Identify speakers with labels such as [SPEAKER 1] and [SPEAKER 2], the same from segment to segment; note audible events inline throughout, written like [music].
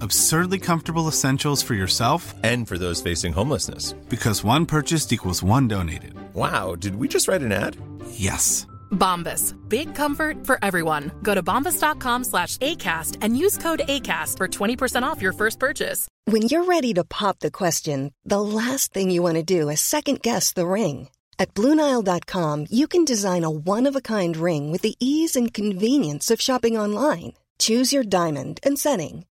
[SPEAKER 1] Absurdly comfortable essentials for yourself
[SPEAKER 2] And for those facing homelessness.
[SPEAKER 1] because one purchased equals one donated.
[SPEAKER 2] Wow, did we just write an ad?
[SPEAKER 1] Yes.
[SPEAKER 3] Bombas. Big comfort for everyone. Go to bombas.com slash ACAST and use code ACAST for 20% off your first purchase.
[SPEAKER 4] When you're ready to pop the question, the last thing you want to do is second guess the ring. At Bluenile.com, you can design a one of a kind ring with the ease and convenience of shopping online. Choose your diamond and setting.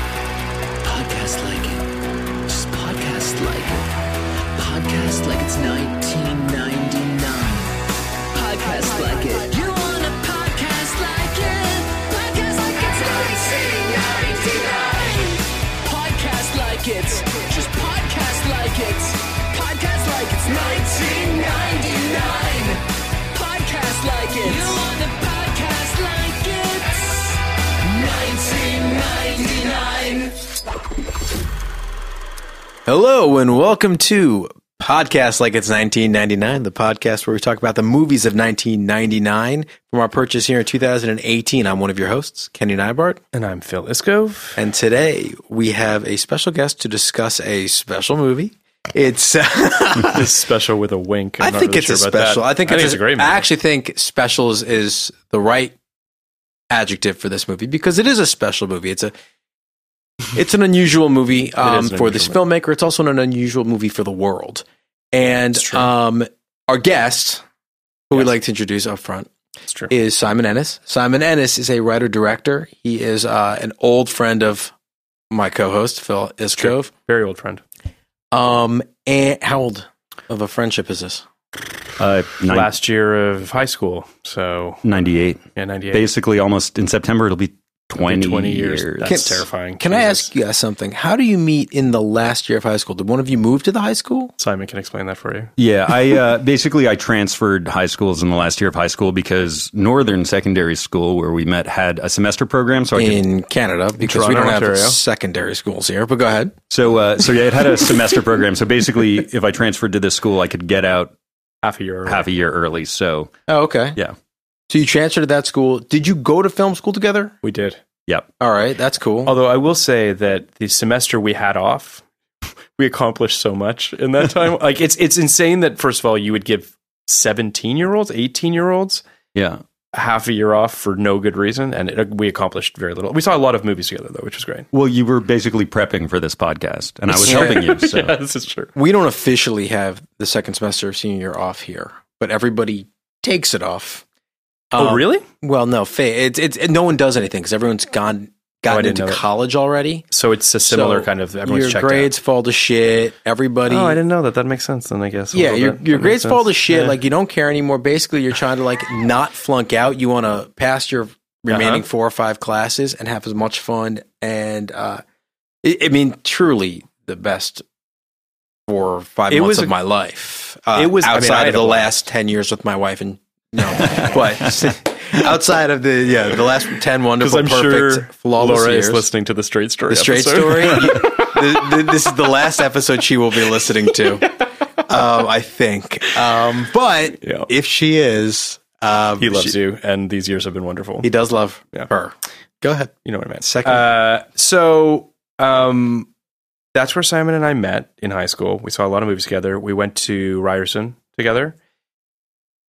[SPEAKER 5] Podcast like it. Just podcast like it. Podcast like it's 1999. Podcast like it. You want a podcast like it? Podcast like it's 1999. Podcast like it. Just podcast like it. Podcast like it's 1999. Podcast like it. You want a podcast like it? 1999.
[SPEAKER 6] Hello and welcome to Podcast Like It's 1999, the podcast where we talk about the movies of 1999 from our purchase here in 2018. I'm one of your hosts, Kenny Nybart,
[SPEAKER 7] And I'm Phil Iskov.
[SPEAKER 6] and today we have a special guest to discuss a special movie. It's [laughs]
[SPEAKER 7] This special with a wink. I'm
[SPEAKER 6] I
[SPEAKER 7] not
[SPEAKER 6] think
[SPEAKER 7] really
[SPEAKER 6] it's
[SPEAKER 7] sure
[SPEAKER 6] a
[SPEAKER 7] about that.
[SPEAKER 6] special. I think,
[SPEAKER 7] it's,
[SPEAKER 6] it's,
[SPEAKER 7] a great movie.
[SPEAKER 6] I actually think specials is the right adjective for this movie because it is a special movie. It's a it's an
[SPEAKER 7] [laughs]
[SPEAKER 6] unusual movie um,
[SPEAKER 7] an
[SPEAKER 6] for this
[SPEAKER 7] unusual
[SPEAKER 6] filmmaker. It's also an unusual movie for the world. And
[SPEAKER 7] It's true.
[SPEAKER 6] um, our guest, who we'd
[SPEAKER 7] Yes.
[SPEAKER 6] like to introduce up front,
[SPEAKER 7] it's true.
[SPEAKER 6] is Simon Ennis. Simon Ennis is a writer director. He is uh, an old friend of my co-host Phil
[SPEAKER 7] true.
[SPEAKER 6] Iskov.
[SPEAKER 7] Very old friend.
[SPEAKER 6] Um, and how old of a friendship is this?
[SPEAKER 8] Uh, nine-
[SPEAKER 7] Last year of high school. So,
[SPEAKER 8] 98.
[SPEAKER 7] yeah, 98.
[SPEAKER 8] Basically, almost in September, it'll be 20,
[SPEAKER 7] It'll be 20 years. That's
[SPEAKER 6] Can-
[SPEAKER 7] terrifying.
[SPEAKER 6] Can I
[SPEAKER 7] Jesus.
[SPEAKER 6] ask you guys something? How do you meet in the last year of high school? Did one of you move to the high school?
[SPEAKER 7] Simon can explain that for you.
[SPEAKER 8] Yeah, I uh, [laughs] basically I transferred high schools in the last year of high school because Northern Secondary School, where we met, had a semester program. So I could,
[SPEAKER 6] In Canada, because we
[SPEAKER 7] Toronto,
[SPEAKER 6] don't have
[SPEAKER 7] Ontario.
[SPEAKER 6] secondary schools here, but go ahead.
[SPEAKER 8] so uh, so yeah, it had a semester program. So basically, if I transferred to this school, I could get out
[SPEAKER 7] Half a year.
[SPEAKER 8] half a year early. So
[SPEAKER 6] Oh, okay.
[SPEAKER 8] yeah,
[SPEAKER 6] So you transferred to that school. Did you go to film school together?
[SPEAKER 7] We did.
[SPEAKER 8] yep.
[SPEAKER 6] All right, that's cool.
[SPEAKER 7] Although I will say that the semester we had off, [laughs] we accomplished so much in that time. like, it's, it's insane that, first of all, you would give 17 year olds, 18 year olds
[SPEAKER 8] Yeah,
[SPEAKER 7] half a year off for no good reason. And it, we accomplished very little. We saw a lot of movies together, though, which was great.
[SPEAKER 8] well, you were basically prepping for this podcast, and I was
[SPEAKER 6] Yeah.
[SPEAKER 8] helping you.
[SPEAKER 7] [laughs]
[SPEAKER 8] So
[SPEAKER 7] yeah, this is true.
[SPEAKER 6] we don't officially have the second semester of senior year off here, but everybody takes it off.
[SPEAKER 7] oh,
[SPEAKER 6] Um,
[SPEAKER 7] really?
[SPEAKER 6] Well, no, fa- it's it's no one does anything because everyone's gone gotten
[SPEAKER 7] Oh, didn't
[SPEAKER 6] into
[SPEAKER 7] know that.
[SPEAKER 6] college already.
[SPEAKER 7] So it's a similar
[SPEAKER 6] So
[SPEAKER 7] kind of everyone's
[SPEAKER 6] your
[SPEAKER 7] checked
[SPEAKER 6] grades fall to shit.
[SPEAKER 7] out.
[SPEAKER 6] Everybody.
[SPEAKER 7] Oh, I didn't know that. That makes sense. Then I guess. a
[SPEAKER 6] yeah,
[SPEAKER 7] little
[SPEAKER 6] your,
[SPEAKER 7] bit.
[SPEAKER 6] your
[SPEAKER 7] That
[SPEAKER 6] grades
[SPEAKER 7] makes
[SPEAKER 6] fall to
[SPEAKER 7] sense.
[SPEAKER 6] shit.
[SPEAKER 7] Yeah. [laughs]
[SPEAKER 6] Like you don't care anymore. Basically, you're trying to like not flunk out. You want to pass your remaining
[SPEAKER 7] Uh-huh.
[SPEAKER 6] four or five classes and have as much fun. And uh, I I mean, truly the best four or five
[SPEAKER 7] It
[SPEAKER 6] months
[SPEAKER 7] was
[SPEAKER 6] of
[SPEAKER 7] a-
[SPEAKER 6] my life. Uh,
[SPEAKER 7] it was- I mean,
[SPEAKER 6] outside
[SPEAKER 7] I had
[SPEAKER 6] of the
[SPEAKER 7] a blast.
[SPEAKER 6] last ten years with my wife and no,
[SPEAKER 7] [laughs]
[SPEAKER 6] but [laughs] outside of the yeah the last ten
[SPEAKER 7] because
[SPEAKER 6] wonderful,
[SPEAKER 7] I'm
[SPEAKER 6] perfect,
[SPEAKER 7] sure
[SPEAKER 6] flawless
[SPEAKER 7] Laura
[SPEAKER 6] years.
[SPEAKER 7] is listening to the straight story.
[SPEAKER 6] the straight
[SPEAKER 7] episode.
[SPEAKER 6] story. You- th- th- this is the last episode she will be listening
[SPEAKER 7] [laughs]
[SPEAKER 6] to, um, I think. Um, but
[SPEAKER 7] [laughs] Yeah.
[SPEAKER 6] if she is, um,
[SPEAKER 7] he loves
[SPEAKER 6] she-
[SPEAKER 7] you, and these years have been wonderful.
[SPEAKER 6] He does love
[SPEAKER 7] Yeah.
[SPEAKER 6] her. Go ahead.
[SPEAKER 7] you know what I meant.
[SPEAKER 6] Second.
[SPEAKER 7] Uh, so um, that's where Simon and I met in high school. We saw a lot of movies together. We went to Ryerson together.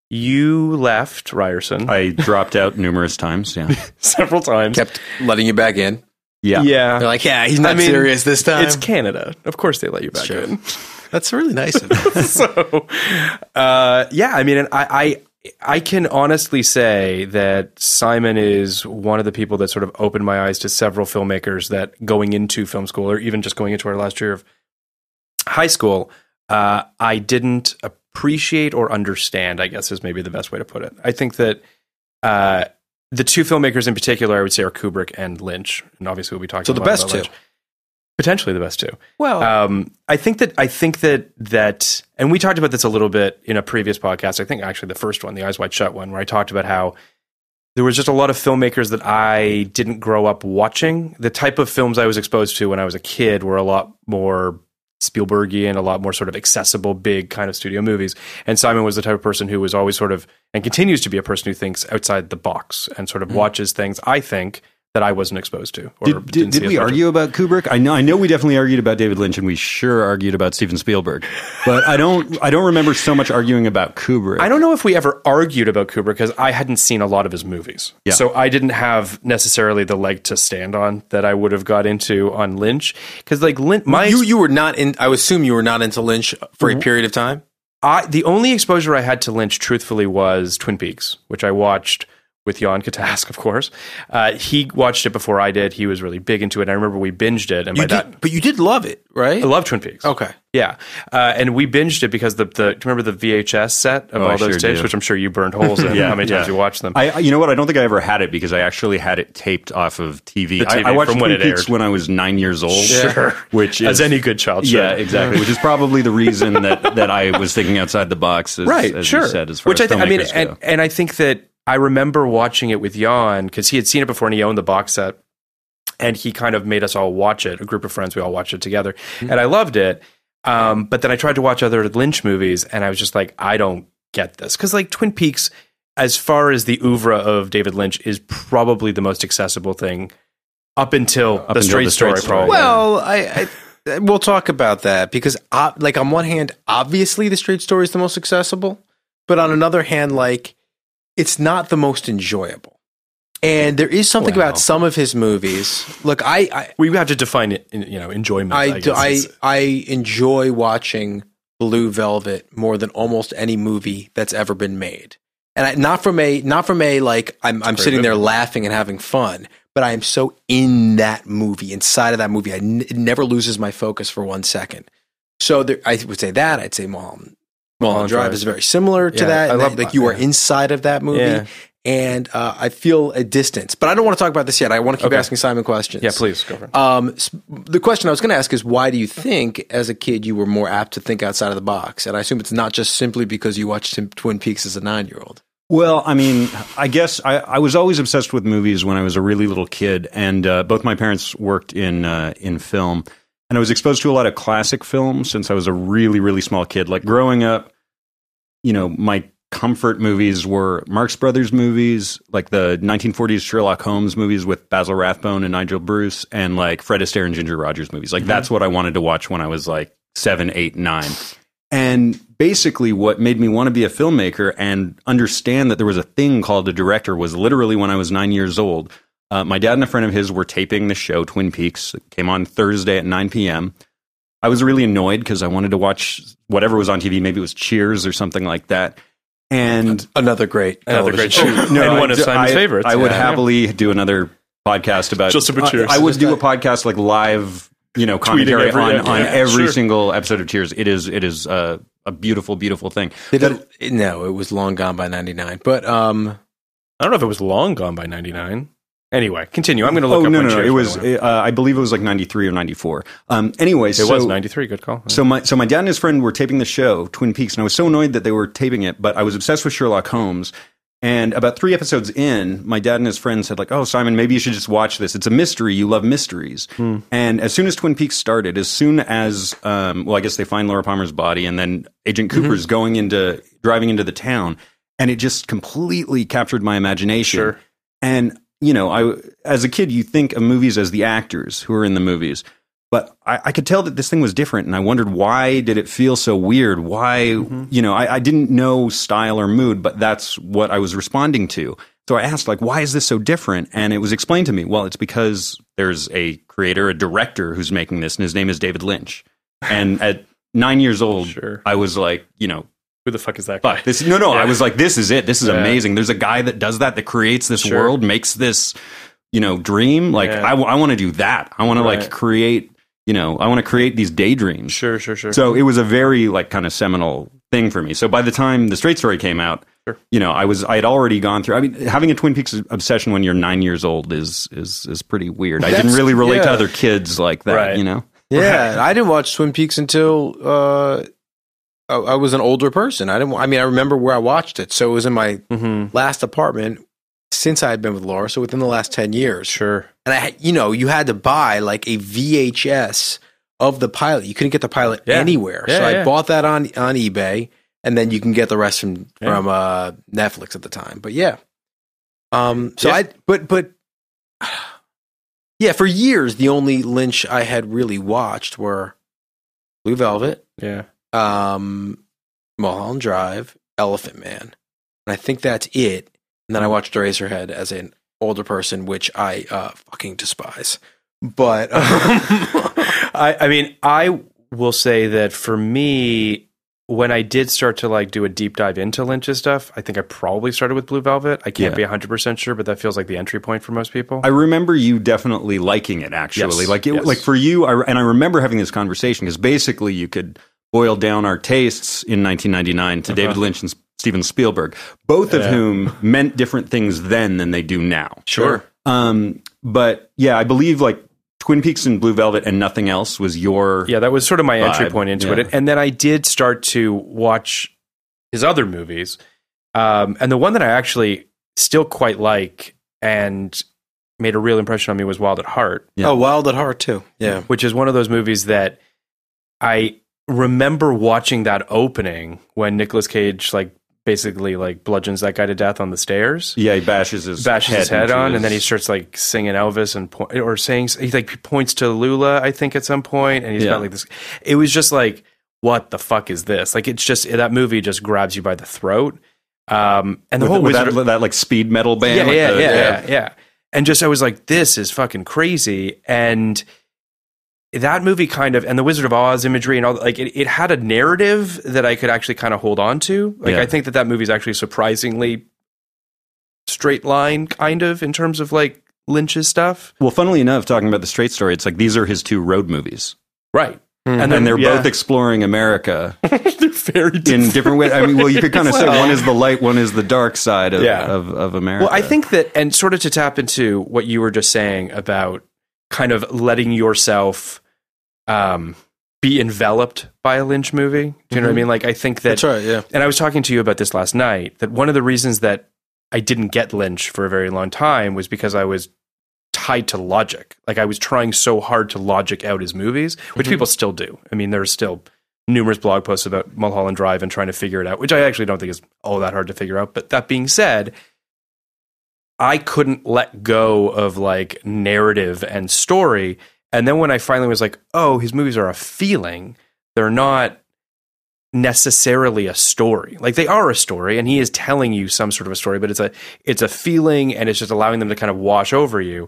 [SPEAKER 7] You left Ryerson
[SPEAKER 8] I dropped out numerous times. Yeah.
[SPEAKER 7] [laughs] several times.
[SPEAKER 6] Kept letting you back in.
[SPEAKER 8] Yeah.
[SPEAKER 7] yeah.
[SPEAKER 6] They're like, yeah, he's not
[SPEAKER 7] I mean,
[SPEAKER 6] serious this time.
[SPEAKER 7] It's Canada. Of course they let you back
[SPEAKER 6] Sure.
[SPEAKER 7] in.
[SPEAKER 6] That's really nice of them.
[SPEAKER 7] so uh, yeah i mean and I, I i can honestly say that simon is one of the people that sort of opened my eyes to several filmmakers that going into film school or even just going into our last year of high school uh, i didn't appreciate or understand i guess is maybe the best way to put it i think that uh, the two filmmakers in particular i would say are kubrick and lynch and obviously we'll be talking
[SPEAKER 6] So the
[SPEAKER 7] a lot
[SPEAKER 6] best
[SPEAKER 7] about
[SPEAKER 6] two.
[SPEAKER 7] Lynch. potentially the best two
[SPEAKER 6] Well,
[SPEAKER 7] um, I think that I think that that, and we talked about this a little bit in a previous podcast. I think actually the first one, the Eyes Wide Shut one, where I talked about how there was just a lot of filmmakers that I didn't grow up watching. The type of films I was exposed to when I was a kid were a lot more Spielbergian, a lot more sort of accessible, big kind of studio movies. And Simon was the type of person who was always sort of and continues to be a person who thinks outside the box and sort of watches things. I think that I wasn't exposed to. Or
[SPEAKER 8] Mm. Did, did,
[SPEAKER 7] didn't see
[SPEAKER 8] did
[SPEAKER 7] as
[SPEAKER 8] we
[SPEAKER 7] much of.
[SPEAKER 8] argue about Kubrick? I know I know we definitely argued about David Lynch and we sure argued about Steven Spielberg. But I don't I don't remember so much arguing about Kubrick.
[SPEAKER 7] I don't know if we ever argued about Kubrick because I hadn't seen a lot of his movies.
[SPEAKER 8] Yeah.
[SPEAKER 7] So I didn't have necessarily the leg to stand on that I would have got into on Lynch. Because, like, Lynch, [laughs] my. Mm-hmm.
[SPEAKER 6] you you were not in. I would assume you were not into Lynch for a period of time.
[SPEAKER 7] I, the only exposure I had to Lynch, truthfully, was Twin Peaks, which I watched with Jan Katask, of course. Uh, he watched it before I did. He was really big into it. I remember we binged it. And
[SPEAKER 6] You
[SPEAKER 7] by that,
[SPEAKER 6] did, but you did love it, right?
[SPEAKER 7] I love Twin Peaks.
[SPEAKER 6] Okay.
[SPEAKER 7] Yeah, uh, and we binged it because the the do you remember the VHS set of
[SPEAKER 8] Oh, I
[SPEAKER 7] all those
[SPEAKER 8] sure
[SPEAKER 7] tapes,
[SPEAKER 8] do.
[SPEAKER 7] which I'm sure you burned holes in. how many times
[SPEAKER 8] [laughs] yeah.
[SPEAKER 7] you watched them?
[SPEAKER 8] I, I- you know what? I don't think I ever had it because I actually had it taped off of TV.
[SPEAKER 7] The TV
[SPEAKER 8] I, I watched
[SPEAKER 7] from when
[SPEAKER 8] Twin
[SPEAKER 7] it
[SPEAKER 8] Peaks
[SPEAKER 7] aired.
[SPEAKER 8] when I was nine years old.
[SPEAKER 7] Sure.
[SPEAKER 8] which is,
[SPEAKER 7] As any good child should.
[SPEAKER 8] Yeah, exactly. which is probably the reason that, that I was thinking outside the box. As, as you said, as far
[SPEAKER 7] Which
[SPEAKER 8] as
[SPEAKER 7] I, thi- I mean,
[SPEAKER 8] filmmakers
[SPEAKER 7] and,
[SPEAKER 8] go.
[SPEAKER 7] and I think that I remember watching it with Jan because he had seen it before and he owned the box set, and he kind of made us all watch it. A group of friends, we all watched it together,
[SPEAKER 8] Mm-hmm.
[SPEAKER 7] and I loved it. Um, but then I tried to watch other Lynch movies, and I was just like, I don't get this because like Twin Peaks, as far as the oeuvre of David Lynch, is probably the most accessible thing up until the
[SPEAKER 8] until
[SPEAKER 7] Straight
[SPEAKER 8] The Straight
[SPEAKER 7] Story,
[SPEAKER 8] Story.
[SPEAKER 7] probably.
[SPEAKER 6] Well, I, I we'll talk about that because, uh, like, on one hand, obviously the straight story is the most accessible, but on another hand, like, it's not the most enjoyable. And there is something
[SPEAKER 7] Wow.
[SPEAKER 6] about some of his movies. Look, I, I
[SPEAKER 7] we have to define it, in, you know, enjoyment.
[SPEAKER 6] I, do,
[SPEAKER 7] guess
[SPEAKER 6] I,
[SPEAKER 7] is-
[SPEAKER 6] I enjoy watching Blue Velvet more than almost any movie that's ever been made. And I, not from a not from a like I'm I'm sitting there laughing and having fun, but I am so in that movie, inside of that movie, I n- it never loses my focus for one second. So there, I would say that I'd say Mulholland, Mulholland Drive,
[SPEAKER 7] Drive.
[SPEAKER 6] is very similar to
[SPEAKER 7] Yeah,
[SPEAKER 6] that.
[SPEAKER 7] I
[SPEAKER 6] and
[SPEAKER 7] love
[SPEAKER 6] that,
[SPEAKER 7] that,
[SPEAKER 6] like you are
[SPEAKER 7] yeah.
[SPEAKER 6] inside of that movie,
[SPEAKER 7] Yeah.
[SPEAKER 6] and uh, I feel a distance. But I don't want to talk about this yet. I want to keep
[SPEAKER 7] Okay.
[SPEAKER 6] asking Simon questions.
[SPEAKER 7] yeah, please go for it.
[SPEAKER 6] Um, s- the question I was going to ask is why do you think, as a kid, you were more apt to think outside of the box? And I assume it's not just simply because you watched Tim- Twin Peaks as a nine year old.
[SPEAKER 8] Well, I mean, I guess I, I was always obsessed with movies when I was a really little kid, and uh, both my parents worked in uh, in film, and I was exposed to a lot of classic films since I was a really really small kid. Like growing up, you know, my comfort movies were Marx Brothers movies, like the 1940s Sherlock Holmes movies with Basil Rathbone and Nigel Bruce, and like Fred Astaire and Ginger Rogers movies. Like that's what I wanted to watch when I was like seven, eight, nine. And basically, what made me want to be a filmmaker and understand that there was a thing called a director was literally when I was nine years old. Uh, my dad and a friend of his were taping the show Twin Peaks. It came on Thursday at 9 p.m. I was really annoyed because I wanted to watch whatever was on TV. Maybe it was Cheers or something like that. And
[SPEAKER 6] Another great,
[SPEAKER 7] Another great show.
[SPEAKER 6] television
[SPEAKER 7] and
[SPEAKER 8] Oh, I-
[SPEAKER 7] one of Simon's
[SPEAKER 8] I-
[SPEAKER 7] favorites.
[SPEAKER 8] I would
[SPEAKER 7] Yeah.
[SPEAKER 8] happily do another podcast about
[SPEAKER 7] Just about
[SPEAKER 8] I-
[SPEAKER 7] Cheers.
[SPEAKER 8] I, would do a podcast like live, you know, commentary
[SPEAKER 7] every-
[SPEAKER 8] on,
[SPEAKER 7] yeah,
[SPEAKER 8] on
[SPEAKER 7] yeah,
[SPEAKER 8] every
[SPEAKER 7] sure.
[SPEAKER 8] single episode of Cheers. It is it is uh, a beautiful, beautiful thing.
[SPEAKER 6] Did it- no, it was long gone by ninety nine. But um,
[SPEAKER 7] I don't know if it was long gone by 99. Anyway, continue. I'm going to look
[SPEAKER 8] oh
[SPEAKER 7] up
[SPEAKER 8] no,
[SPEAKER 7] when
[SPEAKER 8] no, no!
[SPEAKER 7] Cheers
[SPEAKER 8] It was
[SPEAKER 7] went on.
[SPEAKER 8] uh, I believe it was like ninety three or ninety four. Um, anyway,
[SPEAKER 7] it
[SPEAKER 8] so
[SPEAKER 7] was 93. Good call.
[SPEAKER 8] So my so my dad and his friend were taping the show Twin Peaks, and I was so annoyed that they were taping it, but I was obsessed with Sherlock Holmes. And about three episodes in, my dad and his friend said, like, oh, Simon, maybe you should just watch this. It's a mystery. You love mysteries. And as soon as Twin Peaks started, as soon as, um, well, I guess they find Laura Palmer's body and then Agent Cooper's going into, driving into the town. And it just completely captured my imagination.
[SPEAKER 7] Sure.
[SPEAKER 8] And, you know, I, as a kid, you think of movies as the actors who are in the movies. But I, I could tell that this thing was different, and I wondered why did it feel so weird? Why, you know, I, I didn't know style or mood, but that's what I was responding to. So I asked, like, why is this so different? And it was explained to me. Well, it's because there's a creator, a director who's making this, and his name is David Lynch. And at nine years old,
[SPEAKER 7] Sure.
[SPEAKER 8] I was like, you know,
[SPEAKER 7] Who the fuck is that?
[SPEAKER 8] fuck
[SPEAKER 7] guy?
[SPEAKER 8] this no no
[SPEAKER 7] Yeah.
[SPEAKER 8] i was like this is it this is
[SPEAKER 7] Yeah.
[SPEAKER 8] amazing there's a guy that does that that creates this
[SPEAKER 7] Sure.
[SPEAKER 8] world makes this you know dream like
[SPEAKER 7] Yeah.
[SPEAKER 8] i, want to do that i want to like
[SPEAKER 7] Right.
[SPEAKER 8] create you know i want to create these daydreams
[SPEAKER 7] Sure, sure, sure.
[SPEAKER 8] so it was a very like kind of seminal thing for me so by the time the straight story came out you know i was i had already gone through i mean having a twin peaks obsession when you're nine years old is is is pretty weird i didn't
[SPEAKER 6] That's-
[SPEAKER 8] really relate to
[SPEAKER 6] yeah.
[SPEAKER 8] other kids like that
[SPEAKER 7] Right.
[SPEAKER 8] you know
[SPEAKER 6] Yeah, I didn't watch Twin Peaks until uh, I, I was an older person. I didn't. I mean, I remember where I watched it, so it was in my
[SPEAKER 7] Mm-hmm.
[SPEAKER 6] last apartment since I had been with Laura. So within the last ten years,
[SPEAKER 7] sure.
[SPEAKER 6] and I, had- you know, you had to buy like a VHS of the pilot. You couldn't get the pilot
[SPEAKER 7] Yeah.
[SPEAKER 6] anywhere,
[SPEAKER 7] Yeah,
[SPEAKER 6] so
[SPEAKER 7] yeah.
[SPEAKER 6] I bought that on on eBay, and then you can get the rest from from uh, Netflix at the time. But yeah, um, so
[SPEAKER 7] Yeah.
[SPEAKER 6] I, but but [sighs] yeah, for years the only Lynch I had really watched were Blue Velvet,
[SPEAKER 7] Yeah.
[SPEAKER 6] um, Mulholland Drive, Elephant Man, and I think that's it. And then I watched Eraserhead as an older person, which I uh, fucking despise. [laughs]
[SPEAKER 7] [laughs]
[SPEAKER 6] But um,
[SPEAKER 7] I, I mean, I will say that for me, when I did start to like do a deep dive into Lynch's stuff, I think I probably started with Blue Velvet. I can't
[SPEAKER 8] Yeah.
[SPEAKER 7] be hundred percent sure, but that feels like the entry point for most people.
[SPEAKER 8] I remember you definitely liking it. Actually,
[SPEAKER 7] Yes,
[SPEAKER 8] like it,
[SPEAKER 7] yes.
[SPEAKER 8] like for you, I, and I remember having this conversation because basically you could boil down our tastes in 1999 to
[SPEAKER 7] Uh-huh.
[SPEAKER 8] David Lynch and S- Steven Spielberg, both of whom meant different things then than they do now.
[SPEAKER 6] sure.
[SPEAKER 8] Um, but yeah, I believe like Twin Peaks and Blue Velvet and nothing else was your
[SPEAKER 7] yeah, that was sort of my entry
[SPEAKER 8] Vibe,
[SPEAKER 7] point into
[SPEAKER 8] yeah.
[SPEAKER 7] it, and then I did start to watch his other movies, um, and the one that I actually still quite like and made a real impression on me was Wild at Heart.
[SPEAKER 8] Yeah.
[SPEAKER 6] Oh, Wild at Heart too. Yeah.
[SPEAKER 7] which is one of those movies that I remember watching that opening when Nicolas Cage like basically like bludgeons that guy to death on the stairs.
[SPEAKER 8] yeah. He bashes his
[SPEAKER 7] Bashes his head
[SPEAKER 8] into
[SPEAKER 7] on, and then he
[SPEAKER 8] his-
[SPEAKER 7] starts like singing Elvis and po- or saying he like points to Lula, I think at some point, and he's
[SPEAKER 8] Yeah.
[SPEAKER 7] got like this. It was just like, what the fuck is this? Like, it's just that movie just grabs you by the throat. Um, and the
[SPEAKER 8] with,
[SPEAKER 7] whole
[SPEAKER 8] with
[SPEAKER 7] Wizard
[SPEAKER 8] that,
[SPEAKER 7] of-
[SPEAKER 8] that like speed metal band.
[SPEAKER 7] yeah,
[SPEAKER 8] like
[SPEAKER 7] yeah,
[SPEAKER 8] the-
[SPEAKER 7] yeah, yeah, yeah. And just I was like, this is fucking crazy. And that movie kind of and the Wizard of Oz imagery and all like it, it had a narrative that I could actually kind of hold on to. Like
[SPEAKER 8] Yeah.
[SPEAKER 7] I think that that movie is actually surprisingly straight line kind of in terms of like Lynch's stuff.
[SPEAKER 8] Well, funnily enough, talking about the straight story, it's like these are his two road movies.
[SPEAKER 7] Right.
[SPEAKER 8] and,
[SPEAKER 7] then-
[SPEAKER 8] they're
[SPEAKER 7] yeah.
[SPEAKER 8] both exploring America
[SPEAKER 7] [laughs] They're very
[SPEAKER 8] in different ways. I mean, [laughs] well, you could kind of say one is the light, one is the dark side of
[SPEAKER 7] Yeah.
[SPEAKER 8] of, of America.
[SPEAKER 7] Well, I think that, and sort of to tap into what you were just saying about kind of letting yourself um, be enveloped by a Lynch movie. Do you know what I mean? Like, I think that.
[SPEAKER 6] Mm-hmm. That's right, yeah.
[SPEAKER 7] And I was talking to you about this last night that one of the reasons that I didn't get Lynch for a very long time was because I was tied to logic. Like, I was trying so hard to logic out his movies, which people still do. I mean, there are still numerous blog posts about Mulholland Drive and trying to figure it out, which I actually don't think is all that hard to figure out. But that being said, I couldn't let go of like narrative and story. And then when I finally was like, oh, his movies are a feeling, they're not necessarily a story. Like they are a story and he is telling you some sort of a story, but it's a it's a feeling and it's just allowing them to kind of wash over you.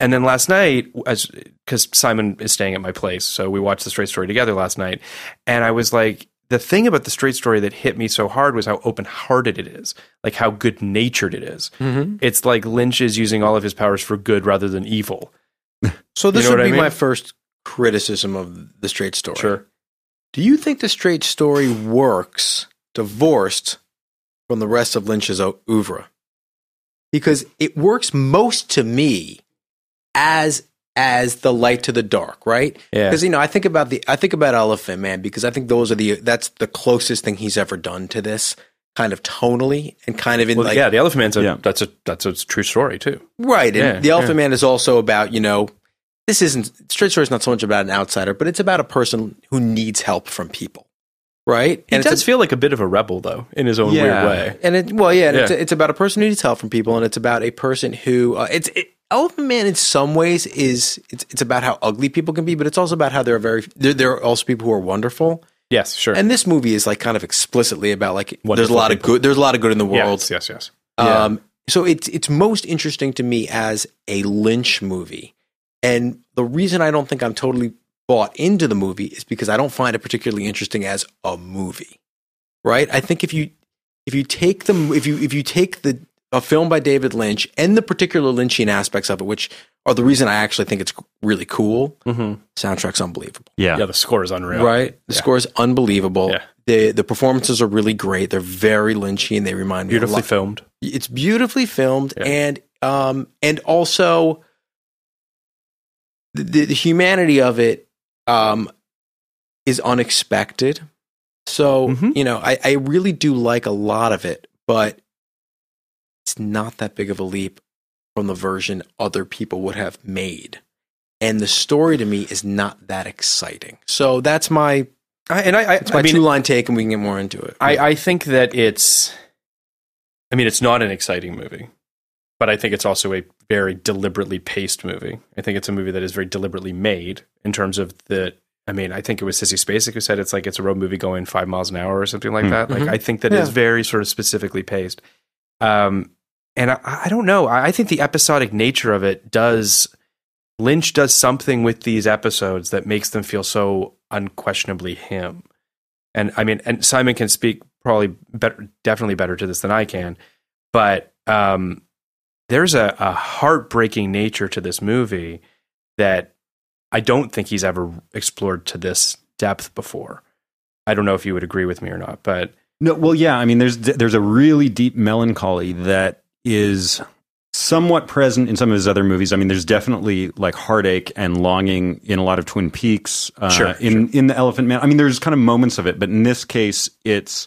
[SPEAKER 7] And then last night, as because Simon is staying at my place, so we watched the Straight Story together last night, and I was like, the thing about the Straight Story that hit me so hard was how open-hearted it is, like how good-natured it is. It's like Lynch is using all of his powers for good rather than evil.
[SPEAKER 6] So this
[SPEAKER 7] You know
[SPEAKER 6] would
[SPEAKER 7] what
[SPEAKER 6] be
[SPEAKER 7] I mean?
[SPEAKER 6] my first criticism of the straight story.
[SPEAKER 7] Sure.
[SPEAKER 6] Do you think the straight story works divorced from the rest of Lynch's o- oeuvre? Because it works most to me as as the light to the dark, right?
[SPEAKER 7] Yeah.
[SPEAKER 6] Because you know, I think about the I think about Elephant Man because I think those are the that's the closest thing he's ever done to this kind of tonally and kind of in
[SPEAKER 7] Well,
[SPEAKER 6] like
[SPEAKER 7] yeah, the Elephant Man's a,
[SPEAKER 8] Yeah.
[SPEAKER 7] that's a that's a true story too.
[SPEAKER 6] Right. And
[SPEAKER 7] Yeah,
[SPEAKER 6] the Elephant
[SPEAKER 7] yeah.
[SPEAKER 6] Man is also about, you know, this isn't Straight Story is not so much about an outsider, but it's about a person who needs help from people. right?
[SPEAKER 7] He
[SPEAKER 6] it's
[SPEAKER 7] does
[SPEAKER 6] a-
[SPEAKER 7] feel like a bit of a rebel, though, in his own
[SPEAKER 8] Yeah.
[SPEAKER 7] weird way.
[SPEAKER 6] and it well yeah, and It's,
[SPEAKER 7] Yeah.
[SPEAKER 6] it's about a person who needs help from people and it's about a person who uh, it's it, elephant man in some ways is it's, it's about how ugly people can be but it's also about how there are very there, there are also people who are wonderful
[SPEAKER 7] Yes, sure.
[SPEAKER 6] and this movie is like kind of explicitly about like there's a
[SPEAKER 7] Wonderful
[SPEAKER 6] lot of
[SPEAKER 7] people.
[SPEAKER 6] good there's a lot of good in the world
[SPEAKER 7] yes, yes, yes.
[SPEAKER 6] um, so it's it's most interesting to me as a Lynch movie, and the reason I don't think I'm totally bought into the movie is because I don't find it particularly interesting as a movie. Right? I think if you if you take the if you if you take the a film by David Lynch and the particular Lynchian aspects of it, which are the reason I actually think it's really cool.
[SPEAKER 7] Mhm.
[SPEAKER 6] Soundtrack's unbelievable.
[SPEAKER 8] Yeah.
[SPEAKER 7] Yeah, the score is unreal.
[SPEAKER 6] Right? The
[SPEAKER 7] Yeah.
[SPEAKER 6] score is unbelievable.
[SPEAKER 7] Yeah.
[SPEAKER 6] The the performances are really great. They're very Lynchian. They remind me a
[SPEAKER 7] Beautifully
[SPEAKER 6] lot-
[SPEAKER 7] filmed.
[SPEAKER 6] it's beautifully filmed
[SPEAKER 7] Yeah.
[SPEAKER 6] and um and also the, the humanity of it um is unexpected so
[SPEAKER 7] Mhm.
[SPEAKER 6] you know I, I really do like a lot of it but it's not that big of a leap from the version other people would have made and the story to me is not that exciting so that's my
[SPEAKER 7] I, and I, I,
[SPEAKER 6] that's
[SPEAKER 7] I
[SPEAKER 6] my
[SPEAKER 7] mean,
[SPEAKER 6] two line take and we can get more into it
[SPEAKER 7] I, I think that it's. I mean, it's not an exciting movie, but I think it's also a very deliberately paced movie. I think it's a movie that is very deliberately made in terms of the. I mean, I think it was Sissy Spacek who said it's like it's a road movie going five miles an hour or something like
[SPEAKER 8] Hmm.
[SPEAKER 7] that. Like,
[SPEAKER 6] Mhm.
[SPEAKER 7] I think that it's
[SPEAKER 6] Yeah.
[SPEAKER 7] very sort of specifically paced. Um, and I, I don't know. I, I think the episodic nature of it does. Lynch does something with these episodes that makes them feel so unquestionably him and I mean, and Simon can speak probably better, definitely better to this than I can. But um, there's a, a heartbreaking nature to this movie that I don't think he's ever explored to this depth before. I don't know if you would agree with me or not, but
[SPEAKER 8] No, well, yeah. I mean, there's there's a really deep melancholy that is somewhat present in some of his other movies. I mean, there's definitely like heartache and longing in a lot of Twin Peaks. Uh,
[SPEAKER 7] Sure,
[SPEAKER 8] in in the Elephant Man. I mean, there's kind of moments of it, but in this case, it's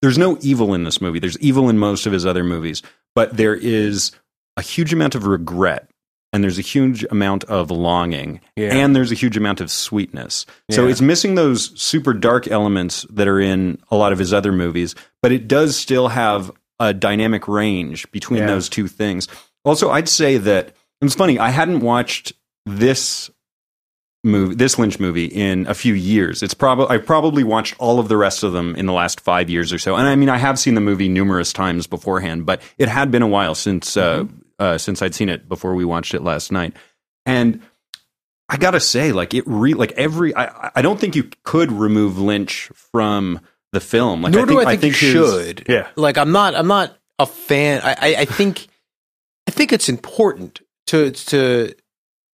[SPEAKER 8] there's no evil in this movie. There's evil in most of his other movies, but there is a huge amount of regret and there's a huge amount of longing
[SPEAKER 7] Yeah.
[SPEAKER 8] and there's a huge amount of sweetness. So
[SPEAKER 7] Yeah.
[SPEAKER 8] it's missing those super dark elements that are in a lot of his other movies, but it does still have a dynamic range between
[SPEAKER 7] Yeah.
[SPEAKER 8] those two things. Also, I'd say that it's funny, I hadn't watched this movie this Lynch movie in a few years. It's probably I've probably watched all of the rest of them in the last 5 years or so. And I mean I have seen the movie numerous times beforehand, but it had been a while since uh,
[SPEAKER 6] Mm-hmm.
[SPEAKER 8] uh since I'd seen it before we watched it last night. And I got to say like it re- like every I I don't think you could remove Lynch from the film. Like
[SPEAKER 6] Nor do I think,
[SPEAKER 8] his-
[SPEAKER 6] you should.
[SPEAKER 7] Yeah.
[SPEAKER 6] Like I'm not I'm not a fan. I, I, I think I think it's important to to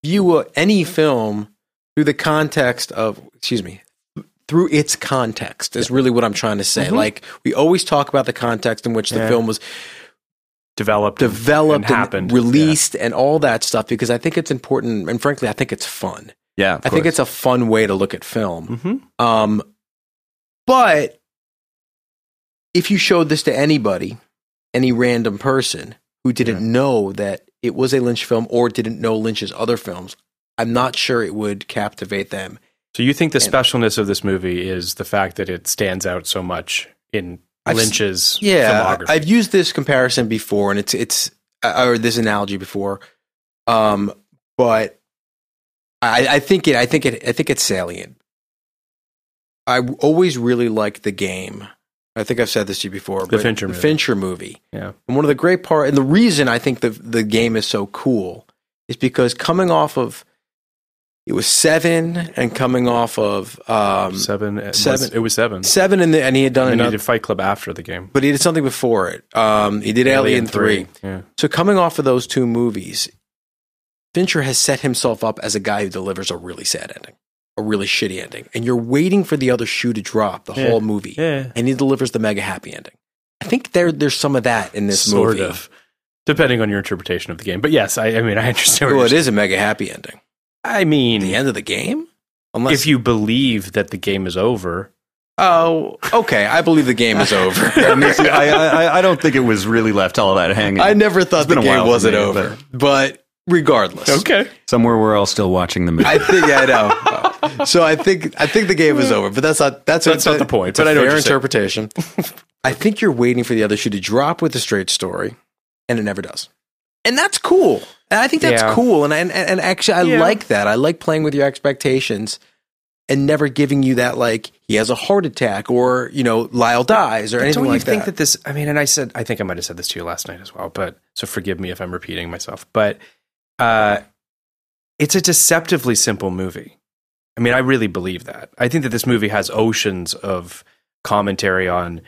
[SPEAKER 6] view uh, any film through the context of excuse me through its context is really what I'm trying to say. Like we always talk about the context in which the
[SPEAKER 7] Yeah.
[SPEAKER 6] film was
[SPEAKER 7] developed, and- and
[SPEAKER 6] developed and,
[SPEAKER 7] happened,
[SPEAKER 6] released and all that stuff because I think it's important and frankly I think it's fun.
[SPEAKER 8] Yeah, of
[SPEAKER 6] I think
[SPEAKER 8] course. Mm-hmm.
[SPEAKER 6] it's [laughs] a fun way to look at film.
[SPEAKER 7] Yeah. Mhm.
[SPEAKER 6] Um, but if you showed this to anybody, any random person who didn't know that it was a Lynch film or didn't know Lynch's other films, I'm not sure it would captivate them.
[SPEAKER 7] So you think the
[SPEAKER 6] And-
[SPEAKER 7] specialness of this movie is the fact that it stands out so much in
[SPEAKER 6] I've s-
[SPEAKER 7] Lynch's
[SPEAKER 6] Yeah,
[SPEAKER 7] filmography?
[SPEAKER 6] I've used this comparison before, and it's it's uh, or this analogy before, um, but I, I think it I think it I think it's salient. I always really liked the game. I think I've said this to you before.
[SPEAKER 7] The Fincher
[SPEAKER 6] the
[SPEAKER 7] movie.
[SPEAKER 6] Fincher movie.
[SPEAKER 7] yeah.
[SPEAKER 6] And one of the great part, and the reason I think the the game is so cool, is because coming off of it was seven, and coming off of um,
[SPEAKER 7] seven. It was-
[SPEAKER 6] seven-
[SPEAKER 7] It was seven.
[SPEAKER 6] seven, and, the, and he had done
[SPEAKER 7] And he
[SPEAKER 6] another,
[SPEAKER 7] did Fight Club after the game.
[SPEAKER 6] but he did something before it. Um, he did Alien, three.
[SPEAKER 7] Yeah.
[SPEAKER 6] So coming off of those two movies, Fincher has set himself up as a guy who delivers a really sad ending, a really shitty ending, and you're waiting for the other shoe to drop the
[SPEAKER 7] Yeah.
[SPEAKER 6] whole movie,
[SPEAKER 7] Yeah.
[SPEAKER 6] and he delivers the mega happy ending. I think there there's some of that in this
[SPEAKER 7] sort
[SPEAKER 6] movie.
[SPEAKER 7] of, depending on your interpretation of the game. But yes, I, I mean, I understand. What
[SPEAKER 6] Well,
[SPEAKER 7] you're
[SPEAKER 6] it is a mega happy ending.
[SPEAKER 7] saying. I
[SPEAKER 6] the
[SPEAKER 7] mean,
[SPEAKER 6] end of the game? Unless
[SPEAKER 7] if you believe that the game is over,
[SPEAKER 6] Oh, okay. I believe the game is over.
[SPEAKER 8] I, mean, see, [laughs] I, I, I don't think it was really left all that hanging.
[SPEAKER 6] I never thought
[SPEAKER 8] It's been
[SPEAKER 6] the
[SPEAKER 8] a while
[SPEAKER 6] game
[SPEAKER 8] for
[SPEAKER 6] wasn't
[SPEAKER 8] me,
[SPEAKER 6] over. But, regardless.
[SPEAKER 7] okay.
[SPEAKER 8] Somewhere we're all still watching the movie.
[SPEAKER 6] I think I know. so I think I think the game is over, but that's not that's,
[SPEAKER 7] That's
[SPEAKER 6] a-
[SPEAKER 7] not the point,
[SPEAKER 6] It's a
[SPEAKER 7] but I know what
[SPEAKER 6] fair
[SPEAKER 7] you're saying.
[SPEAKER 6] interpretation. I think you're waiting for the other shoe to drop with a straight story, and it never does, and that's cool. And I think that's
[SPEAKER 7] Yeah.
[SPEAKER 6] cool. And and and actually, I like that. I like playing with your expectations and never giving you that like he has a heart attack or you know Lyle dies or
[SPEAKER 7] But
[SPEAKER 6] anything
[SPEAKER 7] don't
[SPEAKER 6] like
[SPEAKER 7] you think
[SPEAKER 6] that.
[SPEAKER 7] that. this? I mean, and I said, I think I might have said this to you last night as well. But so forgive me if I'm repeating myself. But uh, it's a deceptively simple movie. I mean, I really believe that. I think that this movie has oceans of commentary on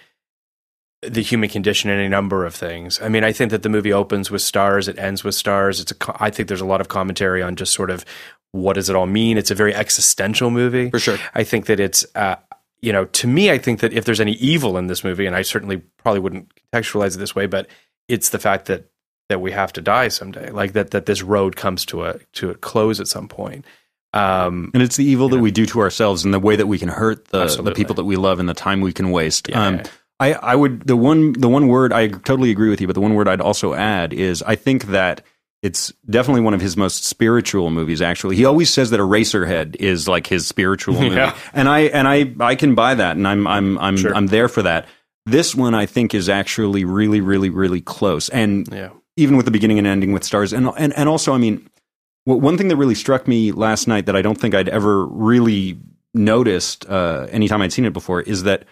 [SPEAKER 7] the human condition and a number of things. I mean, I think that the movie opens with stars, it ends with stars. It's a. co- I think there's a lot of commentary on just sort of what does it all mean. It's a very existential movie
[SPEAKER 6] For sure.
[SPEAKER 7] I think that it's, uh, you know, to me, I think that if there's any evil in this movie, and I certainly probably wouldn't contextualize it this way, but it's the fact that that we have to die someday, like that that this road comes to a to a close at some point. Um,
[SPEAKER 8] And it's the evil that we do to ourselves and the way that we can hurt the, the
[SPEAKER 7] Absolutely.
[SPEAKER 8] people that we love and the time we can waste.
[SPEAKER 7] Yeah.
[SPEAKER 8] Um, I, I would the one the one word I totally agree with you, but the one word I'd also add is I think that it's definitely one of his most spiritual movies. Actually, he always says that Eraserhead is like his
[SPEAKER 7] [laughs]
[SPEAKER 8] spiritual movie,
[SPEAKER 7] Yeah.
[SPEAKER 8] and I and I I can buy that, and I'm I'm I'm I'm there for that. This one I think is actually really really really close, and
[SPEAKER 7] yeah,
[SPEAKER 8] even with the beginning and ending with stars and and and also i mean w- one thing that really struck me last night that i don't think i'd ever really noticed uh anytime i'd seen it before is that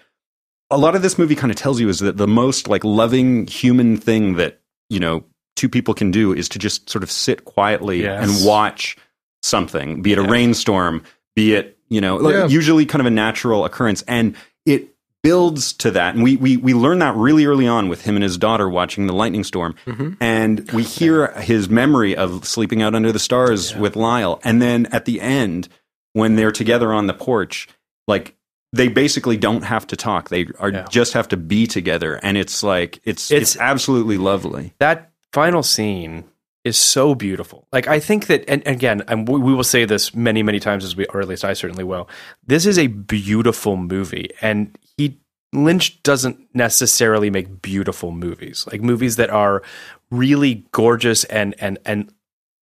[SPEAKER 8] a lot of this movie kind of tells you is that the most like loving human thing that you know two people can do is to just sort of sit quietly
[SPEAKER 7] Yes.
[SPEAKER 8] and watch something be it a rainstorm be it you know like,
[SPEAKER 6] Yeah.
[SPEAKER 8] usually kind of a natural occurrence and it builds to that and we we we learn that really early on with him and his daughter watching the lightning storm
[SPEAKER 7] Mm-hmm.
[SPEAKER 8] and we hear his memory of sleeping out under the stars with Lyle and then at the end when they're together on the porch like they basically don't have to talk they are
[SPEAKER 7] Yeah.
[SPEAKER 8] just have to be together and it's like it's it's,
[SPEAKER 7] It's-
[SPEAKER 8] absolutely lovely
[SPEAKER 7] that final scene is so beautiful. Like I think that, and and again, and we, we will say this many many times as we, or at least I certainly will. This is a beautiful movie, and he Lynch doesn't necessarily make beautiful movies, like movies that are really gorgeous and and and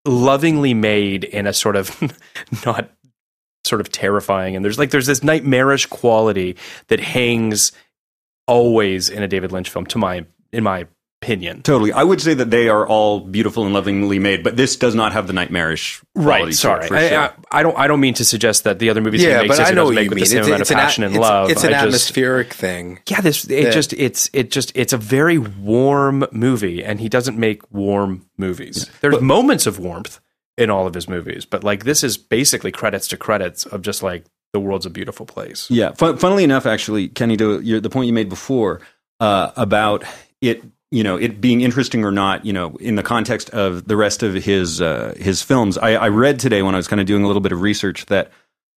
[SPEAKER 7] lovingly made in a sort of [laughs] not sort of terrifying and there's like there's this nightmarish quality that hangs always in a David Lynch film to my in my opinion
[SPEAKER 8] Totally. I would say that they are all beautiful and lovingly made, but this does not have the nightmarish quality to
[SPEAKER 7] Right.
[SPEAKER 8] it,
[SPEAKER 7] Sorry.
[SPEAKER 8] for
[SPEAKER 7] I,
[SPEAKER 8] sure.
[SPEAKER 7] I, I don't. I don't mean to suggest that the other movies
[SPEAKER 6] yeah,
[SPEAKER 7] he makes
[SPEAKER 6] but I
[SPEAKER 7] doesn't
[SPEAKER 6] know what
[SPEAKER 7] make
[SPEAKER 6] you
[SPEAKER 7] with
[SPEAKER 6] mean.
[SPEAKER 7] the same
[SPEAKER 6] It's,
[SPEAKER 7] amount
[SPEAKER 6] it's
[SPEAKER 7] of
[SPEAKER 6] an,
[SPEAKER 7] passion
[SPEAKER 6] at-
[SPEAKER 7] and
[SPEAKER 6] it's-
[SPEAKER 7] love.
[SPEAKER 6] it's an
[SPEAKER 7] I just-
[SPEAKER 6] atmospheric thing.
[SPEAKER 7] Yeah. This. It
[SPEAKER 6] Yeah.
[SPEAKER 7] just. It's. It just. It's a very warm movie, and he doesn't make warm movies. There's moments of warmth in all of his movies, but like this is basically credits to credits of just like the world's a beautiful place.
[SPEAKER 8] Yeah. Fun, funnily enough, actually, Kenny, to your, the point you made before uh, about it, you know, it being interesting or not, you know, in the context of the rest of his uh, his films, I, I read today when I was kind of doing a little bit of research that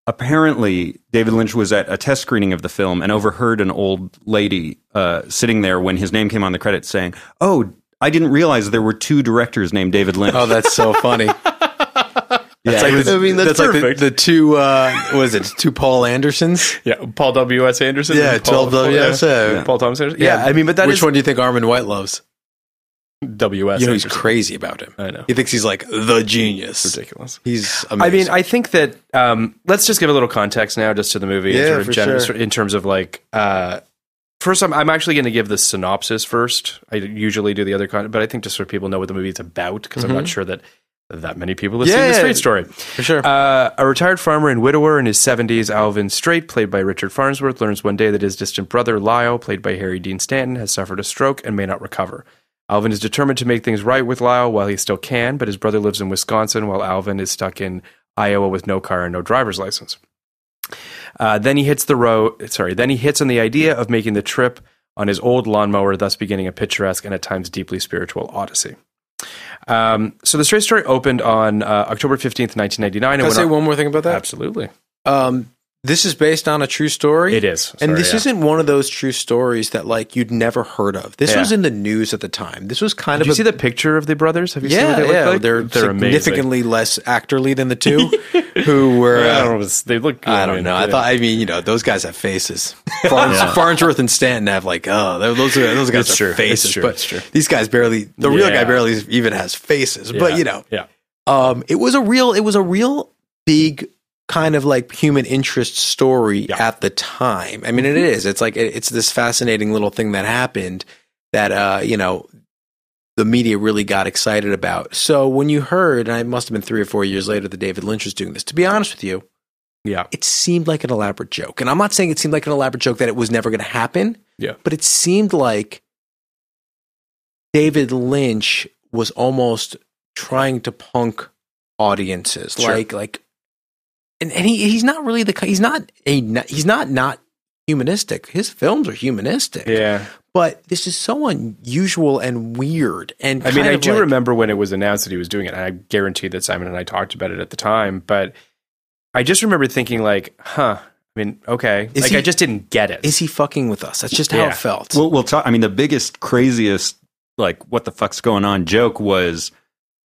[SPEAKER 8] apparently David Lynch was at a test screening of the film and overheard an old lady uh, sitting there when his name came on the credits saying, "Oh." I didn't realize there were two directors named David Lynch.
[SPEAKER 6] Oh, that's so [laughs] funny.
[SPEAKER 8] yeah,
[SPEAKER 6] Like,
[SPEAKER 8] it was-
[SPEAKER 6] [laughs] I mean, that's, like the,
[SPEAKER 7] perfect.
[SPEAKER 6] the two. Uh, what is it? Two Paul Andersons.
[SPEAKER 7] Yeah. Paul W. S. Anderson.
[SPEAKER 6] Yeah,
[SPEAKER 7] and Paul,
[SPEAKER 6] 12 W.S.
[SPEAKER 7] Paul, Paul Thomas Anderson. Yeah, I mean, but that
[SPEAKER 6] which
[SPEAKER 7] is
[SPEAKER 6] one do you think Armin White loves?
[SPEAKER 7] W. S.
[SPEAKER 6] You know, he's
[SPEAKER 7] Anderson.
[SPEAKER 6] crazy about him.
[SPEAKER 7] I know.
[SPEAKER 6] He thinks he's like the genius.
[SPEAKER 7] Ridiculous.
[SPEAKER 6] He's.
[SPEAKER 7] I mean,
[SPEAKER 6] Amazing.
[SPEAKER 7] I think that um, let's just give a little context now, just to the movie,
[SPEAKER 6] Yeah,
[SPEAKER 7] in, sort
[SPEAKER 6] for
[SPEAKER 7] of gen-
[SPEAKER 6] sure.
[SPEAKER 7] in terms of like. Uh, First, I'm, I'm actually going to give the synopsis first. I usually do the other content, but I think just so people know what the movie's about, because I'm not sure that that many people have seen
[SPEAKER 6] Mm-hmm. Yeah,
[SPEAKER 7] the
[SPEAKER 6] yeah,
[SPEAKER 7] Straight Story.
[SPEAKER 6] for sure.
[SPEAKER 7] Uh, a retired farmer and widower in his 70s, Alvin Straight, played by Richard Farnsworth, learns one day that his distant brother, Lyle, played by Harry Dean Stanton, has suffered a stroke and may not recover. Alvin is determined to make things right with Lyle while he still can, but his brother lives in Wisconsin while Alvin is stuck in Iowa with no car and no driver's license. Uh, then he hits the road. Sorry, then he hits on the idea of making the trip on his old lawnmower, thus beginning a picturesque and at times deeply spiritual odyssey. Um, so the Straight Story opened on uh, October fifteenth, nineteen ninety nine.
[SPEAKER 6] Can I say one more thing about that?
[SPEAKER 7] Absolutely,
[SPEAKER 6] Um, this is based on a true story.
[SPEAKER 7] it is.
[SPEAKER 6] and
[SPEAKER 7] Sorry,
[SPEAKER 6] this
[SPEAKER 7] yeah.
[SPEAKER 6] isn't one of those true stories that like you'd never heard of. This
[SPEAKER 7] Yeah.
[SPEAKER 6] was in the news at the time. This was kind
[SPEAKER 7] Did
[SPEAKER 6] of
[SPEAKER 7] you
[SPEAKER 6] a
[SPEAKER 7] see the picture of the brothers? Have you seen
[SPEAKER 6] yeah,
[SPEAKER 7] what they look
[SPEAKER 6] yeah,
[SPEAKER 7] like?
[SPEAKER 6] they're, significantly less actorly than the [laughs] two who were.
[SPEAKER 7] amazing. I
[SPEAKER 6] uh,
[SPEAKER 7] don't know. it's- They look.
[SPEAKER 6] I don't
[SPEAKER 7] mean,
[SPEAKER 6] know. I
[SPEAKER 7] yeah.
[SPEAKER 6] thought. I mean, you know, those guys
[SPEAKER 7] [laughs]
[SPEAKER 6] have faces. Farns, Farnsworth and Stanton have like, oh, they're- those are, those guys
[SPEAKER 7] It's
[SPEAKER 6] are
[SPEAKER 7] true. It's
[SPEAKER 6] faces.
[SPEAKER 7] true.
[SPEAKER 6] But
[SPEAKER 7] It's true.
[SPEAKER 6] these guys barely. The real
[SPEAKER 7] Yeah.
[SPEAKER 6] guy barely even has faces.
[SPEAKER 7] Yeah.
[SPEAKER 6] But you know,
[SPEAKER 7] yeah,
[SPEAKER 6] um, it was a real. It was a real big kind of like human interest story at the time. I mean, it
[SPEAKER 7] Mm-hmm.
[SPEAKER 6] is. It's like it- it's this fascinating little thing that happened that uh, you know the media really got excited about. So when you heard, and it must have been three or four years later that David Lynch was doing this. To be honest with you,
[SPEAKER 7] Yeah.
[SPEAKER 6] it seemed like an elaborate joke. And I'm not saying it seemed like an elaborate joke that it was never going to happen.
[SPEAKER 7] Yeah.
[SPEAKER 6] But it seemed like David Lynch was almost trying to punk audiences.
[SPEAKER 7] Sure.
[SPEAKER 6] Like, like, and, and he, he's not really the, ki- he's not a, he's not not humanistic. His films are humanistic.
[SPEAKER 7] Yeah.
[SPEAKER 6] But this is so unusual and weird. And
[SPEAKER 7] I mean,
[SPEAKER 6] kind
[SPEAKER 7] I
[SPEAKER 6] of
[SPEAKER 7] do
[SPEAKER 6] like-
[SPEAKER 7] remember when it was announced that he was doing it, and I guarantee that Simon and I talked about it at the time. But I just remember thinking, like, huh. I mean, okay.
[SPEAKER 6] Is
[SPEAKER 7] like,
[SPEAKER 6] he-
[SPEAKER 7] I just didn't get it.
[SPEAKER 6] Is he fucking with us? That's just how
[SPEAKER 7] Yeah.
[SPEAKER 6] it felt.
[SPEAKER 8] We'll, we'll talk. I mean, the biggest, craziest, like, what the fuck's going on joke was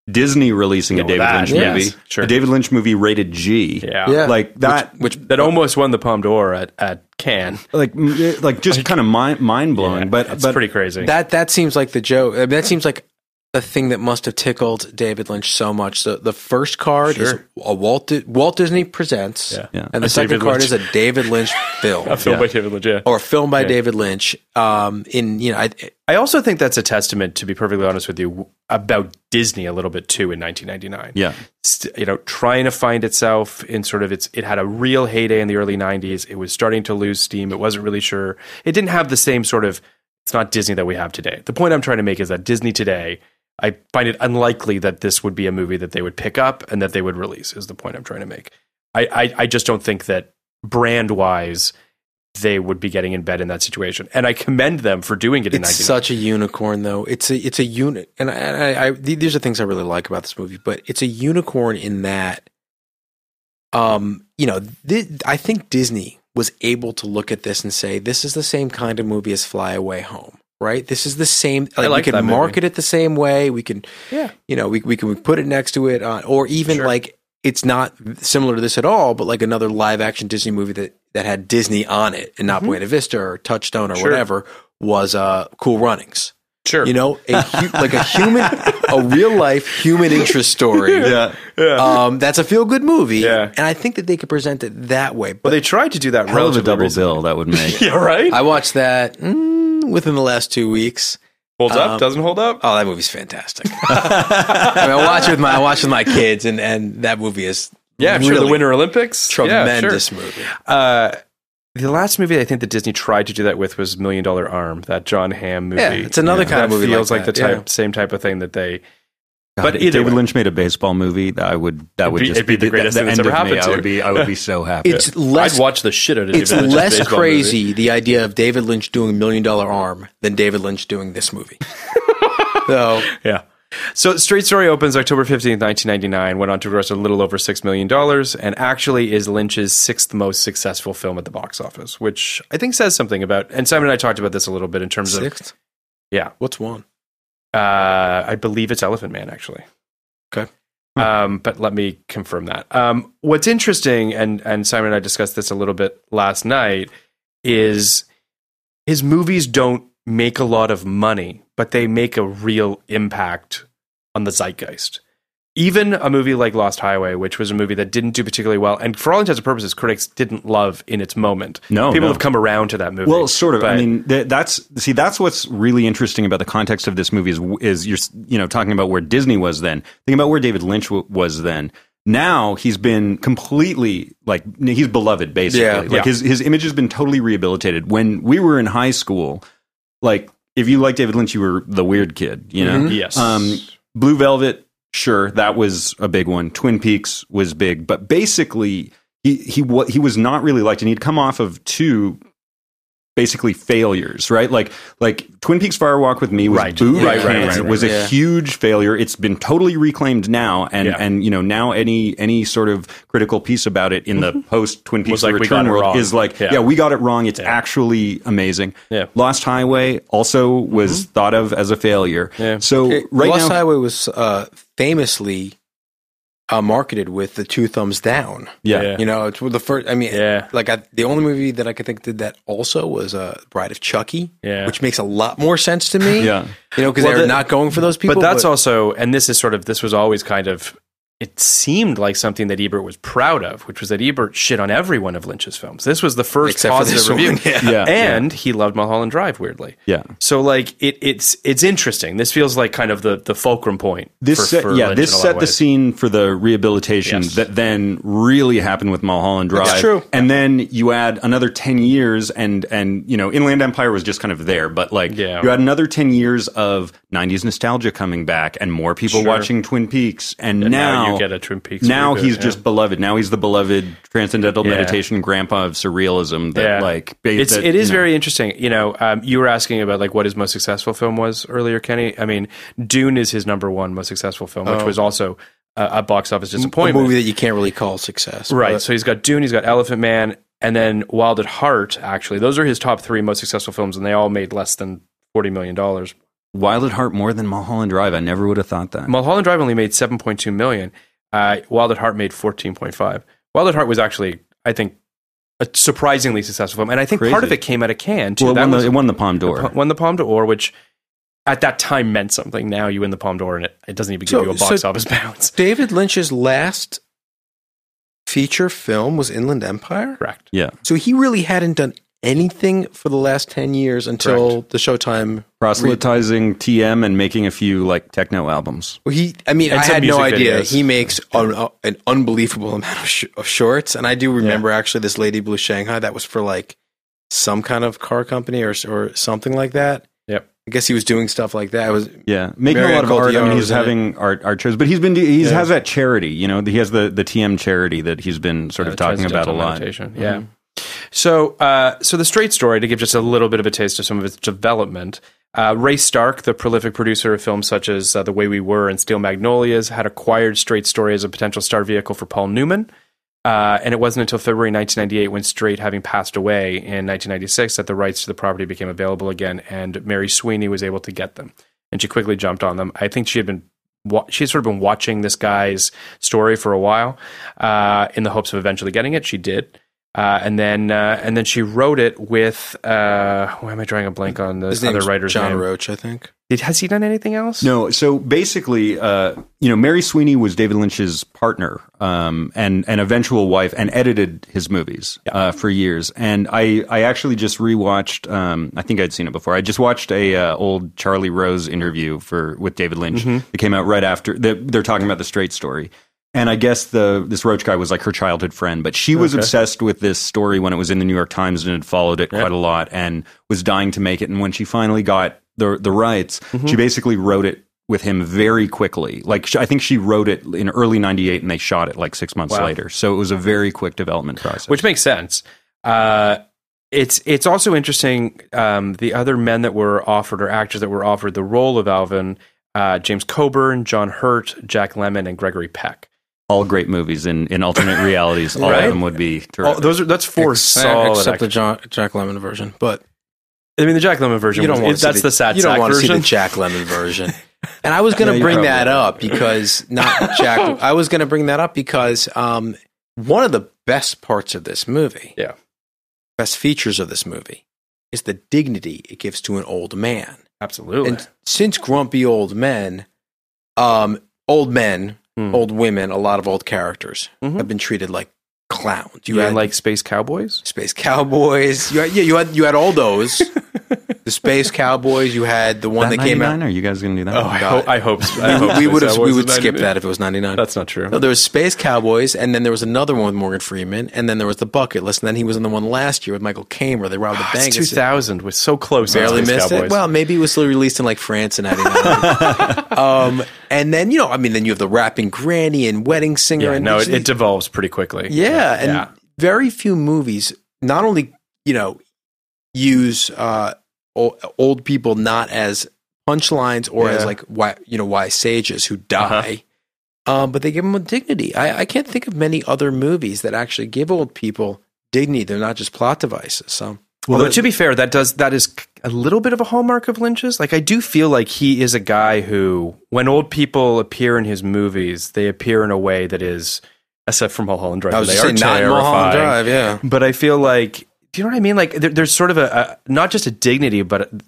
[SPEAKER 8] Disney releasing
[SPEAKER 7] Yeah,
[SPEAKER 8] a
[SPEAKER 7] well,
[SPEAKER 8] David
[SPEAKER 7] Oh, that,
[SPEAKER 8] Lynch
[SPEAKER 7] yes.
[SPEAKER 8] movie,
[SPEAKER 7] Sure.
[SPEAKER 8] a David Lynch movie rated G.
[SPEAKER 7] yeah.
[SPEAKER 6] Yeah.
[SPEAKER 8] Like that,
[SPEAKER 7] Which that almost won the Palme d'Or at, at Cannes.
[SPEAKER 8] like, m- it- like just kind of mind mind blowing.
[SPEAKER 7] Yeah,
[SPEAKER 8] but
[SPEAKER 7] it's
[SPEAKER 8] but
[SPEAKER 7] pretty crazy.
[SPEAKER 6] That that seems like the joke. I mean, that seems like the thing that must have tickled David Lynch so much. The the first card is
[SPEAKER 7] Sure.
[SPEAKER 6] a Walt Di- Walt Disney presents,
[SPEAKER 7] Yeah.
[SPEAKER 8] Yeah.
[SPEAKER 6] and the
[SPEAKER 7] A
[SPEAKER 6] second
[SPEAKER 7] David
[SPEAKER 6] card
[SPEAKER 7] Lynch.
[SPEAKER 6] is a David Lynch film
[SPEAKER 7] a film by David Lynch. yeah.
[SPEAKER 6] or a film by
[SPEAKER 7] Yeah.
[SPEAKER 6] David Lynch. Um, in you know, I,
[SPEAKER 7] I also think that's a testament, to be perfectly honest with you, w- about Disney a little bit too in 1999.
[SPEAKER 8] yeah,
[SPEAKER 7] st- you know trying to find itself in sort of its it had a real heyday in the early 90s it was starting to lose steam it wasn't really sure it didn't have the same sort of it's not disney that we have today the point i'm trying to make is that disney today i find it unlikely that this would be a movie that they would pick up and that they would release is the point i'm trying to make i i, I just don't think that brand wise they would be getting in bed in that situation and i commend them for doing it in
[SPEAKER 6] it's
[SPEAKER 7] 1999
[SPEAKER 6] such a unicorn though. It's a it's a unit, and I, I, I th- these are things I really like about this movie. But it's a unicorn in that, um, you know, thi- I think Disney was able to look at this and say this is the same kind of movie as Fly Away Home, right? This is the same. Like,
[SPEAKER 7] like
[SPEAKER 6] we
[SPEAKER 7] that
[SPEAKER 6] can
[SPEAKER 7] movie.
[SPEAKER 6] market it the same way. We can,
[SPEAKER 7] Yeah.
[SPEAKER 6] you know, we we can put it next to it, on, or even
[SPEAKER 7] Sure.
[SPEAKER 6] like it's not similar to this at all, but like another live action Disney movie that that had Disney on it and not Buena Vista or Touchstone or
[SPEAKER 7] Mm-hmm. Sure.
[SPEAKER 6] whatever was uh, Cool Runnings.
[SPEAKER 7] sure
[SPEAKER 6] You know, a hu- like a human, a real life human
[SPEAKER 7] [laughs]
[SPEAKER 6] interest story.
[SPEAKER 8] yeah.
[SPEAKER 6] Um, that's a feel good movie.
[SPEAKER 7] Yeah.
[SPEAKER 6] And I think that they could present it that way. But
[SPEAKER 7] well they tried to do that
[SPEAKER 8] Hell of a
[SPEAKER 7] relatively
[SPEAKER 8] double
[SPEAKER 7] recently.
[SPEAKER 8] bill that would
[SPEAKER 7] [laughs]
[SPEAKER 8] make.
[SPEAKER 7] yeah right
[SPEAKER 6] I watched that mm, within the last two weeks.
[SPEAKER 7] holds
[SPEAKER 6] um,
[SPEAKER 7] up doesn't hold up
[SPEAKER 6] Oh, that movie's fantastic.
[SPEAKER 7] [laughs]
[SPEAKER 6] I, mean, I watch it with my I watch it with my kids, and and that movie is
[SPEAKER 7] Yeah, I'm sure
[SPEAKER 6] really
[SPEAKER 7] the Winter Olympics.
[SPEAKER 6] tremendous movie.
[SPEAKER 7] Uh, the last movie I think that Disney tried to do that with was Million Dollar Arm, that John Hamm movie.
[SPEAKER 6] Yeah, it's another kind
[SPEAKER 7] that
[SPEAKER 6] of movie like
[SPEAKER 7] Feels like,
[SPEAKER 6] that,
[SPEAKER 7] the type,
[SPEAKER 6] yeah.
[SPEAKER 7] same type of thing that they.
[SPEAKER 8] but
[SPEAKER 7] but
[SPEAKER 8] if
[SPEAKER 7] either
[SPEAKER 8] David
[SPEAKER 7] way.
[SPEAKER 8] Lynch made a baseball movie, that I would that would
[SPEAKER 7] be-
[SPEAKER 8] just
[SPEAKER 7] it'd be the greatest thing that's
[SPEAKER 8] end
[SPEAKER 7] ever
[SPEAKER 8] of me.
[SPEAKER 7] happened
[SPEAKER 8] I
[SPEAKER 7] to.
[SPEAKER 8] would be I would be so happy.
[SPEAKER 6] It's less.
[SPEAKER 7] I'd watch the shit out of
[SPEAKER 6] it's
[SPEAKER 7] David Lynch's
[SPEAKER 6] less
[SPEAKER 7] baseball
[SPEAKER 6] crazy the idea of David Lynch doing Million Dollar Arm than David Lynch doing
[SPEAKER 7] [laughs]
[SPEAKER 6] this movie. so
[SPEAKER 7] Movie. Yeah. So Straight Story opens October 15th, 1999, went on to gross a little over $6 million, and actually is Lynch's sixth most successful film at the box office, which I think says something about. And Simon and I talked about this a little bit in terms of.
[SPEAKER 6] sixth,
[SPEAKER 7] Yeah.
[SPEAKER 6] what's one?
[SPEAKER 7] Uh, I believe it's Elephant Man, actually.
[SPEAKER 6] Okay.
[SPEAKER 7] Um, but let me confirm that. Um, what's interesting, and and Simon and I discussed this a little bit last night, is his movies don't make a lot of money, but they make a real impact on the zeitgeist. Even a movie like Lost Highway, which was a movie that didn't do particularly well, and for all intents and purposes, critics didn't love in its moment.
[SPEAKER 8] No,
[SPEAKER 7] people
[SPEAKER 8] no.
[SPEAKER 7] have come around to that movie.
[SPEAKER 8] Well, sort of. I
[SPEAKER 7] but-
[SPEAKER 8] mean, th- that's see, that's what's really interesting about the context of this movie is is you're s- you know talking about where Disney was then, thinking about where David Lynch w- was then. Now he's been completely like n- he's beloved basically.
[SPEAKER 6] Yeah.
[SPEAKER 8] like
[SPEAKER 7] Yeah.
[SPEAKER 8] his his image has been totally rehabilitated. When we were in high school, like if you liked David Lynch, you were the weird kid, you know.
[SPEAKER 7] yes,
[SPEAKER 8] Um, Blue Velvet, sure, that was a big one. Twin Peaks was big, but basically he he wa- he was not really liked, and he'd come off of two basically failures, right? Like like Twin Peaks Fire Walk with Me was
[SPEAKER 7] Right.
[SPEAKER 8] booed
[SPEAKER 7] Right,
[SPEAKER 8] at
[SPEAKER 7] right,
[SPEAKER 8] Cannes.
[SPEAKER 7] right,
[SPEAKER 8] It was
[SPEAKER 6] right.
[SPEAKER 8] a
[SPEAKER 6] Yeah.
[SPEAKER 8] huge failure. It's been totally reclaimed now, and
[SPEAKER 7] Yeah.
[SPEAKER 8] and you know now any any sort of critical piece about it in the post Twin Peaks
[SPEAKER 7] Mm-hmm. Was like, we
[SPEAKER 8] Return
[SPEAKER 7] got it
[SPEAKER 8] world
[SPEAKER 7] wrong.
[SPEAKER 8] is like
[SPEAKER 7] Yeah.
[SPEAKER 8] yeah. we got it wrong. It's actually amazing.
[SPEAKER 7] Yeah. Mm-hmm.
[SPEAKER 8] Lost Highway also was thought of as a failure.
[SPEAKER 7] Yeah.
[SPEAKER 8] So right
[SPEAKER 6] Lost
[SPEAKER 8] now,
[SPEAKER 6] Highway was uh, famously uh, marketed with the two thumbs down.
[SPEAKER 8] yeah.
[SPEAKER 7] Yeah.
[SPEAKER 6] You know, it's the first. I mean,
[SPEAKER 7] Yeah.
[SPEAKER 6] like I, the only movie that I could think did that also was uh, Bride of Chucky,
[SPEAKER 7] Yeah.
[SPEAKER 6] which makes a lot more sense to
[SPEAKER 8] [laughs]
[SPEAKER 6] me.
[SPEAKER 8] Yeah.
[SPEAKER 6] you know, because
[SPEAKER 7] Well,
[SPEAKER 6] they're
[SPEAKER 7] the-
[SPEAKER 6] not going for those people.
[SPEAKER 7] but that's also, and this is sort of, this was always kind of it seemed like something that Ebert was proud of, which was that Ebert shit on every one of Lynch's films. This was the first
[SPEAKER 6] Except for
[SPEAKER 7] positive
[SPEAKER 6] this one,
[SPEAKER 7] review,
[SPEAKER 6] [laughs]
[SPEAKER 8] [laughs]
[SPEAKER 6] yeah.
[SPEAKER 8] Yeah,
[SPEAKER 7] and he loved Mulholland Drive. Weirdly,
[SPEAKER 8] Yeah.
[SPEAKER 7] So like it, it's it's interesting. This feels like kind of the the fulcrum point.
[SPEAKER 8] This
[SPEAKER 7] for,
[SPEAKER 8] set,
[SPEAKER 7] for
[SPEAKER 8] yeah,
[SPEAKER 7] Lynch in a
[SPEAKER 8] this
[SPEAKER 7] lot of
[SPEAKER 8] set the
[SPEAKER 7] ways.
[SPEAKER 8] scene for the rehabilitation
[SPEAKER 7] Yes.
[SPEAKER 8] that then really happened with Mulholland Drive.
[SPEAKER 7] That's true.
[SPEAKER 8] And then you add another ten years, and and you know, Inland Empire was just kind of there, but like
[SPEAKER 7] Yeah.
[SPEAKER 8] you add another ten years of '90s nostalgia coming back, and more people
[SPEAKER 7] Sure.
[SPEAKER 8] watching Twin Peaks, and,
[SPEAKER 7] And
[SPEAKER 8] now,
[SPEAKER 7] now you get a Twin Peaks
[SPEAKER 8] Now
[SPEAKER 7] reboot,
[SPEAKER 8] he's
[SPEAKER 7] yeah.
[SPEAKER 8] just beloved. Now he's the beloved transcendental
[SPEAKER 7] Yeah.
[SPEAKER 8] meditation grandpa of surrealism. That like ba-
[SPEAKER 7] it's
[SPEAKER 8] that,
[SPEAKER 7] it is
[SPEAKER 8] you know,
[SPEAKER 7] very interesting. You know, um, you were asking about like what his most successful film was earlier, Kenny. I mean, Dune is his number one most successful film,
[SPEAKER 8] Oh.
[SPEAKER 7] which was also a, a box office
[SPEAKER 6] A
[SPEAKER 7] disappointment.
[SPEAKER 6] movie that you can't really call success.
[SPEAKER 7] Right.
[SPEAKER 6] but-
[SPEAKER 7] so he's got Dune, he's got Elephant Man, and then Wild at Heart, actually. Those are his top three most successful films, and they all made less than $40 million.
[SPEAKER 8] wild at heart more than Mulholland Drive. I never would have thought that.
[SPEAKER 7] Mulholland Drive only made $7.2 million. Uh, Wild at Heart made 14.5. Wild at Heart was actually, I think, a surprisingly successful film. And I think part
[SPEAKER 8] Crazy.
[SPEAKER 7] of it came out of Cannes, too.
[SPEAKER 8] well, it
[SPEAKER 7] That
[SPEAKER 8] won,
[SPEAKER 7] was-
[SPEAKER 8] the, it won the Palme d'Or.
[SPEAKER 7] Won the Palme d'Or, which at that time meant something. Now you win the Palme d'Or, and it, it doesn't even give
[SPEAKER 6] So-
[SPEAKER 7] you a box
[SPEAKER 6] so-
[SPEAKER 7] office [laughs] bounce.
[SPEAKER 6] David Lynch's last feature film was Inland Empire.
[SPEAKER 7] Correct.
[SPEAKER 8] yeah.
[SPEAKER 6] So he really hadn't done anything for the last 10 years until the Showtime.
[SPEAKER 8] proselytizing TM and making a few like techno albums.
[SPEAKER 6] Well, He, I mean,
[SPEAKER 7] And
[SPEAKER 6] I
[SPEAKER 7] some
[SPEAKER 6] had no
[SPEAKER 7] music
[SPEAKER 6] idea.
[SPEAKER 7] videos.
[SPEAKER 6] He makes an, uh, an unbelievable amount of, sh- of shorts. And I do remember actually this Lady Blue Shanghai that was for like some kind of car company or, s- or something like that.
[SPEAKER 7] Yep.
[SPEAKER 6] I guess he was doing stuff like that. It was
[SPEAKER 8] Yeah, making
[SPEAKER 6] Marion
[SPEAKER 8] a lot of art. I
[SPEAKER 6] Cotillard
[SPEAKER 8] mean,
[SPEAKER 6] was
[SPEAKER 8] he's
[SPEAKER 6] in it.
[SPEAKER 8] having art art shows, but he's been do- he
[SPEAKER 6] Yeah.
[SPEAKER 8] has that charity. You know, he has the the TM charity that he's been sort of
[SPEAKER 7] Uh,
[SPEAKER 8] talking about
[SPEAKER 7] transcendental
[SPEAKER 8] a lot.
[SPEAKER 7] meditation, Yeah. Mm-hmm. So, uh, so the straight story to give just a little bit of a taste of some of its development. Uh, Ray Stark, the prolific producer of films such as uh, The Way We Were and Steel Magnolias, had acquired Straight Story as a potential star vehicle for Paul Newman. Uh, and it wasn't until February 1998, when Straight, having passed away in 1996, that the rights to the property became available again, and Mary Sweeney was able to get them. And she quickly jumped on them. I think she had been wa- she had sort of been watching this guy's story for a while, uh, in the hopes of eventually getting it. She did, uh, and then uh, and then she wrote it with. Uh, why am I drawing a blank on the
[SPEAKER 6] his
[SPEAKER 7] other
[SPEAKER 6] name's
[SPEAKER 7] writer's
[SPEAKER 6] John
[SPEAKER 7] name?
[SPEAKER 6] Roach, I think.
[SPEAKER 7] Did, has he done anything else?
[SPEAKER 8] No, so basically, uh, you know, Mary Sweeney was David Lynch's partner um, and and eventual wife, and edited his movies uh, for years. And I I actually just rewatched. Um, I think I'd seen it before. I just watched a uh, old Charlie Rose interview for with David Lynch that came out right after. They're, they're talking about the Straight Story. And I guess the this Roach guy was like her childhood friend, but she was obsessed with this story when it was in the New York Times and had followed it quite a lot and was dying to make it. And when she finally got the the rights,
[SPEAKER 7] Mm-hmm.
[SPEAKER 8] she basically wrote it with him very quickly. Like sh I think she wrote it in early '98 and they shot it like six months
[SPEAKER 7] Wow.
[SPEAKER 8] later. So it was a very quick development process.
[SPEAKER 7] which makes sense. Uh, it's it's also interesting. Um, the other men that were offered or actors that were offered the role of Alvin, uh, James Coburn, John Hurt, Jack Lemmon, and Gregory Peck.
[SPEAKER 8] all great movies in
[SPEAKER 7] [laughs]
[SPEAKER 8] in alternate realities, all
[SPEAKER 7] Right?
[SPEAKER 8] of them would be
[SPEAKER 7] Oh,
[SPEAKER 8] terrific.
[SPEAKER 7] those are that's four
[SPEAKER 6] Except-
[SPEAKER 7] solid.
[SPEAKER 6] except the
[SPEAKER 7] actors.
[SPEAKER 6] John, Jack Lemon version. But
[SPEAKER 7] I mean, the Jack Lemmon version.
[SPEAKER 6] you don't
[SPEAKER 7] was,
[SPEAKER 6] want
[SPEAKER 7] it, that's the sad
[SPEAKER 6] You don't
[SPEAKER 7] sack
[SPEAKER 6] want to see
[SPEAKER 7] version.
[SPEAKER 6] the Jack Lemon version. [laughs] And I was going
[SPEAKER 8] Yeah,
[SPEAKER 6] to
[SPEAKER 8] you
[SPEAKER 6] bring
[SPEAKER 8] probably
[SPEAKER 6] that
[SPEAKER 8] don't.
[SPEAKER 6] up because not Jack. I was going to bring that up because um, one of the best parts of this movie,
[SPEAKER 7] yeah,
[SPEAKER 6] best features of this movie, is the dignity it gives to an old man.
[SPEAKER 7] absolutely.
[SPEAKER 6] And since grumpy old men, um, old men, old women, a lot of old characters have been treated like clowns.
[SPEAKER 7] you had
[SPEAKER 6] had-
[SPEAKER 7] like Space Cowboys.
[SPEAKER 6] Space Cowboys. You had, yeah, you had you had all those.
[SPEAKER 7] [laughs]
[SPEAKER 6] the Space Cowboys. You had the one that, came out.
[SPEAKER 8] Are you guys going to do that?
[SPEAKER 7] Oh, I,
[SPEAKER 6] God.
[SPEAKER 7] ho- I hope.
[SPEAKER 8] [laughs]
[SPEAKER 7] so. I
[SPEAKER 6] We,
[SPEAKER 7] hope
[SPEAKER 6] we
[SPEAKER 7] Space
[SPEAKER 6] would have we
[SPEAKER 7] Cowboys
[SPEAKER 6] would
[SPEAKER 7] was
[SPEAKER 6] skip
[SPEAKER 7] 99.
[SPEAKER 6] that if it was ninety nine.
[SPEAKER 7] That's not true.
[SPEAKER 6] No, there was Space Cowboys, and then there was another one with Morgan Freeman, and then there was the Bucket List, and then he was in the one last year with Michael Caine where they robbed the bank.
[SPEAKER 7] Ah, Two thousand was so close. on
[SPEAKER 6] barely
[SPEAKER 7] Space
[SPEAKER 6] missed
[SPEAKER 7] Cowboys.
[SPEAKER 6] it. Well, maybe it was still released in like France in '99.
[SPEAKER 7] [laughs]
[SPEAKER 6] um, and then you know, I mean, then you have the rapping granny and wedding singer.
[SPEAKER 7] yeah,
[SPEAKER 6] and
[SPEAKER 7] no,
[SPEAKER 6] these-
[SPEAKER 7] it, it devolves pretty quickly.
[SPEAKER 6] yeah, and very few movies not only you know use uh, o- old people not as punchlines or as
[SPEAKER 7] Yeah.
[SPEAKER 6] like why you know why sages who die,
[SPEAKER 7] Uh-huh.
[SPEAKER 6] um, but they give them a dignity. I, I can't think of many other movies that actually give old people dignity. They're not just plot devices. So
[SPEAKER 7] Although to be fair, that does that is a little bit of a hallmark of Lynch's. Like I do feel like he is a guy who, when old people appear in his movies, they appear in a way that is, aside from Mulholland Drive,
[SPEAKER 6] I was
[SPEAKER 7] they
[SPEAKER 6] just
[SPEAKER 7] are
[SPEAKER 6] saying, not in Mulholland
[SPEAKER 7] terrifying.
[SPEAKER 6] Drive. Yeah.
[SPEAKER 7] But I feel like, do you know what I mean? Like there, there's sort of a, a not just a dignity, but a,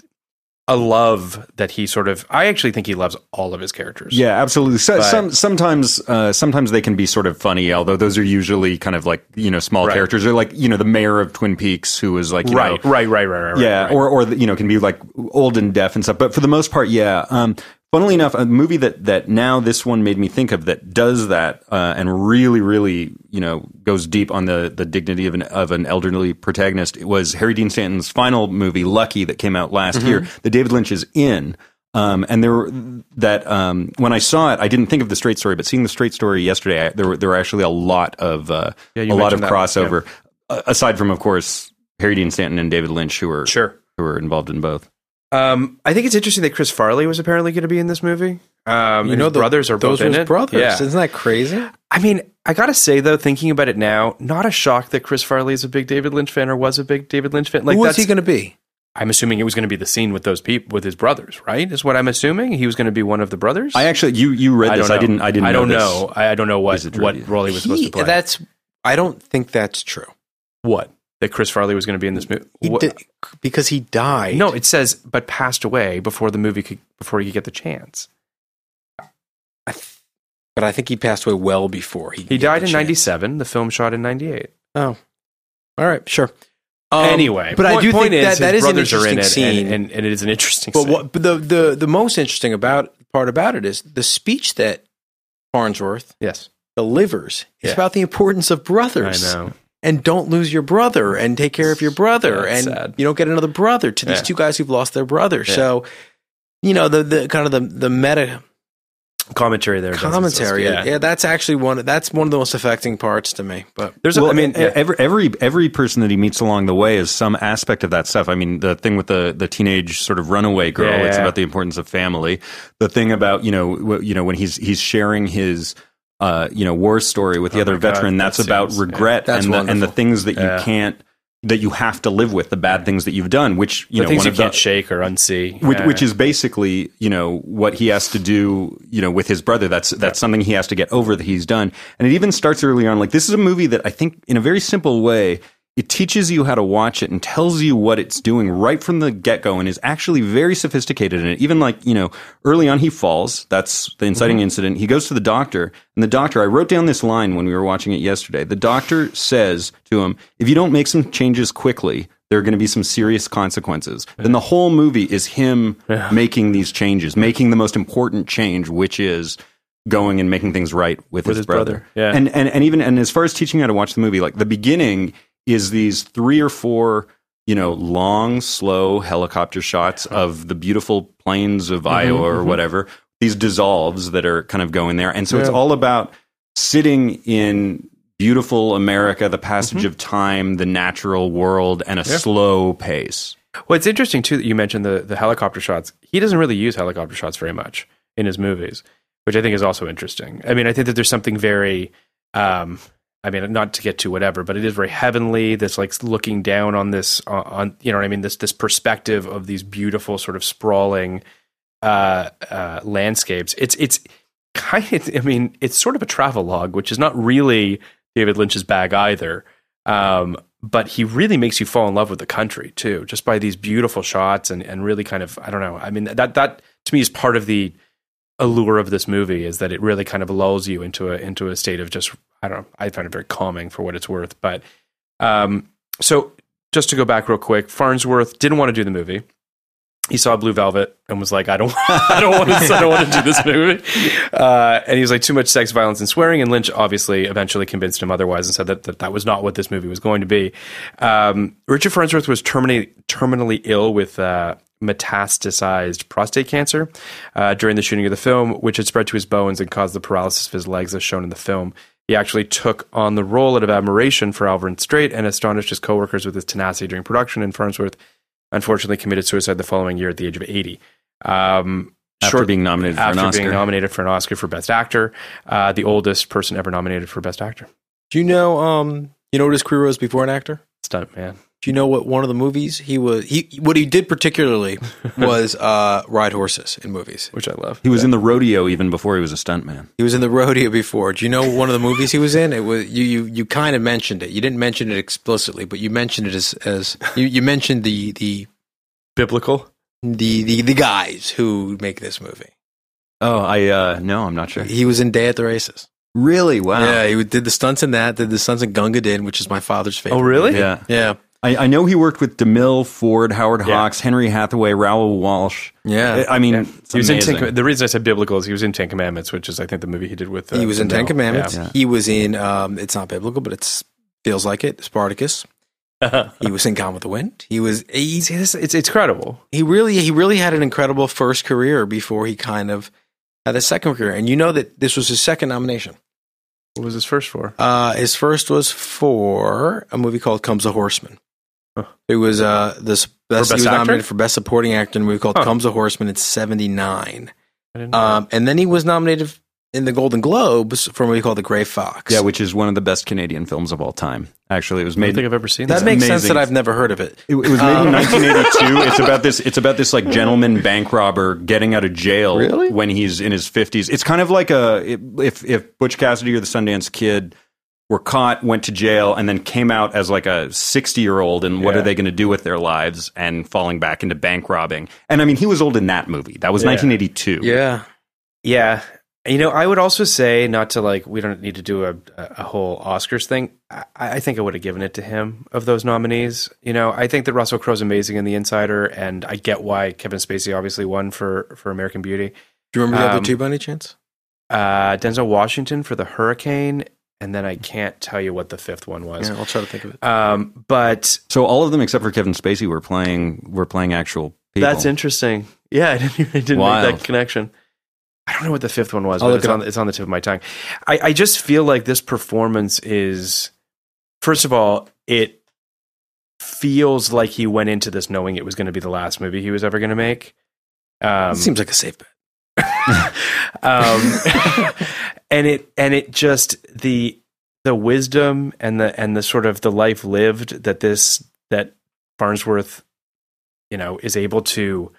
[SPEAKER 7] a love that he sort of. I actually think he loves all of his characters.
[SPEAKER 8] Yeah, absolutely. So,
[SPEAKER 7] But-
[SPEAKER 8] some sometimes uh, sometimes they can be sort of funny, although those are usually kind of like you know small
[SPEAKER 7] Right.
[SPEAKER 8] characters. They're like you know the mayor of Twin Peaks who is like you
[SPEAKER 7] Right,
[SPEAKER 8] know,
[SPEAKER 7] right, right, right, right.
[SPEAKER 8] yeah,
[SPEAKER 7] right, right.
[SPEAKER 8] or or the, you know can be like old and deaf and stuff. But for the most part, yeah. Um, funnily enough, a movie that that now this one made me think of that does that uh, and really really you know goes deep on the the dignity of an of an elderly protagonist. It was Harry Dean Stanton's final movie, Lucky, that came out last
[SPEAKER 7] Mm-hmm.
[SPEAKER 8] year. That David Lynch is in. Um, and there were that um, when I saw it, I didn't think of the straight story, but seeing the straight story yesterday, I, there were there were actually a lot of uh,
[SPEAKER 7] Yeah, you
[SPEAKER 8] a lot of
[SPEAKER 7] mentioned that one, yeah.
[SPEAKER 8] crossover. A- aside from, of course, Harry Dean Stanton and David Lynch, who are
[SPEAKER 7] Sure.
[SPEAKER 8] who are involved in both.
[SPEAKER 7] Um, I think it's interesting that Chris Farley was apparently going to be in this movie. Um,
[SPEAKER 6] You
[SPEAKER 7] and
[SPEAKER 6] know,
[SPEAKER 7] his
[SPEAKER 6] the,
[SPEAKER 7] brothers are
[SPEAKER 6] those
[SPEAKER 7] both
[SPEAKER 6] were
[SPEAKER 7] in
[SPEAKER 6] his
[SPEAKER 7] it.
[SPEAKER 6] brothers.
[SPEAKER 7] Yeah.
[SPEAKER 6] Isn't that crazy?
[SPEAKER 7] I mean, I gotta say though, thinking about it now, not a shock that Chris Farley is a big David Lynch fan or was a big David Lynch fan. Like
[SPEAKER 6] Who was
[SPEAKER 7] that's,
[SPEAKER 6] he going to be?
[SPEAKER 7] I'm assuming it was going to be the scene with those people with his brothers, right? Is what I'm assuming. He was going to be one of the brothers.
[SPEAKER 8] I actually, you you read this?
[SPEAKER 7] don't
[SPEAKER 8] I didn't. I didn't.
[SPEAKER 7] I don't
[SPEAKER 8] this.
[SPEAKER 7] know. I, I don't know what
[SPEAKER 8] Is it
[SPEAKER 7] what
[SPEAKER 8] trivia?
[SPEAKER 7] role he was supposed
[SPEAKER 6] He-
[SPEAKER 7] to play.
[SPEAKER 6] That's. I don't think that's true.
[SPEAKER 7] what that Chris Farley was going to be in this movie.
[SPEAKER 6] He
[SPEAKER 7] What-
[SPEAKER 6] did, because he died.
[SPEAKER 7] No, it says but passed away before the movie could before he could get the chance.
[SPEAKER 6] I th- but I think he passed away well before he.
[SPEAKER 7] He
[SPEAKER 6] got
[SPEAKER 7] died
[SPEAKER 6] the
[SPEAKER 7] in
[SPEAKER 6] chance.
[SPEAKER 7] '97. The film shot in '98.
[SPEAKER 6] Oh, all right, sure. Um,
[SPEAKER 7] anyway,
[SPEAKER 6] but I
[SPEAKER 7] point-
[SPEAKER 6] do
[SPEAKER 7] point
[SPEAKER 6] think that
[SPEAKER 7] his
[SPEAKER 6] that is an
[SPEAKER 7] brothers are in
[SPEAKER 6] interesting
[SPEAKER 7] it,
[SPEAKER 6] scene.
[SPEAKER 7] and, and, and it is an interesting.
[SPEAKER 6] but
[SPEAKER 7] scene.
[SPEAKER 6] what but the the the most interesting about part about it is the speech that Farnsworth
[SPEAKER 7] Yes,
[SPEAKER 6] delivers is
[SPEAKER 7] Yeah.
[SPEAKER 6] about the importance of brothers.
[SPEAKER 7] I know.
[SPEAKER 6] And don't lose your brother, and take care of your brother,
[SPEAKER 7] Yeah, it's
[SPEAKER 6] and
[SPEAKER 7] sad.
[SPEAKER 6] you don't get another brother to these
[SPEAKER 7] Yeah.
[SPEAKER 6] two guys who've lost their brother.
[SPEAKER 7] Yeah.
[SPEAKER 6] So, you know the the kind of the the meta
[SPEAKER 7] Commentary there. does exist,
[SPEAKER 6] commentary. Yeah. that's actually one. That's one of the most affecting parts to me. But
[SPEAKER 7] There's,
[SPEAKER 8] Well, e-,
[SPEAKER 7] a, I mean, yeah.
[SPEAKER 8] every every every person that he meets along the way is some aspect of that stuff. I mean, the thing with the the teenage sort of runaway girl,
[SPEAKER 7] Yeah,
[SPEAKER 8] it's
[SPEAKER 7] yeah.
[SPEAKER 8] about the importance of family. The thing about you know w- you know when he's he's sharing his. Uh, you know, war story with the
[SPEAKER 7] Oh
[SPEAKER 8] other
[SPEAKER 7] my God,
[SPEAKER 8] veteran.
[SPEAKER 7] that
[SPEAKER 8] that's about
[SPEAKER 7] seems- yeah.
[SPEAKER 8] regret
[SPEAKER 6] That's
[SPEAKER 8] and the, and the
[SPEAKER 6] wonderful.
[SPEAKER 8] things that you
[SPEAKER 7] Yeah.
[SPEAKER 8] can't, that you have to live with, the bad things that you've done. Which you
[SPEAKER 7] the
[SPEAKER 8] know,
[SPEAKER 7] things
[SPEAKER 8] one
[SPEAKER 7] you
[SPEAKER 8] of
[SPEAKER 7] can't
[SPEAKER 8] the,
[SPEAKER 7] shake or unsee,
[SPEAKER 8] which,
[SPEAKER 7] Yeah.
[SPEAKER 8] which is basically you know what he has to do you know with his brother that's that's something he has to get over that he's done and it even starts early on like this is a movie that i think in a very simple way it teaches you how to watch it and tells you what it's doing right from the get-go and is actually very sophisticated in it even like you know early on he falls that's the inciting incident he goes to the doctor and the doctor i wrote down this line when we were watching it yesterday the doctor says to him if you don't make some changes quickly there are going to be some serious consequences. Then the whole movie is him making these changes, making the most important change, which is going and making things right with, his,
[SPEAKER 7] his
[SPEAKER 8] brother.
[SPEAKER 7] brother. Yeah.
[SPEAKER 8] And, and and even and as far as teaching you how to watch the movie, like the beginning is these three or four, you know, long, slow helicopter shots of the beautiful plains of Iowa or whatever. These dissolves that are kind of going there. And so it's all about sitting in beautiful America, the passage of time, the natural world, and a slow pace.
[SPEAKER 7] Well, it's interesting too that you mentioned the the helicopter shots. He doesn't really use helicopter shots very much in his movies, which I think is also interesting. I mean, I think that there's something very, um, I mean, not to get to whatever, but it is very heavenly. This like looking down on this on, on you know what I mean. This this perspective of these beautiful sort of sprawling uh, uh, landscapes. It's it's kind. Of, I mean, it's sort of a travelogue, which is not really David Lynch's bag either. Um, but he really makes you fall in love with the country too, just by these beautiful shots and and really kind of I don't know. I mean that that to me is part of the allure of this movie is that it really kind of lulls you into a into a state of just I don't know. I find it very calming for what it's worth. But um, so just to go back real quick, Farnsworth didn't want to do the movie. He saw Blue Velvet and was like, I don't, [laughs] I don't want to, I don't want to do this movie. Uh, and he was like, too much sex, violence, and swearing. And Lynch obviously eventually convinced him otherwise and said that that, that was not what this movie was going to be. Um, Richard Farnsworth was terminally, terminally ill with uh, metastasized prostate cancer uh, during the shooting of the film, which had spread to his bones and caused the paralysis of his legs, as shown in the film. He actually took on the role out of admiration for Alvin Strait and astonished his coworkers with his tenacity during production. And Farnsworth unfortunately committed suicide the following year at the age of 80. Um,
[SPEAKER 8] After
[SPEAKER 7] short-
[SPEAKER 8] being nominated for an
[SPEAKER 7] after
[SPEAKER 8] Oscar.
[SPEAKER 7] being nominated for an Oscar for Best Actor, uh, the oldest person ever nominated for Best Actor.
[SPEAKER 6] do you know? Um, you know what his career was before an actor?
[SPEAKER 7] Stunt man.
[SPEAKER 6] Do you know what one of the movies he was? He what he did [laughs] particularly was uh, ride horses in movies.
[SPEAKER 7] which I love.
[SPEAKER 8] He was in the rodeo even before he was a stuntman.
[SPEAKER 6] He was in the rodeo before. Do you know one of the movies he was in? It was you. You, you kind of mentioned it. You didn't mention it explicitly, but you mentioned it as as you, you mentioned the the
[SPEAKER 7] biblical.
[SPEAKER 6] the the, the guys who make this movie.
[SPEAKER 8] Oh, I uh, no, I'm not sure.
[SPEAKER 6] He was in Day at the Races.
[SPEAKER 8] Really? Wow.
[SPEAKER 6] Yeah, he did the stunts in that. Did the stunts in Gunga Din, which is my father's favorite.
[SPEAKER 7] Oh, really?
[SPEAKER 8] Yeah.
[SPEAKER 6] Yeah,
[SPEAKER 8] I, I know he worked with DeMille, Ford, Howard
[SPEAKER 7] Yeah.
[SPEAKER 8] Hawks, Henry Hathaway, Raoul Walsh.
[SPEAKER 6] yeah.
[SPEAKER 8] I mean,
[SPEAKER 7] Yeah.
[SPEAKER 8] it's
[SPEAKER 7] He was in Ten,
[SPEAKER 8] amazing.
[SPEAKER 7] Com- the reason I said biblical is he was in Ten Commandments, which is I think the movie he did with. uh,
[SPEAKER 6] he was in Ten
[SPEAKER 7] Denzel.
[SPEAKER 6] Commandments.
[SPEAKER 7] Yeah.
[SPEAKER 6] He was in. Um, it's not biblical, but it's feels like it. Spartacus. he was in Gone with the Wind. He was. He's,
[SPEAKER 7] It's, it's it's credible.
[SPEAKER 6] he really he really had an incredible first career before he kind of had a second career. And you know that this was his second nomination.
[SPEAKER 7] What was his first for?
[SPEAKER 6] Uh, his first was for a movie called Comes a Horseman. It was uh this best,
[SPEAKER 7] Best
[SPEAKER 6] he was nominated
[SPEAKER 7] Actor?
[SPEAKER 6] for best supporting actor in a movie called
[SPEAKER 7] Huh.
[SPEAKER 6] Comes a Horseman in '79,
[SPEAKER 7] I didn't know.
[SPEAKER 6] um, and then he was nominated in the Golden Globes for a movie called The Gray Fox.
[SPEAKER 8] yeah, which is one of the best Canadian films of all time. Actually, it was
[SPEAKER 7] I
[SPEAKER 8] made.
[SPEAKER 7] don't think I've ever seen
[SPEAKER 6] that
[SPEAKER 7] that.
[SPEAKER 6] makes sense
[SPEAKER 8] amazing.
[SPEAKER 6] that I've never heard of it.
[SPEAKER 8] It, it was made
[SPEAKER 7] Um.
[SPEAKER 8] in 1982. it's about this. It's about this like gentleman bank robber getting out of jail
[SPEAKER 6] Really?
[SPEAKER 8] when he's in his 50s. It's kind of like a if if Butch Cassidy or the Sundance Kid were caught, went to jail, and then came out as like a 60 year old, and what
[SPEAKER 7] Yeah.
[SPEAKER 8] are they going to do with their lives? And falling back into bank robbing. And I mean, he was old in that movie. That was
[SPEAKER 7] Yeah.
[SPEAKER 8] 1982.
[SPEAKER 6] Yeah,
[SPEAKER 7] Yeah. You know, I would also say not to like. We don't need to do a a whole Oscars thing. I, I think I would have given it to him of those nominees. You know, I think that Russell Crowe's amazing in The Insider, and I get why Kevin Spacey obviously won for for American Beauty.
[SPEAKER 6] do you remember the
[SPEAKER 7] Um,
[SPEAKER 6] other two by any chance?
[SPEAKER 7] Uh, Denzel Washington for The Hurricane, and then I can't tell you what the fifth one was.
[SPEAKER 6] Yeah, I'll try to think of it.
[SPEAKER 7] Um, but
[SPEAKER 8] So all of them except for Kevin Spacey were playing were playing actual people.
[SPEAKER 7] That's interesting. Yeah, [laughs] I didn't, I didn't make
[SPEAKER 8] Wild.
[SPEAKER 7] that connection. I don't know what the fifth one was,
[SPEAKER 6] I'll
[SPEAKER 7] but
[SPEAKER 6] look
[SPEAKER 7] it's
[SPEAKER 6] it
[SPEAKER 7] on,
[SPEAKER 6] up.
[SPEAKER 7] it's on the tip of my tongue. I, I just feel like this performance is, first of all, it feels like he went into this knowing it was going to be the last movie he was ever going to make. Um,
[SPEAKER 6] it seems like a safe bet.
[SPEAKER 7] um, [laughs] and it and it just the the wisdom and the and the sort of the life lived that this that Farnsworth you know is able to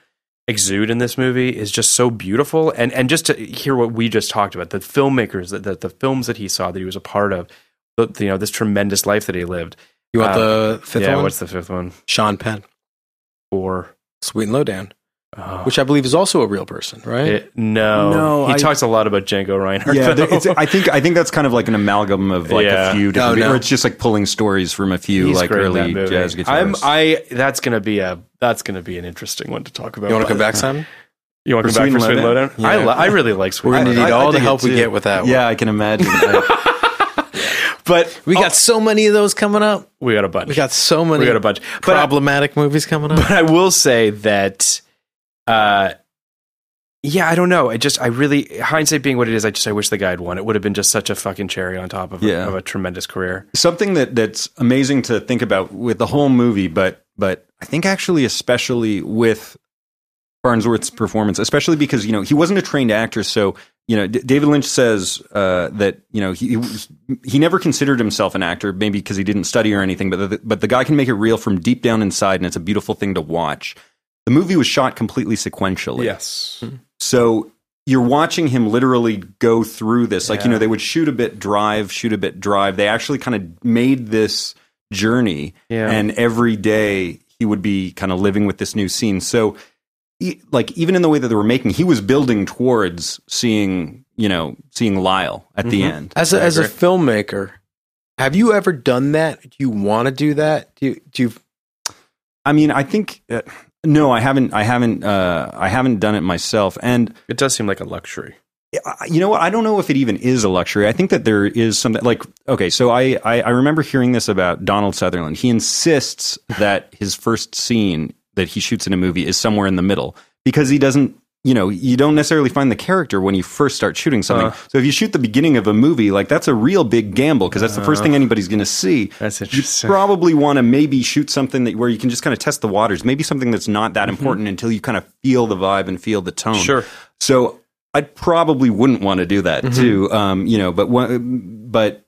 [SPEAKER 7] exude in this movie is just so beautiful and and just to hear what we just talked about the filmmakers that, that the films that he saw that he was a part of the, you know this tremendous life that he lived
[SPEAKER 6] You want
[SPEAKER 7] Um,
[SPEAKER 6] the fifth
[SPEAKER 7] yeah
[SPEAKER 6] one?
[SPEAKER 7] what's the fifth one
[SPEAKER 6] Sean Penn,
[SPEAKER 7] or
[SPEAKER 6] Sweet and Lowdown,
[SPEAKER 7] oh,
[SPEAKER 6] which I believe is also a real person, right?
[SPEAKER 7] it- no
[SPEAKER 8] No,
[SPEAKER 7] he
[SPEAKER 8] I-
[SPEAKER 7] talks a lot about Django Reinhardt
[SPEAKER 8] Yeah,
[SPEAKER 7] though.
[SPEAKER 8] there- it's, I think I think that's kind of like an amalgam of like
[SPEAKER 7] Yeah.
[SPEAKER 8] a few different,
[SPEAKER 6] Oh, no.
[SPEAKER 8] or it's just like pulling stories from a few
[SPEAKER 7] He's
[SPEAKER 8] like
[SPEAKER 7] great in that
[SPEAKER 8] early
[SPEAKER 7] movie.
[SPEAKER 8] jazz
[SPEAKER 7] I'm
[SPEAKER 8] guitarists.
[SPEAKER 7] I that's gonna be a that's gonna be an interesting one to talk about.
[SPEAKER 6] you want
[SPEAKER 7] But-
[SPEAKER 6] to come back, Simon?
[SPEAKER 7] Oh. You want to
[SPEAKER 8] For
[SPEAKER 7] come back for
[SPEAKER 8] Sweet
[SPEAKER 7] Sweet
[SPEAKER 8] and
[SPEAKER 7] Lowdown? I,
[SPEAKER 6] Yeah.
[SPEAKER 7] lo- I really like Sweet
[SPEAKER 6] We're gonna
[SPEAKER 7] Lowdown.
[SPEAKER 6] need
[SPEAKER 7] I- I
[SPEAKER 6] all the
[SPEAKER 7] think it
[SPEAKER 6] help we
[SPEAKER 7] too.
[SPEAKER 6] get with that.
[SPEAKER 8] yeah,
[SPEAKER 6] one.
[SPEAKER 8] I can imagine.
[SPEAKER 7] [laughs]
[SPEAKER 8] I-
[SPEAKER 7] But
[SPEAKER 6] we got so many of those coming up.
[SPEAKER 7] we got a bunch.
[SPEAKER 6] We got so many.
[SPEAKER 7] We got a bunch. But I-
[SPEAKER 6] problematic movies coming up.
[SPEAKER 7] but I will say that, uh, yeah, I don't know. I just, I really, hindsight being what it is, I just, I wish the guy had won. It would have been just such a fucking cherry on top of,
[SPEAKER 8] Yeah.
[SPEAKER 7] a, of a tremendous career.
[SPEAKER 8] Something that that's amazing to think about with the whole movie, but but I think actually especially with Farnsworth's performance, especially because you know he wasn't a trained actor, so you know D- David Lynch says uh, that you know he he, was- he never considered himself an actor, maybe because he didn't study or anything, but the, but the guy can make it real from deep down inside, and it's a beautiful thing to watch. The movie was shot completely sequentially,
[SPEAKER 7] Yes.
[SPEAKER 8] so you're watching him literally go through this. Like, you know, they would shoot a bit drive, shoot a bit drive. They actually kind of made this journey.
[SPEAKER 7] Yeah.
[SPEAKER 8] And every day he would be kind of living with this new scene. So, e- like, even in the way that they were making, he was building towards seeing, you know, seeing Lyle at the end.
[SPEAKER 6] [laughs] As a, as a filmmaker, have you ever done that? Do you want to do that? Do you, do you
[SPEAKER 8] I mean, I think. Uh, no, I haven't. I haven't. Uh, I haven't done it myself. And
[SPEAKER 7] It does seem like a luxury.
[SPEAKER 8] I- you know what? I don't know if it even is a luxury. I think that there is something like okay. So I, I I remember hearing this about Donald Sutherland.
[SPEAKER 7] [laughs]
[SPEAKER 8] He insists that his first scene that he shoots in a movie is somewhere in the middle because he doesn't. You know, you don't necessarily find the character when you first start shooting
[SPEAKER 7] Uh-huh.
[SPEAKER 8] something. so if you shoot the beginning of a movie, like that's a real big gamble because that's the first thing anybody's going to see.
[SPEAKER 7] Uh-huh. That's
[SPEAKER 8] You
[SPEAKER 7] interesting.
[SPEAKER 8] probably want to maybe shoot something that where you can just kind of test the waters. Maybe something that's not that important until you kind of feel the vibe and feel the tone.
[SPEAKER 7] Mm-hmm. Sure.
[SPEAKER 8] So I probably wouldn't want to do that
[SPEAKER 7] Mm-hmm.
[SPEAKER 8] too. Um, you know, but one, but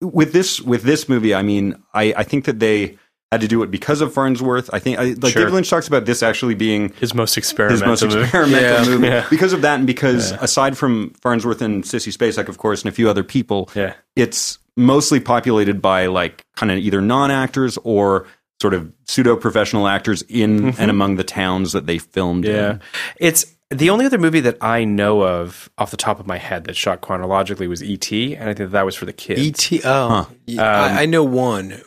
[SPEAKER 8] with this with this movie, I mean, I, I think that they had to do it because of Farnsworth. I think I, like
[SPEAKER 7] Sure.
[SPEAKER 8] David Lynch talks about this actually being
[SPEAKER 7] His most
[SPEAKER 8] his
[SPEAKER 7] experimental
[SPEAKER 8] most
[SPEAKER 7] movie.
[SPEAKER 8] experimental
[SPEAKER 7] [laughs] Yeah.
[SPEAKER 8] movie
[SPEAKER 7] Yeah.
[SPEAKER 8] because of that, and because aside from Farnsworth and Sissy Spacek, of course, and a few other people,
[SPEAKER 7] Yeah.
[SPEAKER 8] it's mostly populated by like kind of either non actors or sort of pseudo professional actors in and among the towns that they filmed
[SPEAKER 7] Mm-hmm. Yeah.
[SPEAKER 8] in.
[SPEAKER 7] It's the only other movie that I know of off the top of my head that shot chronologically was E.T., and I think that was for the kids.
[SPEAKER 6] E.T. Oh, Yeah,
[SPEAKER 7] Um,
[SPEAKER 6] I, I know one.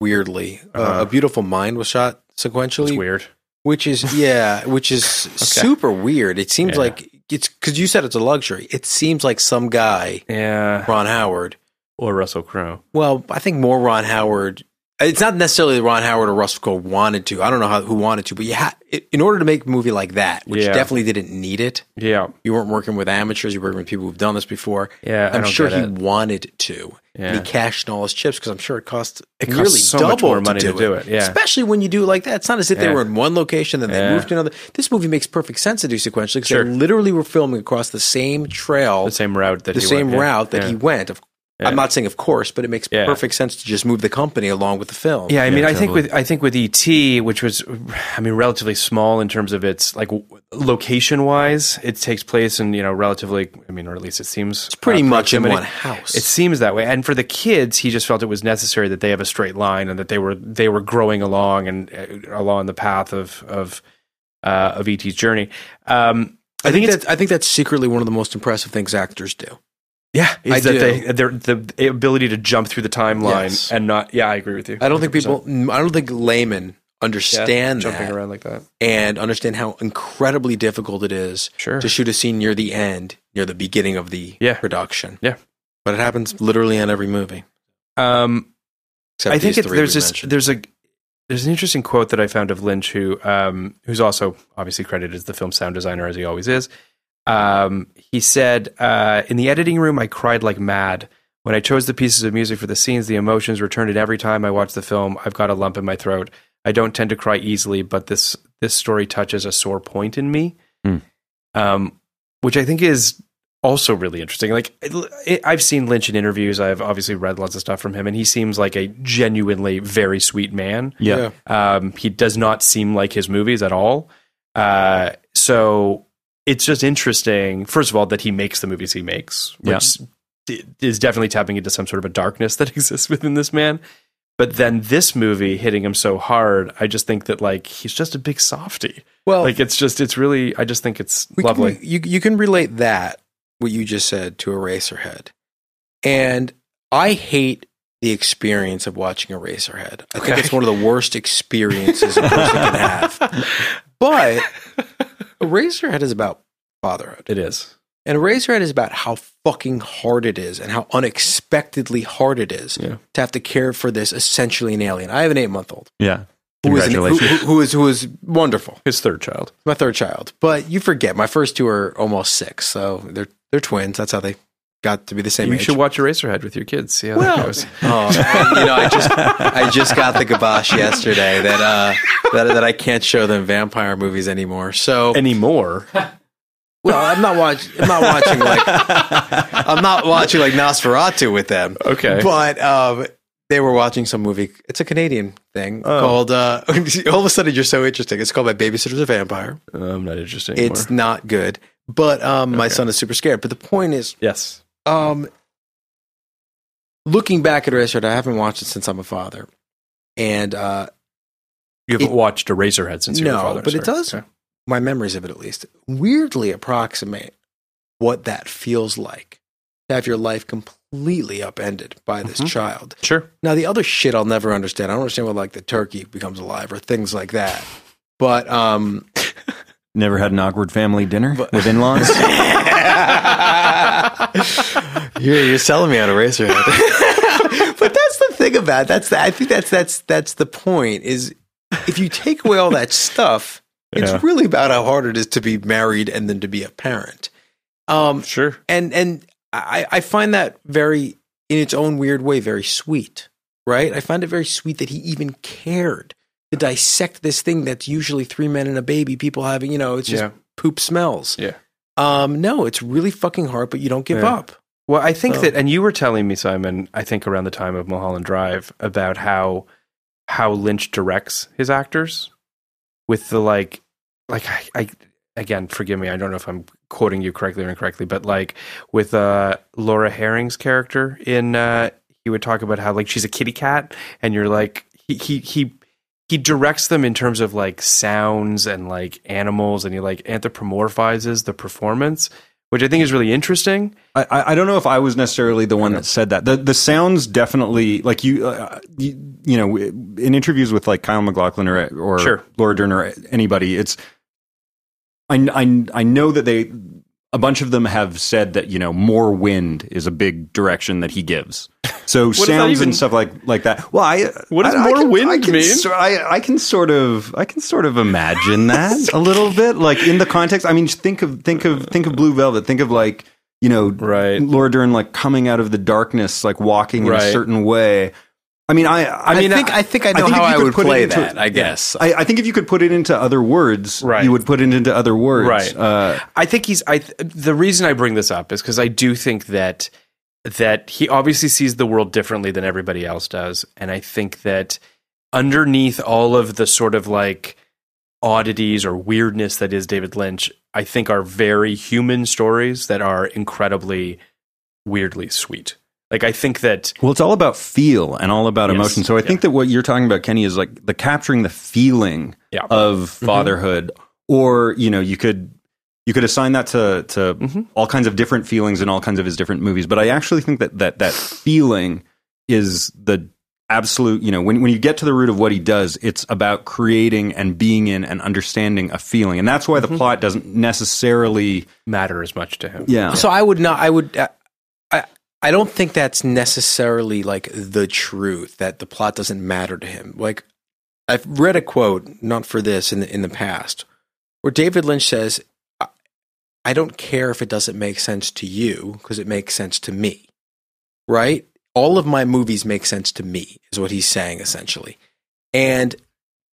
[SPEAKER 6] Weirdly, uh,
[SPEAKER 7] Uh-huh.
[SPEAKER 6] a beautiful mind was shot
[SPEAKER 7] It's
[SPEAKER 6] sequentially,
[SPEAKER 7] weird.
[SPEAKER 6] which is yeah,
[SPEAKER 7] [laughs]
[SPEAKER 6] which is super weird. It seems
[SPEAKER 7] Yeah.
[SPEAKER 6] like it's because you said it's a luxury. It seems like some guy,
[SPEAKER 7] Yeah.
[SPEAKER 6] Ron Howard.
[SPEAKER 7] Or Russell Crowe.
[SPEAKER 6] Well, I think more Ron Howard. It's not necessarily that Ron Howard or Russell Crowe wanted to. I don't know how, who wanted to, but you ha- it, in order to make a movie like that, which
[SPEAKER 7] Yeah.
[SPEAKER 6] definitely didn't need it,
[SPEAKER 7] Yeah.
[SPEAKER 6] you weren't working with amateurs. You were working with people who've done this before.
[SPEAKER 7] Yeah, I
[SPEAKER 6] I'm
[SPEAKER 7] don't
[SPEAKER 6] sure
[SPEAKER 7] get
[SPEAKER 6] he
[SPEAKER 7] it.
[SPEAKER 6] wanted to. And
[SPEAKER 7] Yeah.
[SPEAKER 6] he cashed in all his chips because I'm sure it cost
[SPEAKER 7] It costs
[SPEAKER 6] really
[SPEAKER 7] so
[SPEAKER 6] double
[SPEAKER 7] much more
[SPEAKER 6] to
[SPEAKER 7] money
[SPEAKER 6] do
[SPEAKER 7] to do it, yeah.
[SPEAKER 6] especially when you do it like that. It's not as if they
[SPEAKER 7] Yeah.
[SPEAKER 6] were in one location then they
[SPEAKER 7] Yeah.
[SPEAKER 6] moved to another. This movie makes perfect sense to do sequentially because
[SPEAKER 7] Sure.
[SPEAKER 6] they literally were filming across the same trail,
[SPEAKER 7] The same route that
[SPEAKER 6] the
[SPEAKER 7] he
[SPEAKER 6] same
[SPEAKER 7] went, yeah.
[SPEAKER 6] route that
[SPEAKER 7] Yeah.
[SPEAKER 6] he went. Of,
[SPEAKER 7] Yeah.
[SPEAKER 6] I'm not saying of course, but it makes
[SPEAKER 7] Yeah.
[SPEAKER 6] perfect sense to just move the company along with the film.
[SPEAKER 7] Yeah, I mean,
[SPEAKER 8] Yeah,
[SPEAKER 7] I think
[SPEAKER 8] totally.
[SPEAKER 7] with I think with ET, which was, I mean, relatively small in terms of its like location wise, it takes place in you know relatively, I mean, or at least it seems it's
[SPEAKER 6] pretty much in one house.
[SPEAKER 7] It seems that way. And for the kids, he just felt it was necessary that they have a straight line and that they were they were growing along and uh, along the path of of uh, of ET's journey. Um,
[SPEAKER 6] I, think,
[SPEAKER 7] that's
[SPEAKER 6] that's, I think that's secretly one of the most impressive things actors do.
[SPEAKER 7] yeah, is
[SPEAKER 6] I
[SPEAKER 7] that
[SPEAKER 6] do.
[SPEAKER 7] they their the ability to jump through the timeline
[SPEAKER 6] Yes.
[SPEAKER 7] and not. Yeah, I agree with you.
[SPEAKER 6] I don't
[SPEAKER 7] 100%.
[SPEAKER 6] think people, mm, I don't think laymen
[SPEAKER 7] Yeah,
[SPEAKER 6] understand
[SPEAKER 7] jumping
[SPEAKER 6] that.
[SPEAKER 7] around like that.
[SPEAKER 6] and understand how incredibly difficult it is
[SPEAKER 7] Sure.
[SPEAKER 6] to shoot a scene near the end, near the beginning of the
[SPEAKER 7] Yeah.
[SPEAKER 6] production.
[SPEAKER 7] Yeah.
[SPEAKER 6] But it happens literally in every movie.
[SPEAKER 7] Um,
[SPEAKER 6] Except
[SPEAKER 7] I think
[SPEAKER 6] these
[SPEAKER 7] it,
[SPEAKER 6] three
[SPEAKER 7] there's
[SPEAKER 6] we
[SPEAKER 7] this
[SPEAKER 6] mentioned.
[SPEAKER 7] there's a there's an interesting quote that I found of Lynch, who um, who's also obviously credited as the film sound designer as he always is. Um, he said, uh, "In the editing room, I cried like mad." When I chose the pieces of music for the scenes, the emotions returned it every time I watched the film. I've got a lump in my throat. I don't tend to cry easily, but this this story touches a sore point in me,
[SPEAKER 8] Hmm.
[SPEAKER 7] um, which I think is also really interesting. Like it, I've seen Lynch in interviews. I've obviously read lots of stuff from him, and he seems like a genuinely very sweet man.
[SPEAKER 8] Yeah.
[SPEAKER 7] Um, he does not seem like his movies at all. Uh, so it's just interesting. First of all, that he makes the movies he makes, which d is definitely tapping into some sort of a darkness that [laughs] exists within this man. But then this movie hitting him so hard, I just think that like he's just a big softy.
[SPEAKER 6] well,
[SPEAKER 7] like it's just it's really I just think it's
[SPEAKER 6] Oh. we
[SPEAKER 7] lovely.
[SPEAKER 6] Can, you, you can relate that, what you just said, to Eraserhead. And I hate the experience of watching Eraserhead. I think
[SPEAKER 7] Okay.
[SPEAKER 6] it's one of the worst experiences a person
[SPEAKER 7] [laughs]
[SPEAKER 6] can have. But Eraserhead is about fatherhood.
[SPEAKER 7] it is.
[SPEAKER 6] And Razorhead is about how fucking hard it is and how unexpectedly hard it is
[SPEAKER 7] Yeah.
[SPEAKER 6] to have to care for this essentially an alien. I have an eight month old
[SPEAKER 8] Yeah.
[SPEAKER 6] who is, an, who,
[SPEAKER 8] Congratulations.
[SPEAKER 6] who is who is wonderful.
[SPEAKER 7] His third child.
[SPEAKER 6] My third child, but you forget my first two are almost six, so they're they're twins. That's how they got to be the same
[SPEAKER 7] you
[SPEAKER 6] age.
[SPEAKER 7] should watch Eraserhead with your kids. See how that goes. [laughs]
[SPEAKER 6] Oh, you know, I just I just got the kibosh yesterday that uh that that I can't show them vampire movies anymore. So
[SPEAKER 7] Anymore.
[SPEAKER 6] well, I'm not watching. I'm not watching like I'm not watching like Nosferatu with them.
[SPEAKER 7] Okay.
[SPEAKER 6] but um, they were watching some movie. It's a Canadian thing
[SPEAKER 7] Oh.
[SPEAKER 6] called. Uh, [laughs] all of a sudden, you're so interesting. It's called My Babysitter's a Vampire.
[SPEAKER 7] I'm not interested anymore.
[SPEAKER 6] It's not good, but um, my son is super scared. But the point is,
[SPEAKER 7] yes.
[SPEAKER 6] um, looking back at Eraserhead, I haven't watched it since I'm a father, and uh,
[SPEAKER 7] You haven't
[SPEAKER 6] It-
[SPEAKER 7] watched Eraserhead since you were
[SPEAKER 6] No,
[SPEAKER 7] a father.
[SPEAKER 6] but it
[SPEAKER 7] sorry.
[SPEAKER 6] does-
[SPEAKER 7] Okay.
[SPEAKER 6] my memories of it at least weirdly approximate what that feels like to have your life completely upended by this
[SPEAKER 7] Mm-hmm.
[SPEAKER 6] child.
[SPEAKER 7] Sure.
[SPEAKER 6] Now the other shit I'll never understand. I don't understand what like the turkey becomes alive or things like that. But um
[SPEAKER 8] Never had an awkward family dinner with in
[SPEAKER 6] [laughs]
[SPEAKER 8] laws.
[SPEAKER 6] you're, you're selling me on a racer. [laughs] but that's the thing about it. that's the, I think that's that's that's the point is if you take away all that stuff,
[SPEAKER 7] Yeah.
[SPEAKER 6] it's really about how hard it is to be married and then to be a parent. Um
[SPEAKER 7] Sure.
[SPEAKER 6] and and I, I find that very in its own weird way very sweet right i find it very sweet that he even cared to dissect this thing that's usually three men and a baby people having you know it's just
[SPEAKER 7] Yeah.
[SPEAKER 6] poop smells
[SPEAKER 7] Yeah.
[SPEAKER 6] um no it's really fucking hard but you don't give
[SPEAKER 7] Yeah.
[SPEAKER 6] up
[SPEAKER 7] Well, I think
[SPEAKER 6] So-
[SPEAKER 7] that, and you were telling me, Simon, I think around the time of Mulholland Drive, about how how Lynch directs his actors with the like, like I, I again, forgive me, I don't know if I'm quoting you correctly or incorrectly, but like with uh, Laura Herring's character in, uh, he would talk about how like she's a kitty cat, and you're like, he he he he directs them in terms of like sounds and like animals, and he like anthropomorphizes the performance, which I think is really interesting.
[SPEAKER 8] I- I, I don't know if I was necessarily the one that said that. The the sounds definitely like you, uh, you, you know, in interviews with like Kyle McLaughlin or or
[SPEAKER 7] Sure.
[SPEAKER 8] Laura Dern or anybody, it's I, I I know that they a bunch of them have said that you know more wind is a big direction that he gives. So
[SPEAKER 7] does that
[SPEAKER 8] sounds
[SPEAKER 7] even-
[SPEAKER 8] and stuff like like that. Well, I
[SPEAKER 7] What does
[SPEAKER 8] I- I
[SPEAKER 7] more
[SPEAKER 8] can-
[SPEAKER 7] wind
[SPEAKER 8] I can
[SPEAKER 7] mean?
[SPEAKER 8] sor- I I can sort of I can sort of
[SPEAKER 6] [laughs]
[SPEAKER 8] imagine that a little bit, like in the context. I mean, think of think of think of Blue Velvet. Think of like you know
[SPEAKER 7] Right.
[SPEAKER 8] Laura Dern like coming out of the darkness, like walking in
[SPEAKER 7] Right.
[SPEAKER 8] a certain way. I mean, I I,
[SPEAKER 6] I think- I think I know
[SPEAKER 8] if you
[SPEAKER 6] how I
[SPEAKER 8] could
[SPEAKER 6] would
[SPEAKER 8] put it
[SPEAKER 6] play
[SPEAKER 8] into-
[SPEAKER 6] that, I
[SPEAKER 8] yeah.
[SPEAKER 6] guess.
[SPEAKER 8] I, I think if you could put it into other words,
[SPEAKER 7] Right.
[SPEAKER 8] you would put it into other words.
[SPEAKER 7] Right.
[SPEAKER 8] Uh,
[SPEAKER 7] I think he's. I th- the reason I bring this up is because I do think that that he obviously sees the world differently than everybody else does, and I think that underneath all of the sort of like oddities or weirdness that is David Lynch, I think are very human stories that are incredibly weirdly sweet. Like I think that
[SPEAKER 8] well, it's all about feel and all about
[SPEAKER 7] Yes.
[SPEAKER 8] emotion. So I think that what you're talking about, Kenny, is like the capturing the feeling
[SPEAKER 7] Yeah. Mm-hmm.
[SPEAKER 8] of fatherhood, or you know, you could you could assign that to to
[SPEAKER 7] Mm-hmm.
[SPEAKER 8] all kinds of different feelings in all kinds of his different movies. But I actually think that that that feeling is the absolute you know when, when you get to the root of what he does it's about creating and being in and understanding a feeling and that's why
[SPEAKER 7] Mm-hmm.
[SPEAKER 8] the plot doesn't necessarily
[SPEAKER 7] matter as much to him.
[SPEAKER 8] yeah
[SPEAKER 6] So I would not. I would. I- I I don't think that's necessarily like the truth that the plot doesn't matter to him. Like I've read a quote, not for this, in the in the past, where David Lynch says, "I- "I don't care if it doesn't make sense to you because it makes sense to me." Right? All of my movies make sense to me is what he's saying essentially, and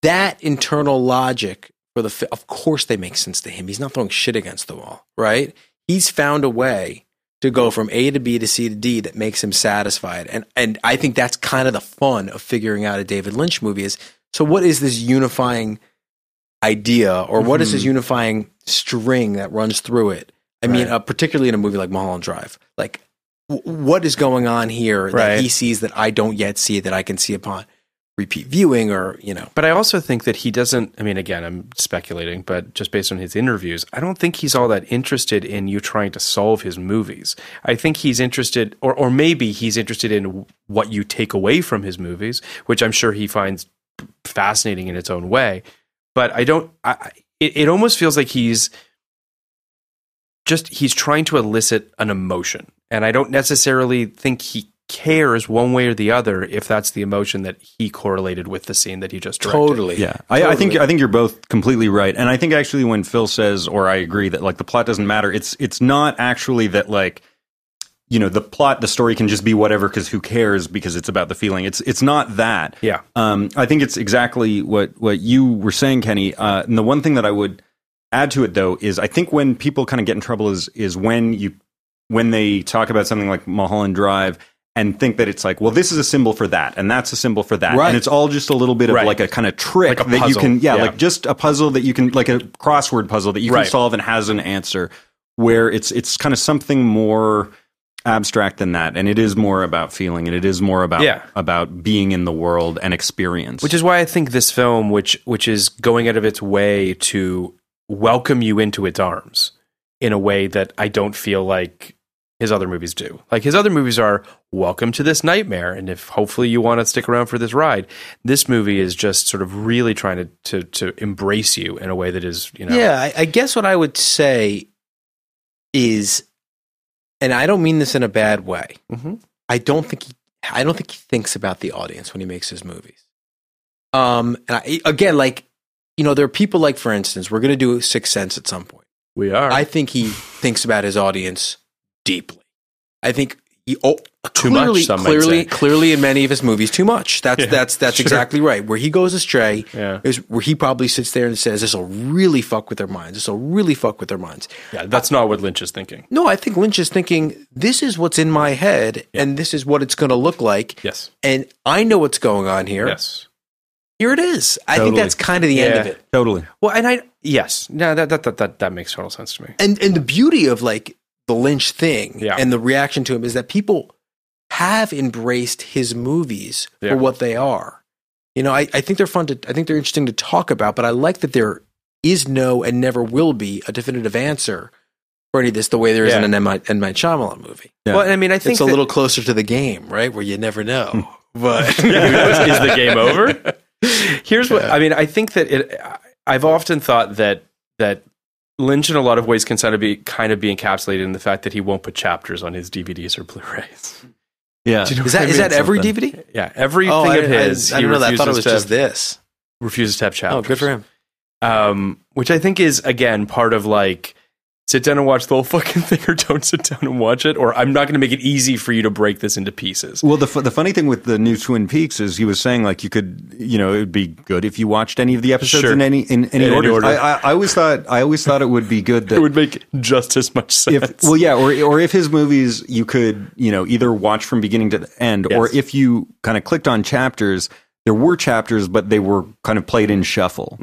[SPEAKER 6] that internal logic for the fi- of course they make sense to him. He's not throwing shit against the wall, right? He's found a way to go from A to B to C to D that makes him satisfied, and and I think that's kind of the fun of figuring out a David Lynch movie is. So what is this unifying idea, or what is this unifying string that runs through it? I mean, uh, particularly in a movie like Mulholland Drive, like w- what is going on here
[SPEAKER 7] Right.
[SPEAKER 6] that he sees that I don't yet see that I can see upon repeat viewing, or you know,
[SPEAKER 7] But I also think that he doesn't. I mean, again, I'm speculating, but just based on his interviews, I don't think he's all that interested in you trying to solve his movies. I think he's interested, or or maybe he's interested in what you take away from his movies, which I'm sure he finds fascinating in its own way. But I don't. I, I- it, it almost feels like he's just he's trying to elicit an emotion, and I don't necessarily think he cares one way or the other if that's the emotion that he correlated with the scene that he just directed.
[SPEAKER 6] totally,
[SPEAKER 8] Yeah, I, I think I think you're both completely right, and I think actually when Phil says, or I agree that like the plot doesn't matter. It's it's not actually that like you know the plot, the story can just be whatever because who cares because it's about the feeling. It's it's not that.
[SPEAKER 7] Yeah.
[SPEAKER 8] Um, I think it's exactly what what you were saying, Kenny. Uh, and the one thing that I would add to it though is I think when people kind of get in trouble is is when you when they talk about something like Mulholland Drive. And think that it's like, well, this is a symbol for that, and that's a symbol for that,
[SPEAKER 6] Right.
[SPEAKER 8] and it's all just a little bit of
[SPEAKER 7] Right.
[SPEAKER 8] like a kind of trick
[SPEAKER 7] Like a
[SPEAKER 8] that you
[SPEAKER 7] puzzle.
[SPEAKER 8] can yeah,
[SPEAKER 7] Yeah.
[SPEAKER 8] like just a puzzle that you can like a crossword puzzle that you can
[SPEAKER 7] Right.
[SPEAKER 8] solve and has an answer where it's it's kind of something more abstract than that and it is more about feeling and it is more about
[SPEAKER 7] Yeah.
[SPEAKER 8] about being in the world and experience
[SPEAKER 7] Which is why I think this film, which which is going out of its way to welcome you into its arms in a way that I don't feel like his other movies do. Like his other movies are welcome to this nightmare, and if hopefully you want to stick around for this ride, this movie is just sort of really trying to to, to embrace you in a way that is you know
[SPEAKER 6] Yeah, I, I guess what I would say is, and I don't mean this in a bad way.
[SPEAKER 8] Mm-hmm.
[SPEAKER 7] Mhm.
[SPEAKER 6] I don't think he, I don't think he thinks about the audience when he makes his movies. Um, and I, again, like you know, there are people like, for instance, we're going to do Sixth Sense at some point.
[SPEAKER 7] we are
[SPEAKER 6] I think he thinks about his audience deeply. I think he, oh,
[SPEAKER 7] Too much,
[SPEAKER 6] clearly,
[SPEAKER 7] some might
[SPEAKER 6] clearly,
[SPEAKER 7] say.
[SPEAKER 6] clearly, in many of his movies, too much. That's
[SPEAKER 7] Yeah,
[SPEAKER 6] that's that's
[SPEAKER 7] sure.
[SPEAKER 6] exactly right. Where he goes astray
[SPEAKER 7] Yeah.
[SPEAKER 6] is where he probably sits there and says, "This will really fuck with their minds. This will really fuck with their minds."
[SPEAKER 7] yeah, that's not what Lynch is thinking.
[SPEAKER 6] No, I think Lynch is thinking, "This is what's in my head, and this is what it's going to look like."
[SPEAKER 7] Yes.
[SPEAKER 6] and I know what's going on here.
[SPEAKER 7] Yes.
[SPEAKER 6] Here it is. I think
[SPEAKER 8] Totally.
[SPEAKER 6] that's kind of the end of
[SPEAKER 7] Yeah.
[SPEAKER 6] it.
[SPEAKER 8] totally
[SPEAKER 7] Well, and I yes, no, that that that that, that makes total sense to me.
[SPEAKER 6] and and the beauty of like the Lynch thing
[SPEAKER 7] Yeah.
[SPEAKER 6] and the reaction to him is that people have embraced his movies
[SPEAKER 7] Yeah.
[SPEAKER 6] for what they are, You know, I, I think they're fun to, I think they're interesting to talk about, but I like that there is no and never will be a definitive answer for any of this the way there is
[SPEAKER 7] Yeah.
[SPEAKER 6] in an M. Night- M. Night Shyamalan movie.
[SPEAKER 8] Yeah.
[SPEAKER 7] Well, and I mean, I think
[SPEAKER 6] It's a
[SPEAKER 7] that-
[SPEAKER 6] little closer to the game, right? Where you never know. But
[SPEAKER 7] is the game over? [laughs] Here's what I mean. I think that it. I- I've often thought that that Lynch, in a lot of ways, can kind of be kind of be encapsulated in the fact that he won't put chapters on his DVDs or
[SPEAKER 6] [laughs]
[SPEAKER 7] Blu-rays.
[SPEAKER 8] Yeah.
[SPEAKER 7] Do you know
[SPEAKER 6] Is
[SPEAKER 7] what I
[SPEAKER 6] that is
[SPEAKER 7] mean?
[SPEAKER 6] that every
[SPEAKER 8] something.
[SPEAKER 6] DVD?
[SPEAKER 7] Yeah, everything
[SPEAKER 6] Oh, I,
[SPEAKER 7] of his.
[SPEAKER 6] I, I
[SPEAKER 7] he
[SPEAKER 6] don't know. That. I
[SPEAKER 7] refuses
[SPEAKER 6] thought it was
[SPEAKER 7] to
[SPEAKER 6] just
[SPEAKER 7] have-
[SPEAKER 6] this.
[SPEAKER 7] refuses to have chapters.
[SPEAKER 6] Oh, good for him.
[SPEAKER 7] Um, which I think is again part of like sit down and watch the whole fucking [laughs] thing, or don't sit down and watch it, or I'm not going to make it easy for you to break this into pieces.
[SPEAKER 8] Well, the, fu- the funny thing with the new Twin Peaks is he was saying like you could, you know, it would be good if you watched any of the episodes
[SPEAKER 7] Sure.
[SPEAKER 8] in any in any
[SPEAKER 7] In any
[SPEAKER 8] order.
[SPEAKER 7] order.
[SPEAKER 8] I, I, I always thought I always thought it would be good that
[SPEAKER 7] It would make just as much sense.
[SPEAKER 8] [laughs] if well yeah or or if his movies you could you know either watch from beginning to the end or
[SPEAKER 7] Yes.
[SPEAKER 8] if you kind of clicked on chapters there were chapters but they were kind of played in shuffle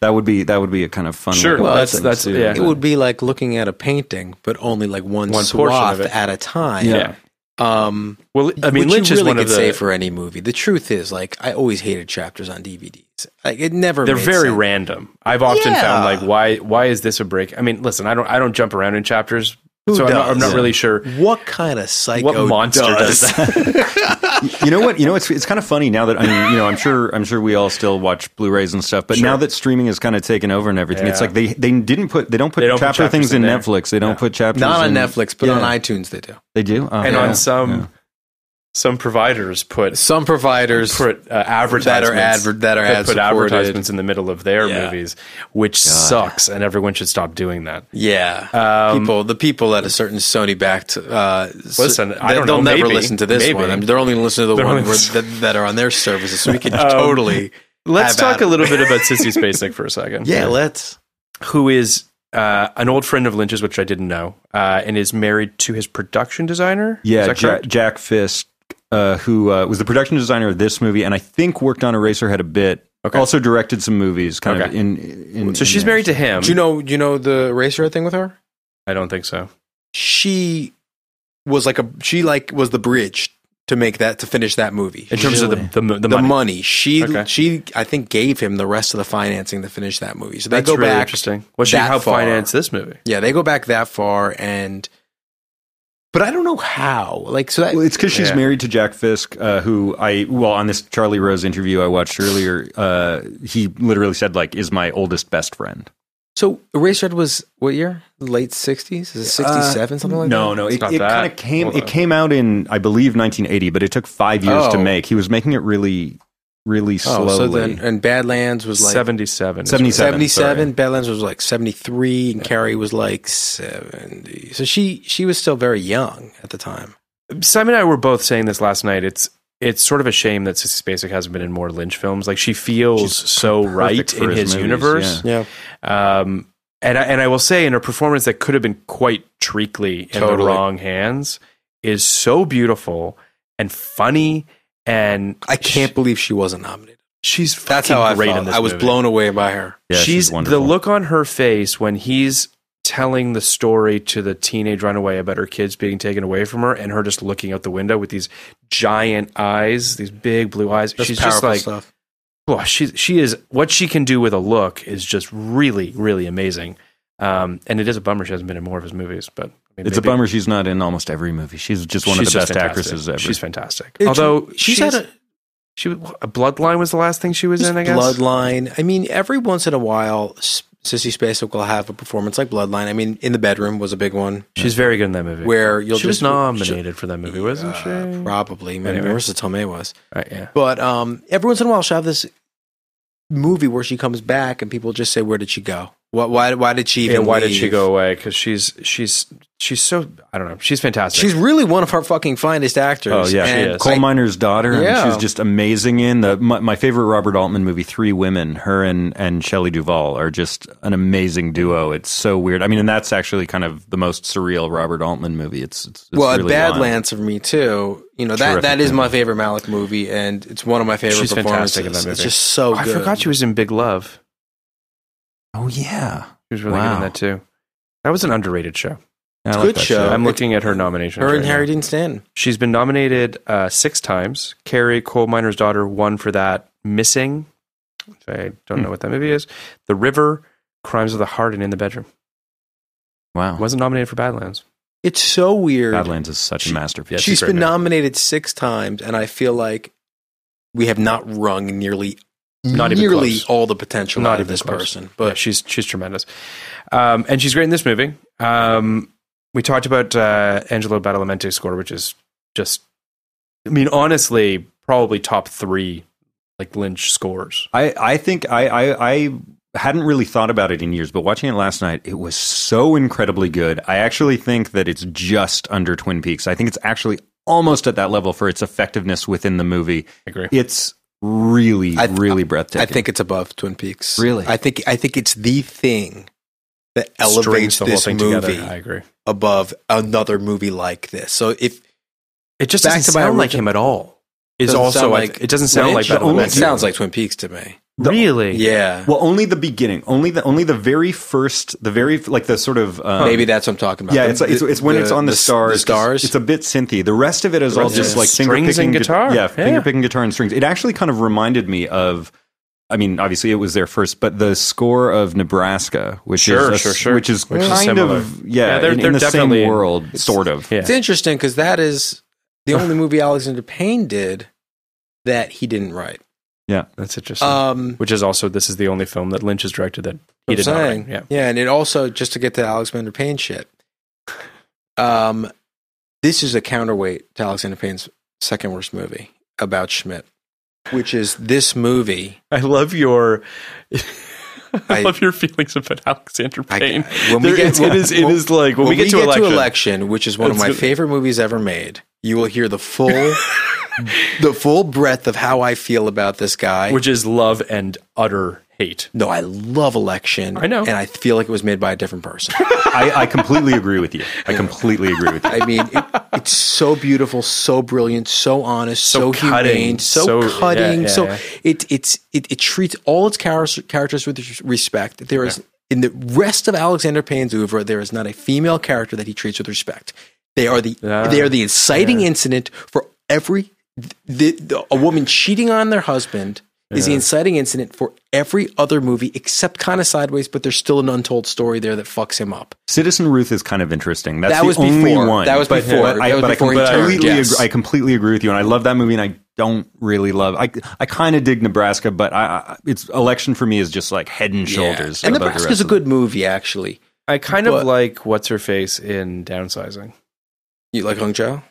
[SPEAKER 8] that would be that would be a kind of fun
[SPEAKER 7] Mm-hmm. Sure.
[SPEAKER 8] way to
[SPEAKER 7] Well,
[SPEAKER 8] do
[SPEAKER 7] that's-
[SPEAKER 8] things,
[SPEAKER 7] that's-
[SPEAKER 8] too.
[SPEAKER 7] yeah.
[SPEAKER 6] Mm-hmm. It would be like looking at a painting, but only like one,
[SPEAKER 7] One portion of
[SPEAKER 6] swath
[SPEAKER 7] it.
[SPEAKER 6] at a time.
[SPEAKER 8] Yeah.
[SPEAKER 6] Um,
[SPEAKER 7] Well, I mean,
[SPEAKER 6] which
[SPEAKER 7] Lynch
[SPEAKER 6] you
[SPEAKER 7] is
[SPEAKER 6] really
[SPEAKER 7] one
[SPEAKER 6] could
[SPEAKER 7] of the.
[SPEAKER 6] say for any movie. The truth is, like, I always hated chapters on DVDs. Like, it never.
[SPEAKER 7] they're
[SPEAKER 6] made
[SPEAKER 7] very
[SPEAKER 6] sense.
[SPEAKER 7] random. I've often
[SPEAKER 6] Yeah.
[SPEAKER 7] found like why why is this a break? I mean, listen, I don't I don't jump around in chapters,
[SPEAKER 6] Who
[SPEAKER 7] so I'm not, I'm
[SPEAKER 6] does?
[SPEAKER 7] not really sure
[SPEAKER 6] What kind of psycho?
[SPEAKER 7] what monster does,
[SPEAKER 6] does
[SPEAKER 7] that.
[SPEAKER 8] you know what you know it's it's kind of funny now that I mean you know I'm sure I'm sure we all still watch Blu-rays and stuff but now that streaming has kind of taken over and everything it's
[SPEAKER 7] Yeah.
[SPEAKER 8] like they they didn't put they don't put
[SPEAKER 7] They don't put
[SPEAKER 8] chapter
[SPEAKER 7] chapters
[SPEAKER 8] things in,
[SPEAKER 7] in there.
[SPEAKER 8] Netflix they don't put chapters
[SPEAKER 6] [laughs] Not on
[SPEAKER 8] in-
[SPEAKER 6] Netflix, but
[SPEAKER 8] Yeah.
[SPEAKER 6] on iTunes they do.
[SPEAKER 8] they do Oh,
[SPEAKER 7] and
[SPEAKER 8] yeah.
[SPEAKER 7] on some
[SPEAKER 8] Yeah.
[SPEAKER 7] some providers put
[SPEAKER 6] Some providers
[SPEAKER 7] put uh, advertisements
[SPEAKER 6] adver- that are
[SPEAKER 7] put
[SPEAKER 6] ad-supported.
[SPEAKER 7] advertisements in the middle of their
[SPEAKER 6] Yeah.
[SPEAKER 7] movies, which sucks, and everyone should stop doing that.
[SPEAKER 6] Yeah,
[SPEAKER 7] Um,
[SPEAKER 6] people, the people at a certain Sony backed. Uh, s-
[SPEAKER 7] Listen, I
[SPEAKER 6] they-
[SPEAKER 7] don't
[SPEAKER 6] they'll
[SPEAKER 7] know,
[SPEAKER 6] never
[SPEAKER 7] maybe.
[SPEAKER 6] listen to this
[SPEAKER 7] Maybe.
[SPEAKER 6] one. I mean, they're only going to listen to the
[SPEAKER 7] They're
[SPEAKER 6] one
[SPEAKER 7] only Um,
[SPEAKER 6] where,
[SPEAKER 7] [laughs] listen-
[SPEAKER 6] that, that are on their services. So we can totally.
[SPEAKER 7] Let's
[SPEAKER 6] have at
[SPEAKER 7] talk a
[SPEAKER 6] it.
[SPEAKER 7] little bit [laughs] about Sissy Spacek for a second.
[SPEAKER 6] Yeah, let's.
[SPEAKER 7] who is uh, an old friend of Lynch's, which I didn't know, uh, and is married to his production designer. Is
[SPEAKER 8] Yeah,
[SPEAKER 7] that
[SPEAKER 8] Jack,
[SPEAKER 7] correct?
[SPEAKER 8] Jack Fisk, uh, who uh, was the production designer of this movie, and I think worked on Eraserhead a bit.
[SPEAKER 7] Okay.
[SPEAKER 8] Also directed some movies, kind of
[SPEAKER 7] Okay.
[SPEAKER 8] in. in
[SPEAKER 7] so she's married to him.
[SPEAKER 6] Do you know? Do you know the racer thing with her?
[SPEAKER 7] I don't think so.
[SPEAKER 6] She was like a. She like was the bridge to make that to finish that movie.
[SPEAKER 7] In terms
[SPEAKER 8] Really?
[SPEAKER 7] of the the, mo- the,
[SPEAKER 6] the
[SPEAKER 7] money.
[SPEAKER 6] money. She
[SPEAKER 7] Okay.
[SPEAKER 6] she I think gave him the rest of the financing to finish that movie. So they
[SPEAKER 7] That's
[SPEAKER 6] go
[SPEAKER 7] really
[SPEAKER 6] back.
[SPEAKER 7] interesting. Well, she
[SPEAKER 6] that
[SPEAKER 7] helped
[SPEAKER 6] far.
[SPEAKER 7] finance this movie.
[SPEAKER 6] Yeah, they go back that far, and but I don't know how. Like so that
[SPEAKER 8] Well, it's because she's
[SPEAKER 7] Yeah.
[SPEAKER 8] married to Jack Fisk, uh, who I well on this Charlie Rose interview I watched earlier, uh, he literally said like is my oldest best friend.
[SPEAKER 6] so Eraserhead was what year? Late sixties? Is it sixty seven? something like
[SPEAKER 8] Uh, no,
[SPEAKER 6] that?
[SPEAKER 8] no,
[SPEAKER 7] It's
[SPEAKER 8] it,
[SPEAKER 7] not
[SPEAKER 8] it
[SPEAKER 7] that.
[SPEAKER 8] kind of came.
[SPEAKER 7] Hold
[SPEAKER 8] It
[SPEAKER 7] on.
[SPEAKER 8] came out in I believe 1980, but it took five years to
[SPEAKER 6] Oh.
[SPEAKER 8] make. He was making it really, really
[SPEAKER 6] Oh,
[SPEAKER 8] slowly.
[SPEAKER 6] so then and Badlands was like
[SPEAKER 7] Seventy seven.
[SPEAKER 8] 77,
[SPEAKER 6] seventy seven. Badlands was like seventy three, and Carrie was like seventy. So she she was still very young at the time.
[SPEAKER 7] Simon and I were both saying this last night. It's it's sort of a shame that Sissy Spacek hasn't been in more Lynch films. Like she feels
[SPEAKER 8] She's
[SPEAKER 7] so
[SPEAKER 8] perfect
[SPEAKER 7] right
[SPEAKER 8] for
[SPEAKER 7] in his,
[SPEAKER 8] his movies,
[SPEAKER 7] universe.
[SPEAKER 6] Yeah,
[SPEAKER 7] Um, and I, and I will say, in a performance that could have been quite treacly in the
[SPEAKER 6] Totally.
[SPEAKER 7] wrong hands, is so beautiful and funny. And
[SPEAKER 6] I can't believe she wasn't nominated.
[SPEAKER 7] She's
[SPEAKER 6] That's
[SPEAKER 7] fucking
[SPEAKER 6] how I
[SPEAKER 7] great
[SPEAKER 6] felt.
[SPEAKER 7] in this
[SPEAKER 6] I was
[SPEAKER 7] movie.
[SPEAKER 6] blown away by her.
[SPEAKER 8] Yeah, she's
[SPEAKER 7] she's the
[SPEAKER 8] wonderful.
[SPEAKER 7] look on her face when he's telling the story to the teenage runaway about her kids being taken away from her, and her just looking out the window with these giant eyes, these big blue eyes.
[SPEAKER 6] That's
[SPEAKER 7] she's just
[SPEAKER 6] powerful
[SPEAKER 7] like,
[SPEAKER 6] stuff.
[SPEAKER 7] well, she she is what she can do with a look is just really really amazing. Um, and it is a bummer she hasn't been in more of his movies, but I mean,
[SPEAKER 8] It's
[SPEAKER 7] maybe-
[SPEAKER 8] a bummer she's not in almost every movie. She's just one
[SPEAKER 7] she's
[SPEAKER 8] of the
[SPEAKER 7] just
[SPEAKER 8] best
[SPEAKER 7] fantastic.
[SPEAKER 8] actresses ever.
[SPEAKER 7] She's fantastic.
[SPEAKER 6] It-
[SPEAKER 7] Although she's,
[SPEAKER 6] she's
[SPEAKER 7] had a, she was- a Bloodline was the last thing she was
[SPEAKER 6] Just
[SPEAKER 7] in. I guess
[SPEAKER 6] Bloodline. I mean, every once in a while, S- Sissy Spacek will have a performance like Bloodline. I mean, In the Bedroom was a big one
[SPEAKER 7] She's very good in that movie.
[SPEAKER 6] where you'll
[SPEAKER 7] she was
[SPEAKER 6] just
[SPEAKER 7] nominated for that movie, wasn't she?
[SPEAKER 6] Uh, probably. Maybe
[SPEAKER 7] Anyway.
[SPEAKER 6] Marissa Tomei was.
[SPEAKER 7] Right, yeah.
[SPEAKER 6] But um, every once in a while, she'll have this movie where she comes back and people just say, "Where did she go? Why? Why, why did she? Even
[SPEAKER 7] And why did she
[SPEAKER 6] leave?"
[SPEAKER 7] go away? Because she's she's she's so I don't know. She's fantastic.
[SPEAKER 6] She's really one of our fucking finest actors.
[SPEAKER 8] Oh yeah,
[SPEAKER 6] and
[SPEAKER 8] coal
[SPEAKER 6] I-
[SPEAKER 8] miner's daughter. and
[SPEAKER 6] Yeah.
[SPEAKER 8] she's just amazing in the my, my favorite Robert Altman movie, Three Women. Her and and Shelley Duvall are just an amazing duo. It's so weird. I mean, and that's actually kind of the most surreal Robert Altman movie. It's, it's, it's
[SPEAKER 6] well,
[SPEAKER 8] really wild.
[SPEAKER 6] Badlands for me too. You know that
[SPEAKER 8] Terrific
[SPEAKER 6] that is my
[SPEAKER 8] movie.
[SPEAKER 6] favorite Malick movie, and it's one of my favorite
[SPEAKER 7] She's
[SPEAKER 6] performances.
[SPEAKER 7] fantastic in that
[SPEAKER 6] It's
[SPEAKER 7] movie.
[SPEAKER 6] just so.
[SPEAKER 7] I
[SPEAKER 6] good.
[SPEAKER 7] forgot she was in Big Love.
[SPEAKER 8] Oh yeah,
[SPEAKER 7] She was really good in
[SPEAKER 8] Wow.
[SPEAKER 7] that too. That was an underrated show.
[SPEAKER 8] I
[SPEAKER 6] good
[SPEAKER 8] that
[SPEAKER 6] show.
[SPEAKER 7] I'm
[SPEAKER 6] It-
[SPEAKER 7] looking at her nominations.
[SPEAKER 6] Her
[SPEAKER 7] right
[SPEAKER 6] and
[SPEAKER 7] now.
[SPEAKER 6] Harry Dean Stanton.
[SPEAKER 7] She's been nominated uh, six times. Carrie Coal Miner's Daughter won for that. Missing, which I don't
[SPEAKER 6] Hmm.
[SPEAKER 7] know what that movie is. The River, Crimes of the Heart, and In the Bedroom.
[SPEAKER 6] Oh.
[SPEAKER 9] Wow.
[SPEAKER 7] Wasn't nominated for Badlands.
[SPEAKER 6] It's so weird.
[SPEAKER 9] Badlands is such a masterpiece.
[SPEAKER 7] Yes,
[SPEAKER 6] She's
[SPEAKER 7] great
[SPEAKER 6] been
[SPEAKER 7] movie.
[SPEAKER 6] nominated six times, and I feel like we have not rung nearly,
[SPEAKER 7] Not even
[SPEAKER 6] nearly
[SPEAKER 7] close.
[SPEAKER 6] all the potential out of
[SPEAKER 7] even
[SPEAKER 6] this
[SPEAKER 7] close.
[SPEAKER 6] person.
[SPEAKER 7] Yeah,
[SPEAKER 6] But
[SPEAKER 7] she's she's tremendous, um, and she's great in this movie. Um, we talked about uh, Angelo Badalamenti's score, which is just, I mean, honestly, probably top three like Lynch scores.
[SPEAKER 8] I, I think I, I, I hadn't really thought about it in years, but watching it last night, it was so incredibly good. I actually think that it's just under Twin Peaks. I think it's actually almost at that level for its effectiveness within the movie.
[SPEAKER 7] I agree.
[SPEAKER 8] It's really,
[SPEAKER 6] I-
[SPEAKER 8] really breathtaking.
[SPEAKER 6] I think it's above Twin Peaks.
[SPEAKER 9] Really?
[SPEAKER 6] I think I think it's the thing that
[SPEAKER 7] Strings
[SPEAKER 6] elevates
[SPEAKER 7] the whole
[SPEAKER 6] this
[SPEAKER 7] thing
[SPEAKER 6] movie
[SPEAKER 7] together. I agree.
[SPEAKER 6] above another movie like this. So if
[SPEAKER 7] It just
[SPEAKER 6] Back
[SPEAKER 7] doesn't
[SPEAKER 6] to my
[SPEAKER 7] sound like
[SPEAKER 6] origin-
[SPEAKER 7] him at all. Is
[SPEAKER 6] Doesn't
[SPEAKER 7] also
[SPEAKER 6] sound
[SPEAKER 7] I th-
[SPEAKER 6] like-
[SPEAKER 7] it doesn't sound
[SPEAKER 8] Lynch,
[SPEAKER 7] like
[SPEAKER 8] the
[SPEAKER 7] Badalamenti.
[SPEAKER 8] only-
[SPEAKER 6] it sounds like Twin Peaks to me.
[SPEAKER 7] really.
[SPEAKER 6] Yeah.
[SPEAKER 8] well, only the beginning, only the only the very first, the very like the sort of um,
[SPEAKER 6] Maybe that's what I'm talking about.
[SPEAKER 8] Yeah,
[SPEAKER 6] The-
[SPEAKER 8] it's, it's, it's when it's on the, stars.
[SPEAKER 6] The stars.
[SPEAKER 8] It's a bit synthy. The rest of it is all
[SPEAKER 7] rest
[SPEAKER 8] just
[SPEAKER 7] is
[SPEAKER 8] like finger
[SPEAKER 7] strings
[SPEAKER 8] picking
[SPEAKER 7] and guitar.
[SPEAKER 8] yeah,
[SPEAKER 7] Yeah.
[SPEAKER 8] finger picking guitar and strings. It actually kind of reminded me of. I mean, obviously it was there first, but the score of Nebraska, which
[SPEAKER 7] Sure,
[SPEAKER 8] is a-
[SPEAKER 7] sure, sure.
[SPEAKER 8] which is
[SPEAKER 7] Which is
[SPEAKER 8] kind
[SPEAKER 7] similar.
[SPEAKER 8] of yeah,
[SPEAKER 7] Yeah, they're-
[SPEAKER 8] in, in
[SPEAKER 7] they're
[SPEAKER 8] the same
[SPEAKER 7] definitely-
[SPEAKER 8] world, sort of.
[SPEAKER 7] Yeah.
[SPEAKER 6] It's interesting because that is the
[SPEAKER 7] [laughs]
[SPEAKER 6] only movie Alexander Payne did that he didn't write.
[SPEAKER 8] Yeah,
[SPEAKER 7] That's interesting.
[SPEAKER 6] Um,
[SPEAKER 7] Which is also this is the only film that Lynch has directed that he
[SPEAKER 6] I'm
[SPEAKER 7] did not.
[SPEAKER 6] saying.
[SPEAKER 7] write. Yeah.
[SPEAKER 6] and it also just to get to Alexander Payne shit. Um, this is a counterweight to Alexander Payne's second worst movie about Schmidt, which is this movie.
[SPEAKER 7] I love your. [laughs] I,
[SPEAKER 6] I-
[SPEAKER 7] love your feelings about Alexander
[SPEAKER 6] I-
[SPEAKER 7] Payne.
[SPEAKER 6] when we
[SPEAKER 7] There-
[SPEAKER 6] get-
[SPEAKER 7] it's, it is. It
[SPEAKER 6] when-
[SPEAKER 7] is like when, we get, to, election,
[SPEAKER 6] which is one of
[SPEAKER 7] It's
[SPEAKER 6] my
[SPEAKER 7] good.
[SPEAKER 6] favorite movies ever made. You will hear the full,
[SPEAKER 7] [laughs]
[SPEAKER 6] the full breadth of how I feel about this guy.
[SPEAKER 7] which is love and utter hate.
[SPEAKER 6] no, I love Election.
[SPEAKER 7] I know.
[SPEAKER 6] and I feel like it was made by a different person.
[SPEAKER 8] I, I completely agree with you. I completely agree with you.
[SPEAKER 6] I mean, it, it's so beautiful, so brilliant, so honest,
[SPEAKER 7] So
[SPEAKER 6] so,
[SPEAKER 7] cutting,
[SPEAKER 6] humane, so,
[SPEAKER 7] so- yeah,
[SPEAKER 6] cutting.
[SPEAKER 7] yeah,
[SPEAKER 6] so
[SPEAKER 7] yeah.
[SPEAKER 6] it it's it, it treats all its char- characters with res- respect. There is in the rest of Alexander Payne's oeuvre, there is not a female character that he treats with respect. They are the
[SPEAKER 7] Ah,
[SPEAKER 6] they are the inciting incident for every the, the, a woman cheating on their husband. Is the inciting incident for every other movie except kind of sideways, but there's still an untold story there that fucks him up.
[SPEAKER 8] Citizen Ruth is kind of interesting. That's
[SPEAKER 6] That
[SPEAKER 8] the
[SPEAKER 6] was
[SPEAKER 8] only
[SPEAKER 6] before.
[SPEAKER 8] one.
[SPEAKER 6] That was
[SPEAKER 8] but,
[SPEAKER 6] before.
[SPEAKER 8] But I,
[SPEAKER 6] That was
[SPEAKER 8] but I
[SPEAKER 6] before he turned,
[SPEAKER 8] completely,
[SPEAKER 6] yes.
[SPEAKER 8] agree, I completely agree with you, and I love that movie. And I don't really love. I I kind of dig Nebraska, but I, I it's election for me is just like head and shoulders.
[SPEAKER 6] And
[SPEAKER 8] above the
[SPEAKER 6] Nebraska's
[SPEAKER 8] rest
[SPEAKER 6] a
[SPEAKER 8] of them.
[SPEAKER 6] good movie, actually.
[SPEAKER 7] I kind of
[SPEAKER 6] But-
[SPEAKER 7] like what's her face in downsizing.
[SPEAKER 6] You like Hung Zhao?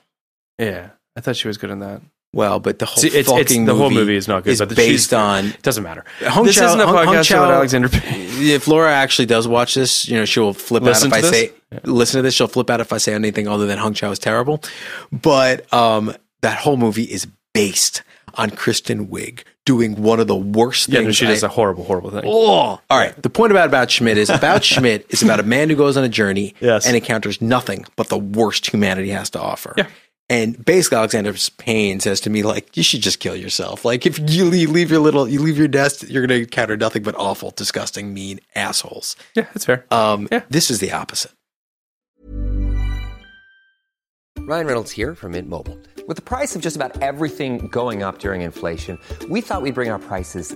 [SPEAKER 7] Yeah, I thought she was good in that.
[SPEAKER 6] Well, but the whole
[SPEAKER 7] See, it's- it's-
[SPEAKER 6] fucking
[SPEAKER 7] the whole movie is not good, but she's-
[SPEAKER 6] based on
[SPEAKER 7] It doesn't matter.
[SPEAKER 6] Hong
[SPEAKER 7] this
[SPEAKER 6] Chao-
[SPEAKER 7] isn't a
[SPEAKER 6] Hong-
[SPEAKER 7] podcast
[SPEAKER 6] Hong Chao-
[SPEAKER 7] about Alexander Payne.
[SPEAKER 6] if Laura actually does watch this, you know she will flip
[SPEAKER 7] Listen
[SPEAKER 6] out if
[SPEAKER 7] to
[SPEAKER 6] I
[SPEAKER 7] this?
[SPEAKER 6] say listen to this. She'll flip out if I say anything other than Hung Chao is terrible. But um, that whole movie is based on Kristen Wiig doing one of the worst
[SPEAKER 7] Yeah,
[SPEAKER 6] things.
[SPEAKER 7] no, she does
[SPEAKER 6] I-
[SPEAKER 7] a horrible, horrible thing.
[SPEAKER 6] Oh, all right. The point about about Schmidt is about Schmidt is about a man who goes on a journey
[SPEAKER 7] Yes.
[SPEAKER 6] and encounters nothing but the worst humanity has to offer. And basically, Alexander Payne says to me, like, you should just kill yourself. Like, if you leave, leave your little, you leave your nest, you're going to encounter nothing but awful, disgusting, mean assholes.
[SPEAKER 7] Yeah, that's fair.
[SPEAKER 6] Um,
[SPEAKER 7] Yeah.
[SPEAKER 6] This is the opposite.
[SPEAKER 10] Ryan Reynolds here from Mint Mobile. With the price of just about everything going up during inflation, we thought we'd bring our prices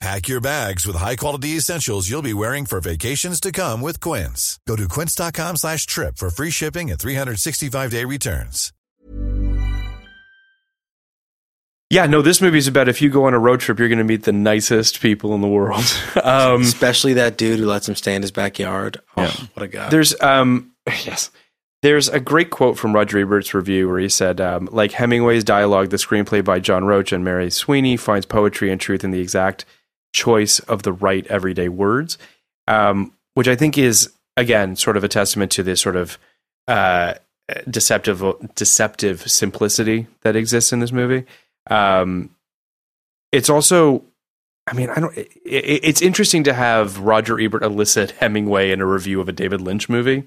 [SPEAKER 11] Pack your bags with high-quality essentials you'll be wearing for vacations to come with Quince. Go to quince.com slash trip for free shipping and 365-day returns.
[SPEAKER 7] Yeah, no, this movie's about if you go on a road trip, you're going to meet the nicest people in the world. [laughs] Um,
[SPEAKER 6] Especially that dude who lets him stay in his backyard. Oh, what a guy.
[SPEAKER 7] there's um [laughs] yes There's a great quote from Roger Ebert's review where he said, um, like Hemingway's dialogue, the screenplay by John Roach and Mary Sweeney finds poetry and truth in the exact choice of the right everyday words, um, which I think is, again, sort of a testament to this sort of uh, deceptive, deceptive simplicity that exists in this movie. Um, it's also I mean, I don't. It, it, it's interesting to have Roger Ebert elicit Hemingway in a review of a David Lynch movie.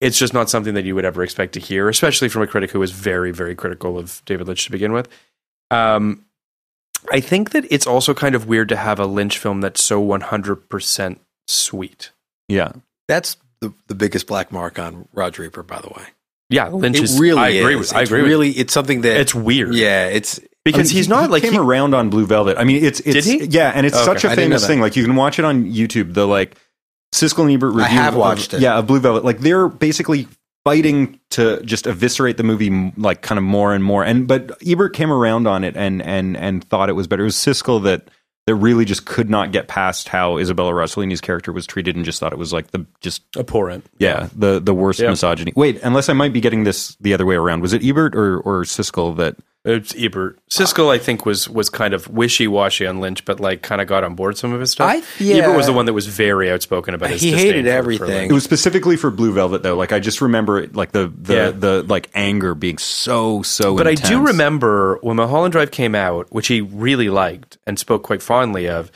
[SPEAKER 7] It's just not something that you would ever expect to hear, especially from a critic who was very, very critical of David Lynch to begin with. Um, I think that it's also kind of weird to have a Lynch film that's so 100% sweet.
[SPEAKER 8] Yeah.
[SPEAKER 6] That's the, the biggest black mark on Roger Ebert, by the way.
[SPEAKER 7] Yeah, Lynch
[SPEAKER 6] it
[SPEAKER 7] is.
[SPEAKER 6] really
[SPEAKER 7] I agree
[SPEAKER 6] is.
[SPEAKER 7] with. I
[SPEAKER 6] It's
[SPEAKER 7] agree with-
[SPEAKER 6] really, it's something that
[SPEAKER 7] It's weird.
[SPEAKER 6] Yeah, it's
[SPEAKER 7] because
[SPEAKER 8] I mean,
[SPEAKER 7] he's
[SPEAKER 8] he-
[SPEAKER 7] not
[SPEAKER 8] he
[SPEAKER 7] like
[SPEAKER 8] came
[SPEAKER 7] he-
[SPEAKER 8] around on Blue Velvet. I mean, it's it's
[SPEAKER 7] Did he?
[SPEAKER 8] yeah, and it's
[SPEAKER 7] Okay.
[SPEAKER 8] such
[SPEAKER 6] I
[SPEAKER 8] a
[SPEAKER 6] didn't know
[SPEAKER 8] famous
[SPEAKER 6] that.
[SPEAKER 8] thing. Like you can watch it on YouTube. The like Siskel and Ebert review.
[SPEAKER 6] have
[SPEAKER 8] of-
[SPEAKER 6] watched it.
[SPEAKER 8] Yeah, of Blue Velvet. Like they're basically fighting to just eviscerate the movie m- like kind of more and more. And but Ebert came around on it and and and thought it was better. It was Siskel that that really just could not get past how Isabella Rossellini's character was treated and just thought it was like the just
[SPEAKER 7] abhorrent.
[SPEAKER 8] yeah, the the worst
[SPEAKER 7] Yeah.
[SPEAKER 8] misogyny. Wait, unless I might be getting this the other way around. Was it Ebert or or Siskel that
[SPEAKER 7] It's Ebert. Siskel, I think, was was kind of wishy washy on Lynch, but like kind of got on board some of his stuff.
[SPEAKER 6] I- yeah.
[SPEAKER 7] Ebert was the one that was very outspoken about his.
[SPEAKER 6] He
[SPEAKER 7] disdain
[SPEAKER 6] hated
[SPEAKER 7] for- for
[SPEAKER 6] everything.
[SPEAKER 8] It
[SPEAKER 7] Lynch.
[SPEAKER 8] was specifically for Blue Velvet though. Like I just remember it, like the the,
[SPEAKER 7] Yeah.
[SPEAKER 8] the like anger being so so.
[SPEAKER 7] But I do
[SPEAKER 8] intense.
[SPEAKER 7] remember when Mulholland Drive came out, which he really liked and spoke quite fondly of.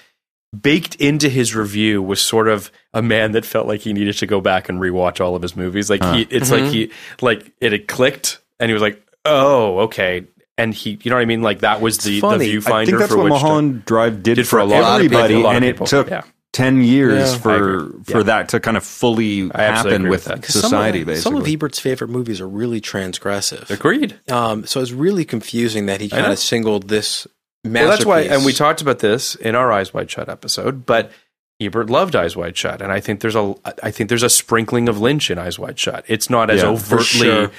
[SPEAKER 7] Baked into his review was sort of a man that felt like he needed to go back and rewatch all of his movies. Like he, it's like he, like it had clicked, and he was like, "Oh, okay." And he, you know what I mean? Like that was the, the
[SPEAKER 6] funny. I
[SPEAKER 7] viewfinder
[SPEAKER 8] I think that's
[SPEAKER 7] for
[SPEAKER 8] what
[SPEAKER 7] which to-
[SPEAKER 8] Mulholland Drive did,
[SPEAKER 7] did
[SPEAKER 8] for,
[SPEAKER 7] for a lot
[SPEAKER 6] of people.
[SPEAKER 8] everybody,
[SPEAKER 6] A
[SPEAKER 7] lot of
[SPEAKER 8] and it
[SPEAKER 7] people.
[SPEAKER 8] took
[SPEAKER 7] Yeah.
[SPEAKER 8] ten years
[SPEAKER 6] Yeah.
[SPEAKER 7] I
[SPEAKER 8] for
[SPEAKER 7] agree.
[SPEAKER 8] for
[SPEAKER 7] Yeah.
[SPEAKER 8] that to kind of fully
[SPEAKER 7] I absolutely
[SPEAKER 8] happen
[SPEAKER 7] agree
[SPEAKER 8] with,
[SPEAKER 7] with that.
[SPEAKER 6] 'Cause
[SPEAKER 8] society.
[SPEAKER 6] Some of,
[SPEAKER 8] basically,
[SPEAKER 6] some of Ebert's favorite movies are really transgressive.
[SPEAKER 7] agreed.
[SPEAKER 6] Um, so it's really confusing that he
[SPEAKER 7] I know.
[SPEAKER 6] kind of singled this
[SPEAKER 7] Well, that's
[SPEAKER 6] masterpiece.
[SPEAKER 7] why, and we talked about this in our Eyes Wide Shut episode. But Ebert loved Eyes Wide Shut, and I think there's a, I think there's a sprinkling of Lynch in Eyes Wide Shut. It's not as
[SPEAKER 8] Yeah, for
[SPEAKER 7] overtly,
[SPEAKER 8] sure.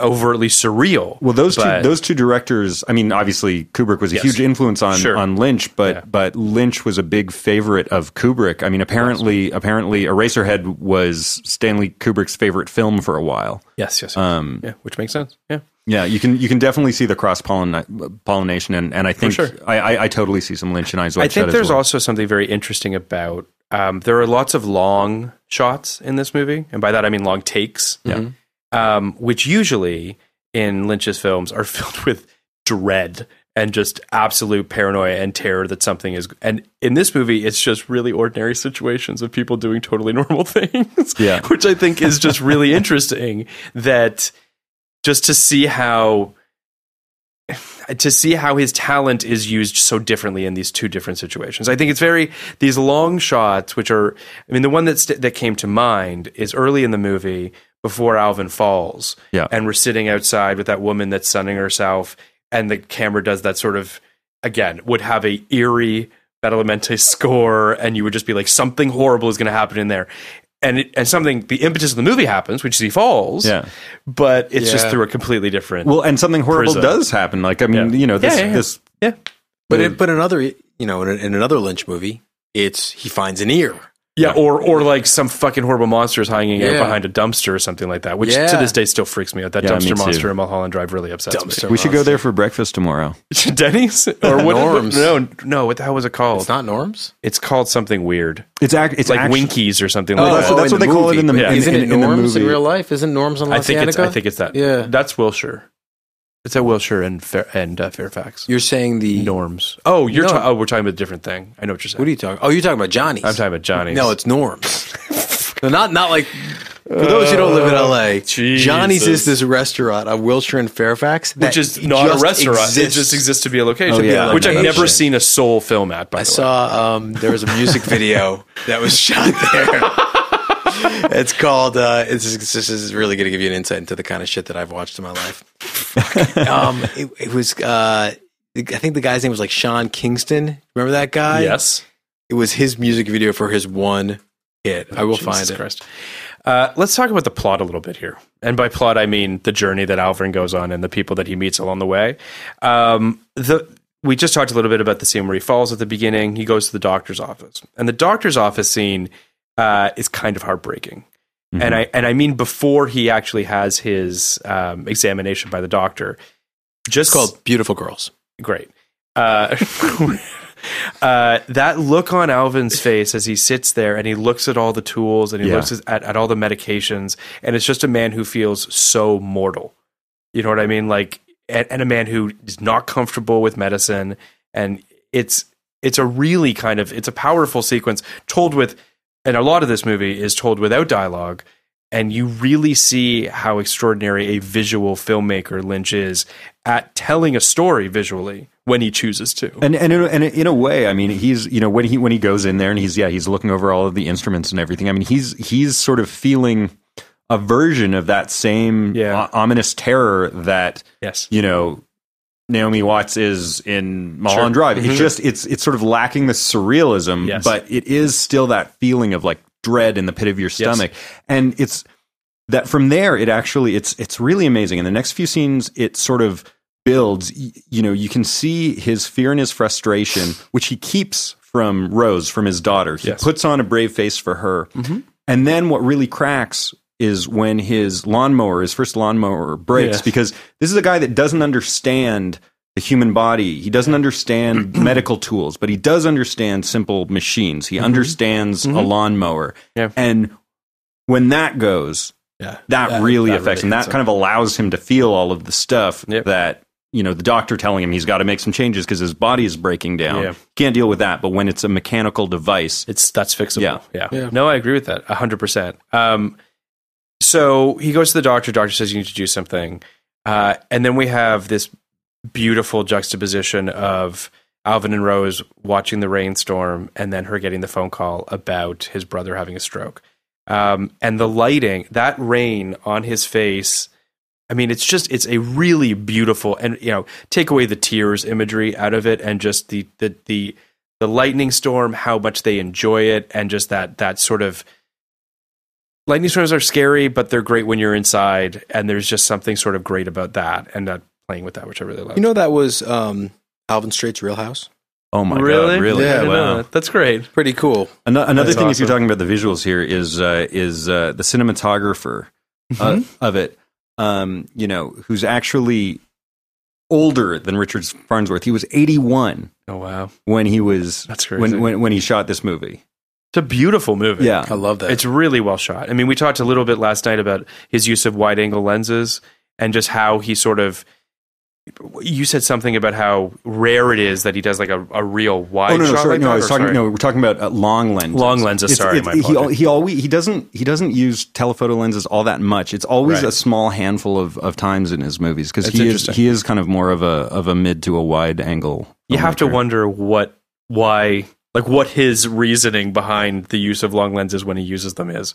[SPEAKER 7] overtly surreal.
[SPEAKER 8] Well, those
[SPEAKER 7] but-
[SPEAKER 8] two those two directors. I mean, obviously Kubrick was a
[SPEAKER 7] Yes.
[SPEAKER 8] huge influence on
[SPEAKER 7] Sure.
[SPEAKER 8] on Lynch, but
[SPEAKER 7] Yeah.
[SPEAKER 8] but Lynch was a big favorite of Kubrick. I mean, apparently apparently Eraserhead was Stanley Kubrick's favorite film for a while.
[SPEAKER 7] yes, yes, yes.
[SPEAKER 8] Um,
[SPEAKER 7] yeah, which makes sense. Yeah,
[SPEAKER 8] yeah, you can you can definitely see the cross pollination, and, and I think
[SPEAKER 7] sure.
[SPEAKER 8] I, I, I totally see some Lynch and Eyes Wide
[SPEAKER 7] I think
[SPEAKER 8] Shut
[SPEAKER 7] there's
[SPEAKER 8] as well.
[SPEAKER 7] also something very interesting about. Um, there are lots of long shots in this movie, and by that I mean long takes.
[SPEAKER 8] Yeah.
[SPEAKER 7] um, which usually in Lynch's films are [laughs] filled with dread and just absolute paranoia and terror that something is. And in this movie, it's just really ordinary situations of people doing totally [laughs] normal things,
[SPEAKER 8] Yeah.
[SPEAKER 7] which I think is just really interesting. That just to see how to see how his talent is used so differently in these two different situations. I think it's very these long shots, which are, I mean, the one that st- that came to mind is early in the movie before Alvin falls,
[SPEAKER 8] Yeah.
[SPEAKER 7] and we're sitting outside with that woman that's sunning herself, and the camera does that sort of again would have a eerie Badalamenti score, and you would just be like, something horrible is going to happen in there. And, it, and something the impetus of the movie happens, which is he falls,
[SPEAKER 8] Yeah.
[SPEAKER 7] but it's just
[SPEAKER 6] Yeah.
[SPEAKER 7] through a completely different.
[SPEAKER 8] well, and something horrible
[SPEAKER 7] Prism.
[SPEAKER 8] does happen. Like I mean,
[SPEAKER 7] Yeah.
[SPEAKER 8] you know this
[SPEAKER 7] Yeah, yeah, yeah.
[SPEAKER 8] this
[SPEAKER 7] yeah,
[SPEAKER 6] but it, but another you know in, in another Lynch movie, it's he finds an ear.
[SPEAKER 7] Yeah, or or like some fucking horrible monster is hanging out
[SPEAKER 6] Yeah.
[SPEAKER 7] behind a dumpster or something like that, which to
[SPEAKER 6] Yeah.
[SPEAKER 7] this day still freaks me out. That
[SPEAKER 8] Yeah, me
[SPEAKER 7] dumpster
[SPEAKER 8] too.
[SPEAKER 7] monster in Mulholland Drive really upsets
[SPEAKER 6] Dumpster.
[SPEAKER 8] we should go there for breakfast tomorrow.
[SPEAKER 7] me. [laughs] Denny's or what?
[SPEAKER 6] Norm's.
[SPEAKER 7] no, no. What the hell was it called?
[SPEAKER 6] It's
[SPEAKER 7] It's,
[SPEAKER 6] not Norms.
[SPEAKER 7] called something weird.
[SPEAKER 8] It's act, it's
[SPEAKER 7] It's like
[SPEAKER 8] actu-
[SPEAKER 7] Winkies or something.
[SPEAKER 8] Oh,
[SPEAKER 7] like
[SPEAKER 8] that's,
[SPEAKER 7] that.
[SPEAKER 8] what- that's
[SPEAKER 6] in
[SPEAKER 8] what they
[SPEAKER 6] the
[SPEAKER 8] call it in the
[SPEAKER 7] movie. Yeah.
[SPEAKER 8] in,
[SPEAKER 6] Isn't
[SPEAKER 8] in,
[SPEAKER 6] it
[SPEAKER 8] in the
[SPEAKER 6] Norms
[SPEAKER 8] movie.
[SPEAKER 6] in real life? Isn't Norms on
[SPEAKER 7] I
[SPEAKER 6] Los
[SPEAKER 7] think it's I
[SPEAKER 6] Angeles?
[SPEAKER 7] think it's that.
[SPEAKER 6] Yeah.
[SPEAKER 7] that's Wilshire. It's at Wilshire and Fair, and uh, Fairfax.
[SPEAKER 6] You're saying the
[SPEAKER 7] norms. Oh, you're
[SPEAKER 6] No.
[SPEAKER 7] ta- oh, we're talking about a different thing. I know what you're saying.
[SPEAKER 6] What are you talking? Oh, you're talking about Johnny's.
[SPEAKER 7] I'm talking about Johnny's. [laughs]
[SPEAKER 6] No, it's Norms. No, not not like for those who don't live in LA. Johnny's
[SPEAKER 7] Oh, Jesus.
[SPEAKER 6] is this restaurant on Wilshire and Fairfax, that
[SPEAKER 7] which is not a
[SPEAKER 6] just
[SPEAKER 7] restaurant.
[SPEAKER 6] exists. Oh,
[SPEAKER 7] It just exists to be a location.
[SPEAKER 6] To be a
[SPEAKER 7] Which I've
[SPEAKER 6] location.
[SPEAKER 7] never seen a soul film at. By
[SPEAKER 6] I
[SPEAKER 7] the way,
[SPEAKER 6] saw um, there was a
[SPEAKER 7] [laughs]
[SPEAKER 6] music video that was shot there. [laughs] it's called. Uh, it's, this is really going to give you an insight into the kind of shit that I've watched in my life. [laughs] um, it, it was. Uh, I think the guy's name was like Sean Kingston. Remember that guy?
[SPEAKER 7] yes.
[SPEAKER 6] It was his music video for his one hit. I will
[SPEAKER 7] Jesus
[SPEAKER 6] find it.
[SPEAKER 7] Christ. Uh, let's talk about the plot a little bit here. And by plot, I mean the journey that Alvin goes on and the people that he meets along the way. Um, the we just talked a little bit about the scene where he falls at the beginning. He goes to the doctor's office, and the doctor's office scene uh, is kind of heartbreaking.
[SPEAKER 6] Mm-hmm.
[SPEAKER 9] Mhm.
[SPEAKER 7] and I and I mean before he actually has his um, examination by the doctor. Just
[SPEAKER 6] It's called Beautiful Girls.
[SPEAKER 7] great. Uh, [laughs] uh, that look on Alvin's face as he sits there and he looks at all the tools and he
[SPEAKER 8] Yeah.
[SPEAKER 7] looks at, at all the medications, and it's just a man who feels so mortal. You know what I mean? Like, and, and a man who is not comfortable with medicine, and it's it's a really kind of it's a powerful sequence told with, and a lot of this movie is told without dialogue. And you really see how extraordinary a visual filmmaker Lynch is at telling a story visually when he chooses to.
[SPEAKER 8] And and in, and in a way, I mean, he's you know when he when he goes in there and he's yeah he's looking over all of the instruments and everything. I mean, he's he's sort of feeling a version of that same
[SPEAKER 7] Yeah.
[SPEAKER 8] o- ominous terror that
[SPEAKER 7] Yes.
[SPEAKER 8] you know Naomi Watts is in Mulholland
[SPEAKER 7] Sure.
[SPEAKER 8] Drive.
[SPEAKER 7] Mhm.
[SPEAKER 8] It's just it's it's sort of lacking the surrealism,
[SPEAKER 7] Yes.
[SPEAKER 8] but it is still that feeling of like dread in the pit of your stomach, and it's that from there it actually it's it's really amazing in the next few scenes it sort of builds Y- you know you can see his fear and his frustration which he keeps from rose from his daughter he
[SPEAKER 7] Yes. Mm-hmm.
[SPEAKER 8] puts on a brave face for her and then what really cracks is when his lawnmower his first lawnmower breaks
[SPEAKER 7] Yeah.
[SPEAKER 8] because this is a guy that doesn't understand the human body he
[SPEAKER 7] [clears throat]
[SPEAKER 8] doesn't understand medical tools but he does understand simple machines he understands a lawnmower
[SPEAKER 7] Mm-hmm. Yeah.
[SPEAKER 8] and when that goes
[SPEAKER 7] Yeah.
[SPEAKER 8] that really
[SPEAKER 7] that
[SPEAKER 8] affects
[SPEAKER 7] really
[SPEAKER 8] him.
[SPEAKER 7] hits
[SPEAKER 8] That
[SPEAKER 7] him.
[SPEAKER 8] kind of allows him to feel all of the stuff
[SPEAKER 7] Yep.
[SPEAKER 8] that you know the doctor telling him he's got to make some changes because his body is breaking down.
[SPEAKER 7] Yeah.
[SPEAKER 8] Can't deal with that. But when it's a mechanical device,
[SPEAKER 7] It's that's fixable.
[SPEAKER 8] Yeah.
[SPEAKER 7] Yeah. Yeah. No, I agree with that. hundred percent. Um, so he goes to the doctor. Doctor says you need to do something, uh, and then we have this beautiful juxtaposition of Alvin and Rose watching the rainstorm, and then her getting the phone call about his brother having a stroke. Um, and the lighting, that rain on his face. I mean, it's just it's a really beautiful, and you know, take away the tears imagery out of it, and just the the the the lightning storm, how much they enjoy it, and just that that sort of lightning storms are scary, but they're great when you're inside, and there's just something sort of great about that, and that playing with that, which I really love.
[SPEAKER 6] You know that was um, Alvin Strait's Real House.
[SPEAKER 8] oh my
[SPEAKER 7] really,
[SPEAKER 8] god, really,
[SPEAKER 7] I
[SPEAKER 6] Yeah,
[SPEAKER 7] didn't know
[SPEAKER 8] wow.
[SPEAKER 7] that. that's great.
[SPEAKER 6] Pretty cool.
[SPEAKER 8] Ano- Another
[SPEAKER 7] That's
[SPEAKER 8] thing, if you're
[SPEAKER 7] awesome.
[SPEAKER 8] talking about the visuals here, is uh, is uh, the cinematographer uh,
[SPEAKER 7] Mm-hmm.
[SPEAKER 8] of it. Um, you know, who's actually older than Richard Farnsworth. He was 81
[SPEAKER 7] Oh wow, it's
[SPEAKER 8] when he was
[SPEAKER 7] That's crazy.
[SPEAKER 8] when, when when he shot this movie.
[SPEAKER 7] a beautiful movie.
[SPEAKER 8] Yeah,
[SPEAKER 6] I love that.
[SPEAKER 7] It's really well shot. I mean, we talked a little bit last night about his use of wide angle lenses and just how he sort of. You said something about how rare it is that he does like a, a real wide
[SPEAKER 8] Oh no, no,
[SPEAKER 7] shot
[SPEAKER 8] sorry,
[SPEAKER 7] like
[SPEAKER 8] no.
[SPEAKER 7] that,
[SPEAKER 8] I was
[SPEAKER 7] or
[SPEAKER 8] talking.
[SPEAKER 7] sorry.
[SPEAKER 8] No, we're talking about uh, long lenses.
[SPEAKER 7] Long lenses, sorry, my
[SPEAKER 8] he, al-
[SPEAKER 7] apologies.
[SPEAKER 8] he always he doesn't he doesn't use telephoto lenses all that much. It's always
[SPEAKER 7] Right.
[SPEAKER 8] a small handful of, of times in his movies because
[SPEAKER 7] That's
[SPEAKER 8] he is
[SPEAKER 7] interesting.
[SPEAKER 8] he is kind of more of a of a mid to a wide angle.
[SPEAKER 7] you have to
[SPEAKER 8] filmmaker.
[SPEAKER 7] wonder what why like what his reasoning behind the use of long lenses when he uses them is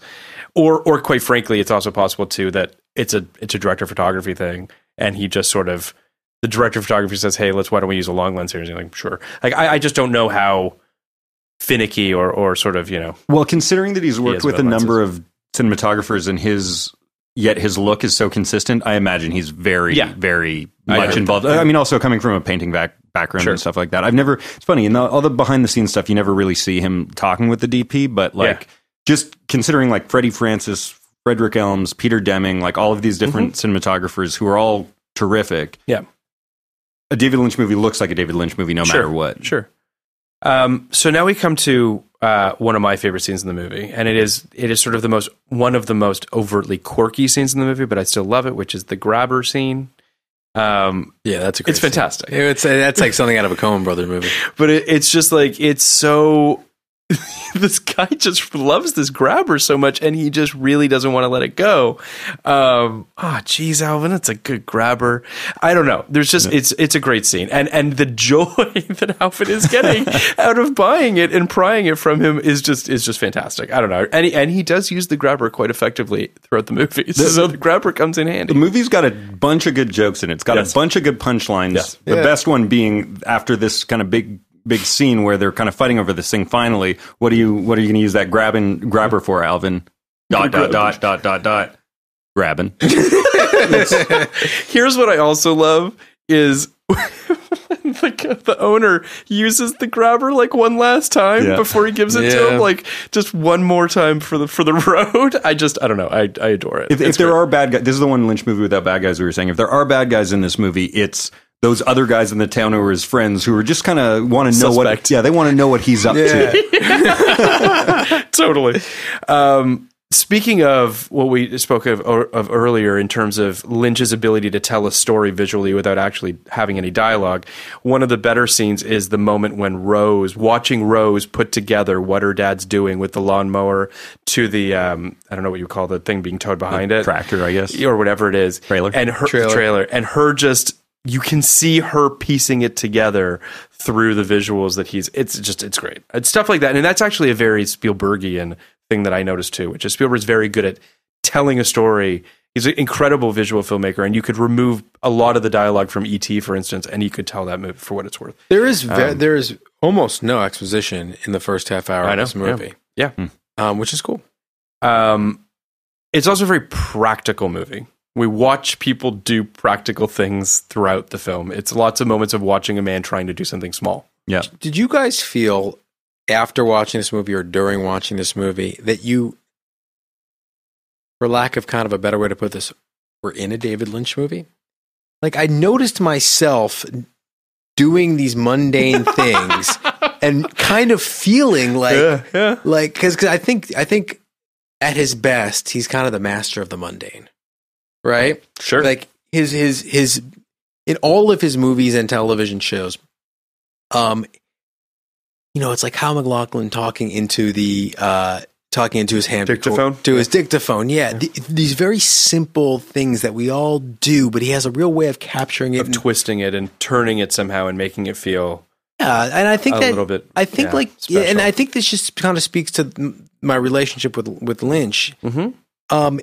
[SPEAKER 7] or or quite frankly it's also possible too that it's a it's a director of photography thing and he just sort of the director of photography says hey let's why don't we use a long lens here and he's like sure like i, I just don't know how finicky or or sort of you know
[SPEAKER 8] Well, considering that he's worked
[SPEAKER 7] has
[SPEAKER 8] with a
[SPEAKER 7] wide
[SPEAKER 8] number of cinematographers and his yet his look is so consistent, I imagine he's very
[SPEAKER 7] Yeah.
[SPEAKER 8] very
[SPEAKER 7] I
[SPEAKER 8] much
[SPEAKER 7] heard
[SPEAKER 8] involved. I mean, also coming from a painting back, background
[SPEAKER 7] Sure.
[SPEAKER 8] and stuff like that. I've never. It's funny in the, all the behind the scenes stuff, you never really see him talking with the DP, but like
[SPEAKER 7] Yeah.
[SPEAKER 8] just considering like Freddie Francis, Frederick Elms, Peter Deming, like all of these different
[SPEAKER 7] Mm-hmm.
[SPEAKER 8] cinematographers who are all terrific.
[SPEAKER 7] yeah
[SPEAKER 8] A David Lynch movie looks like a David Lynch movie, no matter what.
[SPEAKER 7] Sure. Um, so now we come to uh, one of my favorite scenes in the movie, and it is it is sort of the most one of the most overtly quirky scenes in the movie, but I still love it, which is the grabber scene. Um,
[SPEAKER 6] Yeah, that's a great
[SPEAKER 7] it's
[SPEAKER 6] scene.
[SPEAKER 7] fantastic,
[SPEAKER 6] It's that's like something out of a Coen Brother movie.
[SPEAKER 7] but it, it's just like it's so. [laughs] this guy just loves this grabber so much, and he just really doesn't want to let it go. Um, ah, geez, Alvin, it's a good grabber. I don't know. There's just it's it's a great scene, and and the joy [laughs] that Alvin is getting out of buying it and prying it from him is just is just fantastic. I don't know, and he, and he does use the grabber quite effectively throughout the movie, [laughs] so the grabber comes in handy.
[SPEAKER 8] The movie's got a bunch of good jokes in it. It's got a bunch of good punchlines.
[SPEAKER 7] Yes.
[SPEAKER 8] The best one being after this kind of big big scene where they're kind of fighting over this thing. Finally, what do you what are you going to use that grabbing grabber for, Alvin? Dot dot dot dot dot dot. Grabbing.
[SPEAKER 7] Here's what I also love is [laughs] when the, the owner uses the grabber like one last time
[SPEAKER 12] Yeah.
[SPEAKER 7] before he gives it
[SPEAKER 12] Yeah.
[SPEAKER 7] to him, like just one more time for the for the [laughs] road. I just I don't know. I I adore it.
[SPEAKER 8] If, if
[SPEAKER 7] It's
[SPEAKER 8] there are bad guys, this is the one Lynch movie without bad guys we were saying. If there are bad guys in this movie, it's those other guys in the town who are his friends who are just kind of want to know what. Yeah, they want to know what he's up to.
[SPEAKER 7] [laughs] totally. Um, speaking of what we spoke of, of earlier in terms of Lynch's ability to tell a story visually without actually having any dialogue, one of the better scenes is the moment when Rose, watching Rose put together what her dad's doing with the lawnmower to the, um, I don't know what you call the thing being towed behind it,
[SPEAKER 8] tractor, I guess,
[SPEAKER 7] or whatever it is, trailer, and her
[SPEAKER 8] Trailer.
[SPEAKER 7] trailer, and her just. You can see her piecing it together through the visuals that he's. It's just it's great. It's stuff like that, and that's actually a very Spielbergian thing that I noticed too, which is Spielberg's very good at telling a story. He's an incredible visual filmmaker, and you could remove a lot of the dialogue from ET, for instance, and you could tell that movie for what it's worth.
[SPEAKER 6] There is ve-
[SPEAKER 7] Um,
[SPEAKER 6] there is almost no exposition in the first half hour
[SPEAKER 7] I
[SPEAKER 6] of
[SPEAKER 7] know,
[SPEAKER 6] this movie,
[SPEAKER 7] Yeah.
[SPEAKER 6] um, which is cool.
[SPEAKER 7] Hmm. Um, it's also a very practical movie. We watch people do practical things throughout the film. It's lots of moments of watching a man trying to do something small.
[SPEAKER 8] Yeah.
[SPEAKER 6] Did you guys feel after watching this movie or during watching this movie that you, for lack of kind of a better way to put this, were in a David Lynch movie? Like I noticed myself doing these mundane things and kind of feeling like
[SPEAKER 7] Yeah, yeah.
[SPEAKER 6] like cuz I think I think at his best he's kind of the master of the mundane. Right?
[SPEAKER 7] Sure.
[SPEAKER 6] Like his his his in all of his movies and television shows um you know, it's like Hal McLaughlin talking into the uh talking into his hand
[SPEAKER 12] Dictaphone?
[SPEAKER 6] to his dictaphone. Yeah, Th- these very simple things that we all do, but he has a real way of capturing it
[SPEAKER 7] Of
[SPEAKER 6] and
[SPEAKER 7] twisting it and turning it somehow and making it feel
[SPEAKER 6] Yeah, and I think
[SPEAKER 7] a
[SPEAKER 6] that
[SPEAKER 7] little bit,
[SPEAKER 6] I think
[SPEAKER 7] yeah,
[SPEAKER 6] like,
[SPEAKER 7] special.
[SPEAKER 6] and I think this just kind of speaks to m- my relationship with with Lynch. Mm-hmm. Um,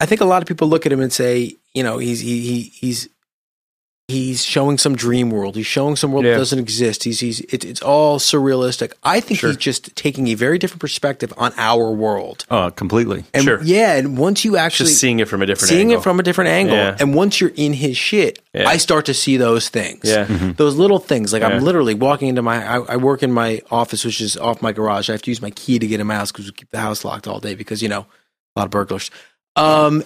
[SPEAKER 6] I think a lot of people look at him and say, you know, he's he, he he's he's showing some dream world. He's showing some world
[SPEAKER 7] Yeah.
[SPEAKER 6] that doesn't exist. He's he's it, it's all surrealistic. I think he's just taking a very different perspective on our world.
[SPEAKER 8] Oh, completely.
[SPEAKER 6] And
[SPEAKER 7] Sure.
[SPEAKER 6] yeah, and once you actually
[SPEAKER 7] just seeing it from a different
[SPEAKER 6] seeing
[SPEAKER 7] angle.
[SPEAKER 6] it from a different angle.
[SPEAKER 7] Yeah.
[SPEAKER 6] And once you're in his shit,
[SPEAKER 7] Yeah.
[SPEAKER 6] I start to see those things.
[SPEAKER 7] Yeah. Mhm.
[SPEAKER 6] Those little things. Like
[SPEAKER 7] Yeah.
[SPEAKER 6] I'm literally walking into my, I, I work in my office, which is off my garage. I have to use my key to get in my house because we keep the house locked all day because, you know, a lot of burglars. Um,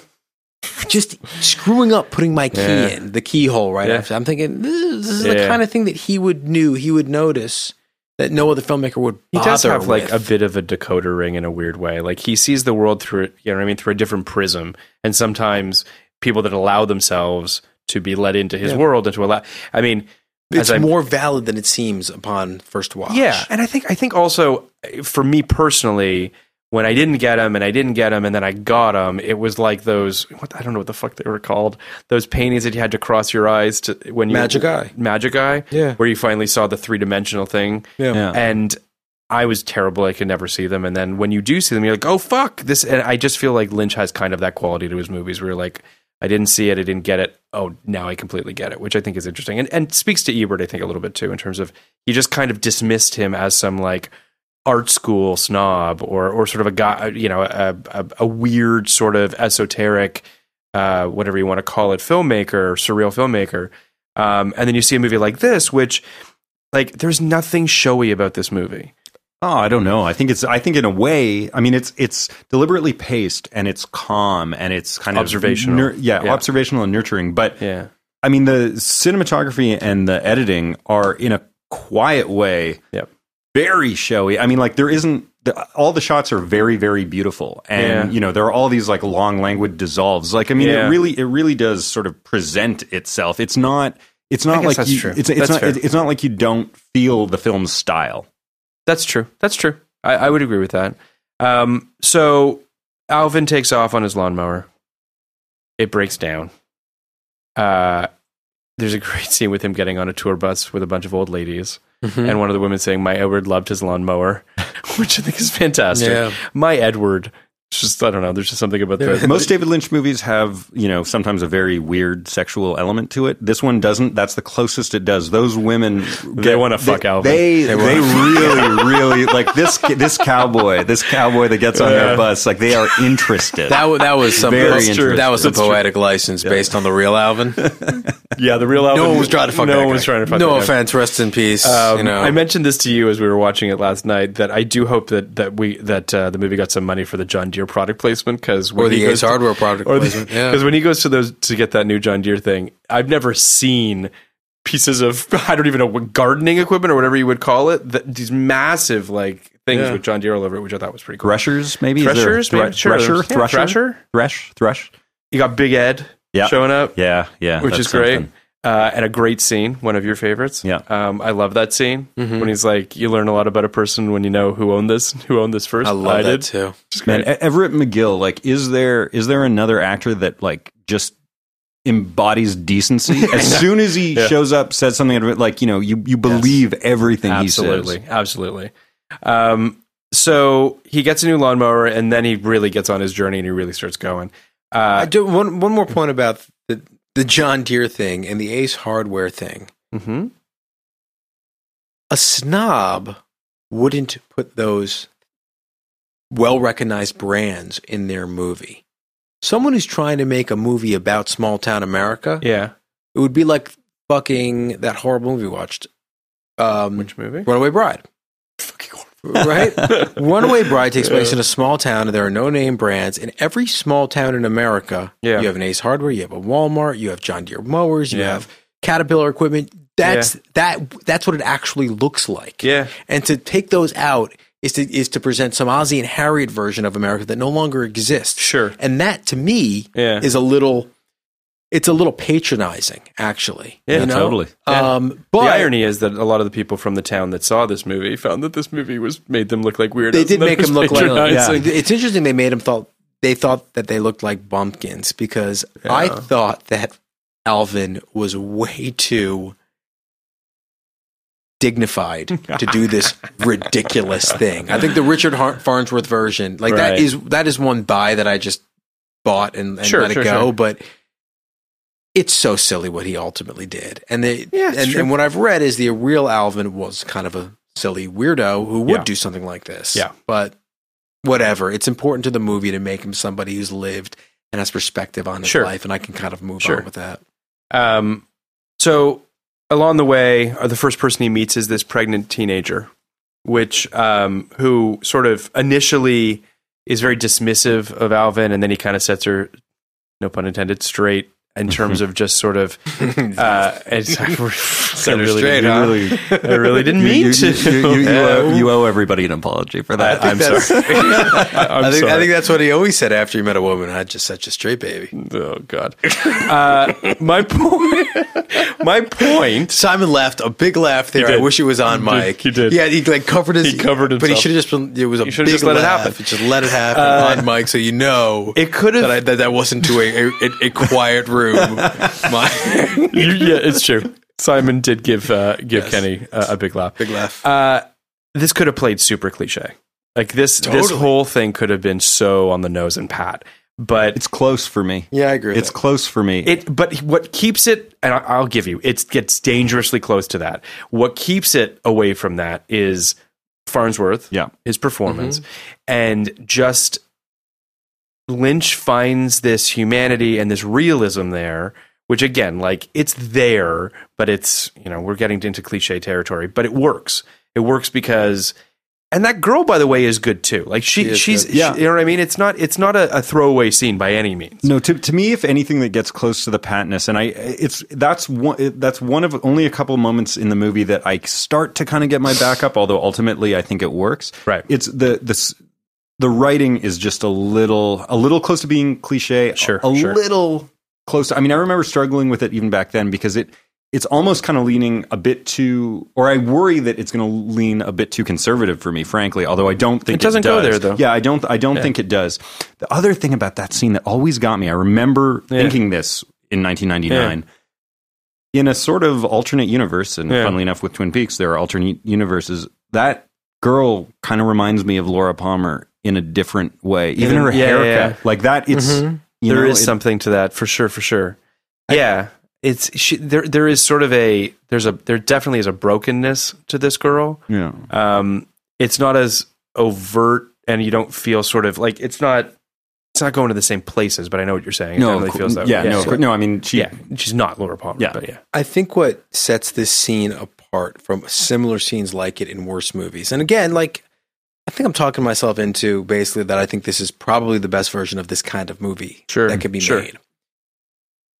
[SPEAKER 6] just screwing up putting my key
[SPEAKER 7] Yeah.
[SPEAKER 6] in the keyhole right
[SPEAKER 7] Yeah.
[SPEAKER 6] after. I'm thinking this, this is the
[SPEAKER 7] Yeah.
[SPEAKER 6] kind of thing that he would knew he would notice that no other filmmaker would.
[SPEAKER 7] he does
[SPEAKER 6] bother
[SPEAKER 7] have like
[SPEAKER 6] with.
[SPEAKER 7] a bit of a decoder ring in a weird way. Like he sees the world through, you know what I mean, through a different prism. And sometimes people that allow themselves to be let into his
[SPEAKER 6] Yeah.
[SPEAKER 7] world and to allow, I mean,
[SPEAKER 6] It's
[SPEAKER 7] as I'm-
[SPEAKER 6] more valid than it seems upon first watch.
[SPEAKER 7] Yeah, and I think I think also uh, for me personally, when I didn't get them and I didn't get them and then I got them, it was like those what I don't know what the fuck they were called. Those paintings that you had to cross your eyes to when you
[SPEAKER 6] Magic Eye.
[SPEAKER 7] magic eye,
[SPEAKER 6] Yeah.
[SPEAKER 7] where you finally saw the three dimensional thing.
[SPEAKER 6] Yeah.
[SPEAKER 8] Yeah.
[SPEAKER 7] and I was terrible. I could never see them, and then when you do see them, you're like, oh fuck this. And I just feel like Lynch has kind of that quality to his movies, where you're like. I didn't see it. I didn't get it. Oh, now I completely get it, which I think is interesting and, and speaks to Ebert, I think, a little bit too, in terms of he just kind of dismissed him as some like art school snob or or sort of a guy, you know, a, a, a weird sort of esoteric, uh, whatever you want to call it, filmmaker, surreal filmmaker. Um, and then you see a movie like this, which like there's nothing showy about this movie.
[SPEAKER 8] Oh, I don't know. I think it's. I think in a way, I mean, it's it's deliberately paced and it's calm and it's kind
[SPEAKER 7] Observational.
[SPEAKER 8] of yeah,
[SPEAKER 7] Yeah.
[SPEAKER 8] observational and nurturing. But
[SPEAKER 7] Yeah.
[SPEAKER 8] I mean, the cinematography and the editing are in a quiet way
[SPEAKER 7] Yep.
[SPEAKER 8] very showy. I mean, like there isn't the, all the shots are very very beautiful, and
[SPEAKER 7] Yeah.
[SPEAKER 8] you know there are all these like long languid dissolves. Like I mean,
[SPEAKER 7] Yeah.
[SPEAKER 8] it really it really does sort of present itself. It's not. It's not
[SPEAKER 7] guess
[SPEAKER 8] like
[SPEAKER 7] that's
[SPEAKER 8] you,
[SPEAKER 7] true.
[SPEAKER 8] It's, it's
[SPEAKER 7] That's
[SPEAKER 8] not.
[SPEAKER 7] fair.
[SPEAKER 8] It's not like you don't feel the film's style.
[SPEAKER 7] That's true. That's true. I, I would agree with that. Um, so Alvin takes off on his lawnmower. It breaks down. Uh, there's a great [laughs] scene with him getting on a tour bus with a bunch of old ladies, and [laughs] one of the women saying, "My Edward loved his lawnmower," which I think is fantastic.
[SPEAKER 6] Yeah.
[SPEAKER 7] My Edward It's just I don't know. There's just something about the
[SPEAKER 8] [laughs] Most David Lynch movies have, you know, sometimes a very weird sexual element to it. This one doesn't. That's the closest it does. Those women
[SPEAKER 7] They wanna fuck
[SPEAKER 8] they,
[SPEAKER 7] Alvin.
[SPEAKER 8] They
[SPEAKER 7] They
[SPEAKER 8] they,
[SPEAKER 7] wanna
[SPEAKER 8] really really like this this cowboy this cowboy that gets on
[SPEAKER 7] Yeah.
[SPEAKER 8] their bus. Like they are interested.
[SPEAKER 6] That, wa- that was some
[SPEAKER 8] Very
[SPEAKER 6] that's true.
[SPEAKER 8] interesting.
[SPEAKER 6] that was some
[SPEAKER 8] That's true.
[SPEAKER 6] poetic license based on the real Alvin.
[SPEAKER 7] yeah, the real Alvin.
[SPEAKER 6] no one was trying to fuck.
[SPEAKER 7] No
[SPEAKER 6] that
[SPEAKER 7] one
[SPEAKER 6] guy.
[SPEAKER 7] was trying to fuck.
[SPEAKER 6] No
[SPEAKER 7] that guy.
[SPEAKER 6] offense. Rest in peace.
[SPEAKER 7] Um,
[SPEAKER 6] you know,
[SPEAKER 7] I mentioned this to you as we were watching it last night that I do hope that that we that uh, the movie got some money for the John Deere product placement because
[SPEAKER 6] or the Ace Hardware
[SPEAKER 7] [laughs]
[SPEAKER 6] product placement. yeah.
[SPEAKER 7] because when he goes to those to get that new John Deere thing, I've never seen pieces of [laughs] I don't even know what gardening equipment or whatever you would call it. That, these massive like things
[SPEAKER 6] Yeah.
[SPEAKER 7] with John Deere all over it, which I thought was pretty cool.
[SPEAKER 8] Threshers maybe Is there a
[SPEAKER 7] Threshers,
[SPEAKER 8] thre-
[SPEAKER 7] maybe? Sure.
[SPEAKER 8] thresher
[SPEAKER 7] Yeah,
[SPEAKER 8] thresher
[SPEAKER 7] thresher.
[SPEAKER 8] thresh thresh
[SPEAKER 7] You got Big Ed
[SPEAKER 8] Yeah.
[SPEAKER 7] showing up,
[SPEAKER 8] yeah
[SPEAKER 7] [laughs]
[SPEAKER 8] yeah
[SPEAKER 7] which
[SPEAKER 8] that's
[SPEAKER 7] is great.
[SPEAKER 8] something.
[SPEAKER 7] Uh, and a great scene, one of your favorites.
[SPEAKER 8] Yeah.
[SPEAKER 7] um, I love that scene
[SPEAKER 6] Mm-hmm.
[SPEAKER 7] when he's like, "You learn a lot about a person when you know who owned this, who owned this first.
[SPEAKER 6] I love that
[SPEAKER 7] did.
[SPEAKER 6] too.
[SPEAKER 8] Man, E- Everett McGill, like, is there is there another actor that like just
[SPEAKER 7] [laughs]
[SPEAKER 8] embodies decency? as soon as he
[SPEAKER 7] Yeah.
[SPEAKER 8] shows up, says something like, you know, you you believe everything
[SPEAKER 7] absolutely,
[SPEAKER 8] he says.
[SPEAKER 7] absolutely. Um, so he gets a new lawnmower, and then he really gets on his journey, and he really starts going.
[SPEAKER 6] I
[SPEAKER 7] Uh,
[SPEAKER 6] do one one more point about the the John Deere thing and the Ace Hardware thing.
[SPEAKER 7] mhm.
[SPEAKER 6] A snob wouldn't put those well recognized brands in their movie. Someone who's trying to make a movie about small town America,
[SPEAKER 7] Yeah.
[SPEAKER 6] it would be like fucking that horrible movie we watched. Um,
[SPEAKER 7] Which movie?
[SPEAKER 6] Runaway Bride. right? Runaway Bride takes place in a small town and there are no name brands. In every small town in America,
[SPEAKER 7] Yeah.
[SPEAKER 6] you have an Ace Hardware, you have a Walmart, you have John Deere mowers, you
[SPEAKER 7] Yeah.
[SPEAKER 6] have Caterpillar equipment. That's that that's what it actually looks like.
[SPEAKER 7] Yeah.
[SPEAKER 6] And to take those out is to is to present some Ozzy and Harriet version of America that no longer exists.
[SPEAKER 7] Sure.
[SPEAKER 6] And that to me
[SPEAKER 7] Yeah.
[SPEAKER 6] is a little it's a little patronizing, actually.
[SPEAKER 7] Yeah,
[SPEAKER 8] totally.
[SPEAKER 6] Um, but
[SPEAKER 7] the irony is that a lot of the people from the town that saw this movie found that this movie was made them look like weirdos.
[SPEAKER 6] they did
[SPEAKER 7] and that
[SPEAKER 6] make
[SPEAKER 7] was
[SPEAKER 6] him look like.
[SPEAKER 7] patronizing.
[SPEAKER 6] Yeah. It's interesting. They made him thought they thought that they looked like bumpkins because I
[SPEAKER 7] Yeah.
[SPEAKER 6] thought that Alvin was way too
[SPEAKER 7] [laughs]
[SPEAKER 6] dignified to do this ridiculous thing. I think the Richard Har- Farnsworth version, like that
[SPEAKER 7] Right.
[SPEAKER 6] is that is one buy that I just bought and, and
[SPEAKER 7] Sure,
[SPEAKER 6] let it
[SPEAKER 7] sure,
[SPEAKER 6] go,
[SPEAKER 7] sure.
[SPEAKER 6] but. It's so silly what he ultimately did, and they,
[SPEAKER 7] Yeah, it's
[SPEAKER 6] and,
[SPEAKER 7] true.
[SPEAKER 6] and what I've read is the real Alvin was kind of a silly weirdo who would
[SPEAKER 7] Yeah.
[SPEAKER 6] do something like this.
[SPEAKER 7] Yeah.
[SPEAKER 6] but whatever. It's important to the movie to make him somebody who's lived and has perspective on his
[SPEAKER 7] Sure.
[SPEAKER 6] life, and I can kind of move
[SPEAKER 7] Sure.
[SPEAKER 6] on with that.
[SPEAKER 7] Um, so along the way, uh, the first person he meets is this pregnant teenager, which um, who sort of initially is very dismissive of Alvin, and then he kind of sets her, no pun intended, straight in
[SPEAKER 8] Mm-hmm.
[SPEAKER 7] terms of just sort
[SPEAKER 8] [laughs]
[SPEAKER 7] of. Uh, it's, [laughs] I really
[SPEAKER 6] straight,
[SPEAKER 7] didn't-
[SPEAKER 6] huh?
[SPEAKER 8] Really,
[SPEAKER 7] [laughs] I really didn't
[SPEAKER 8] [laughs] you,
[SPEAKER 7] mean
[SPEAKER 8] you,
[SPEAKER 7] to.
[SPEAKER 8] You,
[SPEAKER 7] [laughs]
[SPEAKER 8] you, you owe,
[SPEAKER 7] Um,
[SPEAKER 8] you owe everybody an apology for that. I'm
[SPEAKER 7] [laughs]
[SPEAKER 8] sorry.
[SPEAKER 6] [laughs]
[SPEAKER 7] I'm
[SPEAKER 6] I think, I
[SPEAKER 7] sorry.
[SPEAKER 6] think that's what he always said after he met a woman. I just such a straight baby.
[SPEAKER 7] oh god. Uh, my point. [laughs] My point.
[SPEAKER 6] Simon laughed a big laugh there. I
[SPEAKER 7] did.
[SPEAKER 6] wish it was on
[SPEAKER 7] He did.
[SPEAKER 6] Mike.
[SPEAKER 7] He did.
[SPEAKER 6] Yeah, he like covered his.
[SPEAKER 7] He covered
[SPEAKER 6] But he
[SPEAKER 7] himself.
[SPEAKER 6] should have just been. It was
[SPEAKER 7] He
[SPEAKER 6] a big
[SPEAKER 7] should've just let
[SPEAKER 6] laugh.
[SPEAKER 7] it happen. Uh,
[SPEAKER 6] Just let it happen on Mike, so you know
[SPEAKER 7] It could
[SPEAKER 6] that, I,
[SPEAKER 7] have.
[SPEAKER 6] that that wasn't to a, a, a quiet [laughs] room. Mike,
[SPEAKER 7] You- yeah, it's true. [laughs] Simon did give uh, give
[SPEAKER 6] Yes.
[SPEAKER 7] Kenny uh, a big laugh.
[SPEAKER 6] big laugh.
[SPEAKER 7] Uh, this could have played super cliche. Like this, this
[SPEAKER 6] Totally.
[SPEAKER 7] whole thing could have been so on the nose and pat. But
[SPEAKER 8] It's close for me.
[SPEAKER 6] yeah, I agree. with
[SPEAKER 8] It's close for me.
[SPEAKER 7] it, but what keeps it, and I- I'll give you, it gets dangerously close to that. What keeps it away from that is Farnsworth,
[SPEAKER 8] Yeah.
[SPEAKER 7] his performance,
[SPEAKER 6] Mm-hmm.
[SPEAKER 7] and just Lynch finds this humanity and this realism there, which again, like it's there, but it's you know we're getting into cliche territory, but it works. It works because. And that girl, by the way, is good too. Like she,
[SPEAKER 6] She is
[SPEAKER 7] she's,
[SPEAKER 6] good.
[SPEAKER 7] she-
[SPEAKER 8] Yeah.
[SPEAKER 7] you know what I mean. It's not, it's not a, a throwaway scene by any means.
[SPEAKER 8] No, to, to me, if anything that gets close to the patness, and I, it's that's one that's one of only a couple moments in the movie that I start to kind of get my back up. Although ultimately, I think it works.
[SPEAKER 7] Right.
[SPEAKER 8] It's the this the writing is just a little a little close to being cliche.
[SPEAKER 7] Sure,
[SPEAKER 8] A
[SPEAKER 7] sure.
[SPEAKER 8] little close. To, I mean, I remember struggling with it even back then because it it's almost kind of leaning a bit too, or I worry that it's going to lean a bit too conservative for me, frankly. Although I don't
[SPEAKER 7] It
[SPEAKER 8] think
[SPEAKER 7] doesn't go
[SPEAKER 8] does.
[SPEAKER 7] there, though.
[SPEAKER 8] Yeah, I don't. I don't
[SPEAKER 7] Yeah.
[SPEAKER 8] think it does. The other thing about that scene that always got me, I remember
[SPEAKER 7] Yeah.
[SPEAKER 8] thinking this in 1999. In a sort of alternate universe, and
[SPEAKER 7] Yeah.
[SPEAKER 8] funnily enough, with Twin Peaks, there are alternate universes. That girl kind of reminds me of Laura Palmer
[SPEAKER 9] in a different way. Even her
[SPEAKER 7] Yeah, yeah,
[SPEAKER 9] haircut,
[SPEAKER 7] yeah.
[SPEAKER 9] like that. It's
[SPEAKER 7] Mhm.
[SPEAKER 9] you
[SPEAKER 7] There
[SPEAKER 9] know,
[SPEAKER 7] is
[SPEAKER 9] it-
[SPEAKER 7] something to that for sure, for sure. yeah, it's she, there. There is sort of a there's a there definitely is a brokenness to this girl.
[SPEAKER 9] Yeah.
[SPEAKER 7] Um, it's not as overt, and you don't feel sort of like it's not. It's not going to the same places, but I know what you're saying. It
[SPEAKER 9] No,
[SPEAKER 7] definitely
[SPEAKER 9] of cou-
[SPEAKER 7] feels that
[SPEAKER 9] yeah,
[SPEAKER 7] way.
[SPEAKER 9] no, of cou- no, I mean, she-
[SPEAKER 7] yeah, she's not Laura Palmer. Yeah, but yeah,
[SPEAKER 6] I think what sets this scene apart from similar scenes like it in worse movies, and again, like I think I'm talking myself into basically that I think this is probably the best version of this kind of movie
[SPEAKER 7] Sure,
[SPEAKER 6] that could be
[SPEAKER 7] sure.
[SPEAKER 6] made.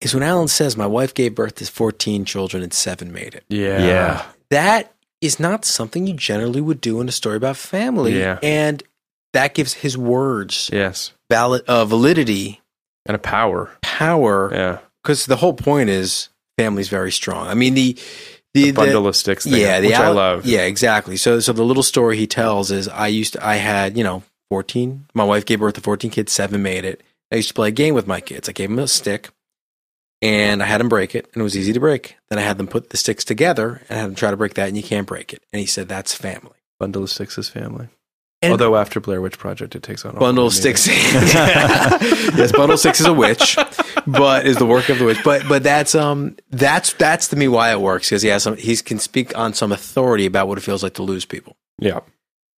[SPEAKER 6] Is when Alan says, "My wife gave birth to 14 children and seven made it."
[SPEAKER 7] yeah,
[SPEAKER 6] That is not something you generally would do in a story about family,
[SPEAKER 7] Yeah.
[SPEAKER 6] and that gives his words
[SPEAKER 7] yes,
[SPEAKER 6] valid uh, validity,
[SPEAKER 7] and a power.
[SPEAKER 6] power,
[SPEAKER 7] Yeah,
[SPEAKER 6] because the whole point is family's very strong. I mean the the,
[SPEAKER 7] The bundle of sticks thing,
[SPEAKER 6] yeah, the
[SPEAKER 7] which I
[SPEAKER 6] Al-
[SPEAKER 7] love.
[SPEAKER 6] Yeah, exactly. So so the little story he tells is I used to, I had you know fourteen. My wife gave birth to fourteen kids. Seven made it. I used to play a game with my kids. I gave them a stick, and I had them break it, and it was easy to break. Then I had them put the sticks together and I had them try to break that, and you can't break it. And he said that's family.
[SPEAKER 7] bundle of sticks is family.
[SPEAKER 6] And-
[SPEAKER 7] Although after Blair Witch Project, it takes on a whole
[SPEAKER 6] Bundle
[SPEAKER 7] new
[SPEAKER 6] of sticks.
[SPEAKER 7] meaning.
[SPEAKER 6] [laughs] yes, bundle of sticks is a witch, but is the work of the witch. But but that's um that's that's to me why it works because he has some he can speak on some authority about what it feels like to lose people.
[SPEAKER 7] Yeah,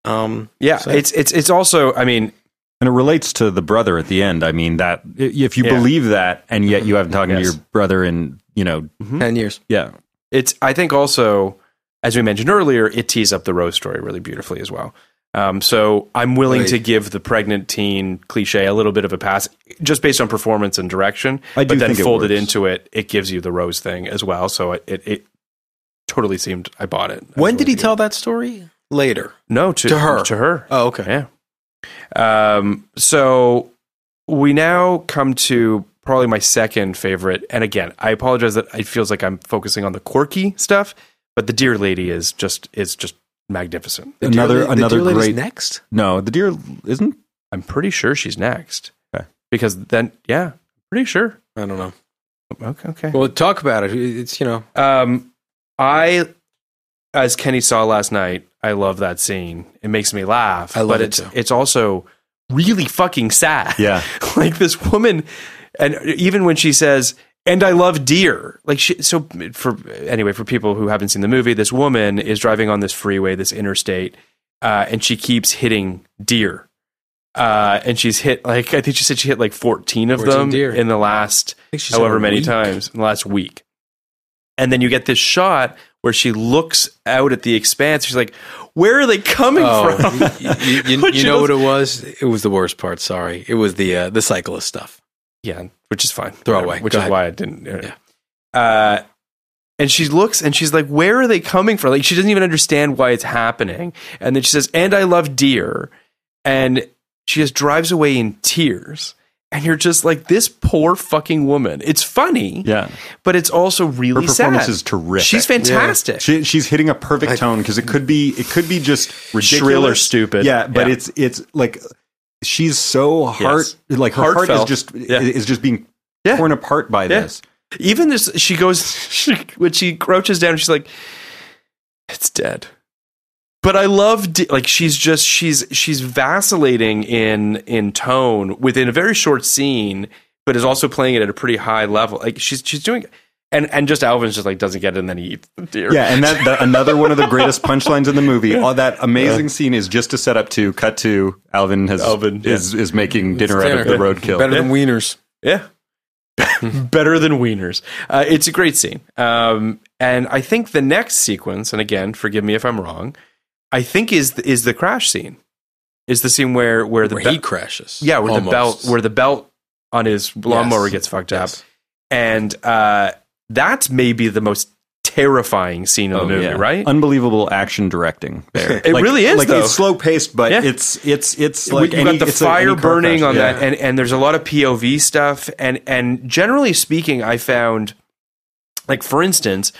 [SPEAKER 6] Um
[SPEAKER 7] yeah.
[SPEAKER 6] so-
[SPEAKER 7] It's it's it's also. I mean,
[SPEAKER 9] and it relates to the brother at the end. I mean that i- if you
[SPEAKER 7] Yeah. Mm-hmm.
[SPEAKER 9] believe that, and yet you haven't talked
[SPEAKER 7] Yes.
[SPEAKER 9] to your brother, and you know,
[SPEAKER 6] ten years.
[SPEAKER 9] yeah,
[SPEAKER 7] it's i think also as we mentioned earlier it tees up the rose story really beautifully as well um, so i'm willing
[SPEAKER 6] Right.
[SPEAKER 7] to give the pregnant teen cliche a little bit of a pass just based on performance and direction
[SPEAKER 9] I do
[SPEAKER 7] but then
[SPEAKER 9] think it
[SPEAKER 7] folded
[SPEAKER 9] works.
[SPEAKER 7] into it it gives you the rose thing as well so it, it, it totally seemed i bought it I
[SPEAKER 6] When
[SPEAKER 7] was
[SPEAKER 6] did he
[SPEAKER 7] with you.
[SPEAKER 6] tell that story? Later.
[SPEAKER 7] no to,
[SPEAKER 6] to her?
[SPEAKER 7] to her
[SPEAKER 6] Oh, okay.
[SPEAKER 7] yeah um, so we now come to probably my second favorite and again i apologize that it feels like i'm focusing on the quirky stuff but the dear lady is just is just magnificent
[SPEAKER 6] The
[SPEAKER 9] Another-
[SPEAKER 6] dear la- the
[SPEAKER 9] another
[SPEAKER 6] dear lady's
[SPEAKER 9] great-
[SPEAKER 6] next.
[SPEAKER 9] no, the deer isn't.
[SPEAKER 7] i'm pretty sure she's next
[SPEAKER 9] Okay.
[SPEAKER 7] because then yeah pretty sure
[SPEAKER 6] I don't know.
[SPEAKER 7] okay okay
[SPEAKER 6] Well, talk about it. It's you know
[SPEAKER 7] um i as kenny saw last night i love that scene it makes me laugh
[SPEAKER 6] I love
[SPEAKER 7] but
[SPEAKER 6] it
[SPEAKER 7] it's
[SPEAKER 6] too.
[SPEAKER 7] it's also really fucking sad
[SPEAKER 9] Yeah.
[SPEAKER 7] [laughs] like this woman and even when she says and i love deer like she so for anyway for people who haven't seen the movie this woman is driving on this freeway this interstate uh, and she keeps hitting deer uh, and she's hit like i think she said she hit like 14 of
[SPEAKER 6] 14
[SPEAKER 7] them
[SPEAKER 6] deer.
[SPEAKER 7] in the last
[SPEAKER 6] think she said
[SPEAKER 7] however
[SPEAKER 6] a
[SPEAKER 7] many
[SPEAKER 6] week.
[SPEAKER 7] times in the last week and then you get this shot where she looks out at the expanse she's like where are they coming from
[SPEAKER 6] oh, you, [laughs] you, you,
[SPEAKER 7] But
[SPEAKER 6] you
[SPEAKER 7] she
[SPEAKER 6] know
[SPEAKER 7] doesn't-
[SPEAKER 6] what it was? It was the worst part, sorry. It was the uh, the cyclist stuff.
[SPEAKER 7] [laughs] Yeah, which is fine.
[SPEAKER 6] Throw away.
[SPEAKER 7] Which
[SPEAKER 6] Go
[SPEAKER 7] is
[SPEAKER 6] ahead.
[SPEAKER 7] why I didn't. Uh, and she looks and she's like, "Where are they coming from?" Like she doesn't even understand why it's happening. And then she says, "And I love deer," and she just drives away in tears. And you're just like, "This poor fucking woman." It's funny,
[SPEAKER 9] Yeah.
[SPEAKER 7] but it's also really
[SPEAKER 9] Her performance
[SPEAKER 7] sad.
[SPEAKER 9] is terrific.
[SPEAKER 7] She's
[SPEAKER 9] Yeah.
[SPEAKER 7] fantastic.
[SPEAKER 9] She, she's hitting a perfect tone because it could be it could be just ridiculous.
[SPEAKER 7] Shrill or stupid.
[SPEAKER 9] Yeah, but
[SPEAKER 7] Yeah.
[SPEAKER 9] it's it's like she's so heart like her
[SPEAKER 7] Heartfelt.
[SPEAKER 9] heart is just
[SPEAKER 7] Yeah.
[SPEAKER 9] is just being
[SPEAKER 7] Yeah.
[SPEAKER 9] torn apart by
[SPEAKER 7] Yeah.
[SPEAKER 9] this.
[SPEAKER 7] Even this, she goes, she, when she crouches down, she's like, it's dead. But I love, di- like, she's just, she's, she's vacillating in, in tone within a very short scene, but is also playing it at a pretty high level. Like, she's, she's doing, and, and just Alvin's just like, doesn't get it, and then he eats the deer.
[SPEAKER 9] Yeah, and that the, another one of the greatest punchlines in the movie. All that amazing scene is just to set up to cut to Alvin has
[SPEAKER 7] Alvin, yeah.
[SPEAKER 9] is is making dinner out of the
[SPEAKER 6] Better-
[SPEAKER 9] roadkill.
[SPEAKER 6] Better than wieners.
[SPEAKER 7] Yeah. [laughs] Better than wieners. Uh, it's a great scene. Um, and I think the next sequence, and again, forgive me if I'm wrong, I think is the, is the crash scene. Is the scene where where the
[SPEAKER 6] Where
[SPEAKER 7] bel-
[SPEAKER 6] he crashes.
[SPEAKER 7] yeah where the belt
[SPEAKER 6] Almost.
[SPEAKER 7] where the belt on his lawnmower gets fucked
[SPEAKER 6] Yes.
[SPEAKER 7] up, and uh, that's maybe the most terrifying scene in
[SPEAKER 9] Oh,
[SPEAKER 7] the movie,
[SPEAKER 9] yeah.
[SPEAKER 7] right?
[SPEAKER 9] Unbelievable action directing there.
[SPEAKER 7] [laughs] It really is,
[SPEAKER 9] Like
[SPEAKER 7] though.
[SPEAKER 9] it's slow paced, but
[SPEAKER 7] Yeah.
[SPEAKER 9] it's it's it's
[SPEAKER 7] We
[SPEAKER 9] like
[SPEAKER 7] you
[SPEAKER 9] any-
[SPEAKER 7] got the
[SPEAKER 9] it's like
[SPEAKER 7] fire
[SPEAKER 9] any car
[SPEAKER 7] burning
[SPEAKER 9] crash.
[SPEAKER 7] on
[SPEAKER 9] Yeah.
[SPEAKER 7] that, and, and there's a lot of POV stuff, and and generally speaking, I found, like for instance,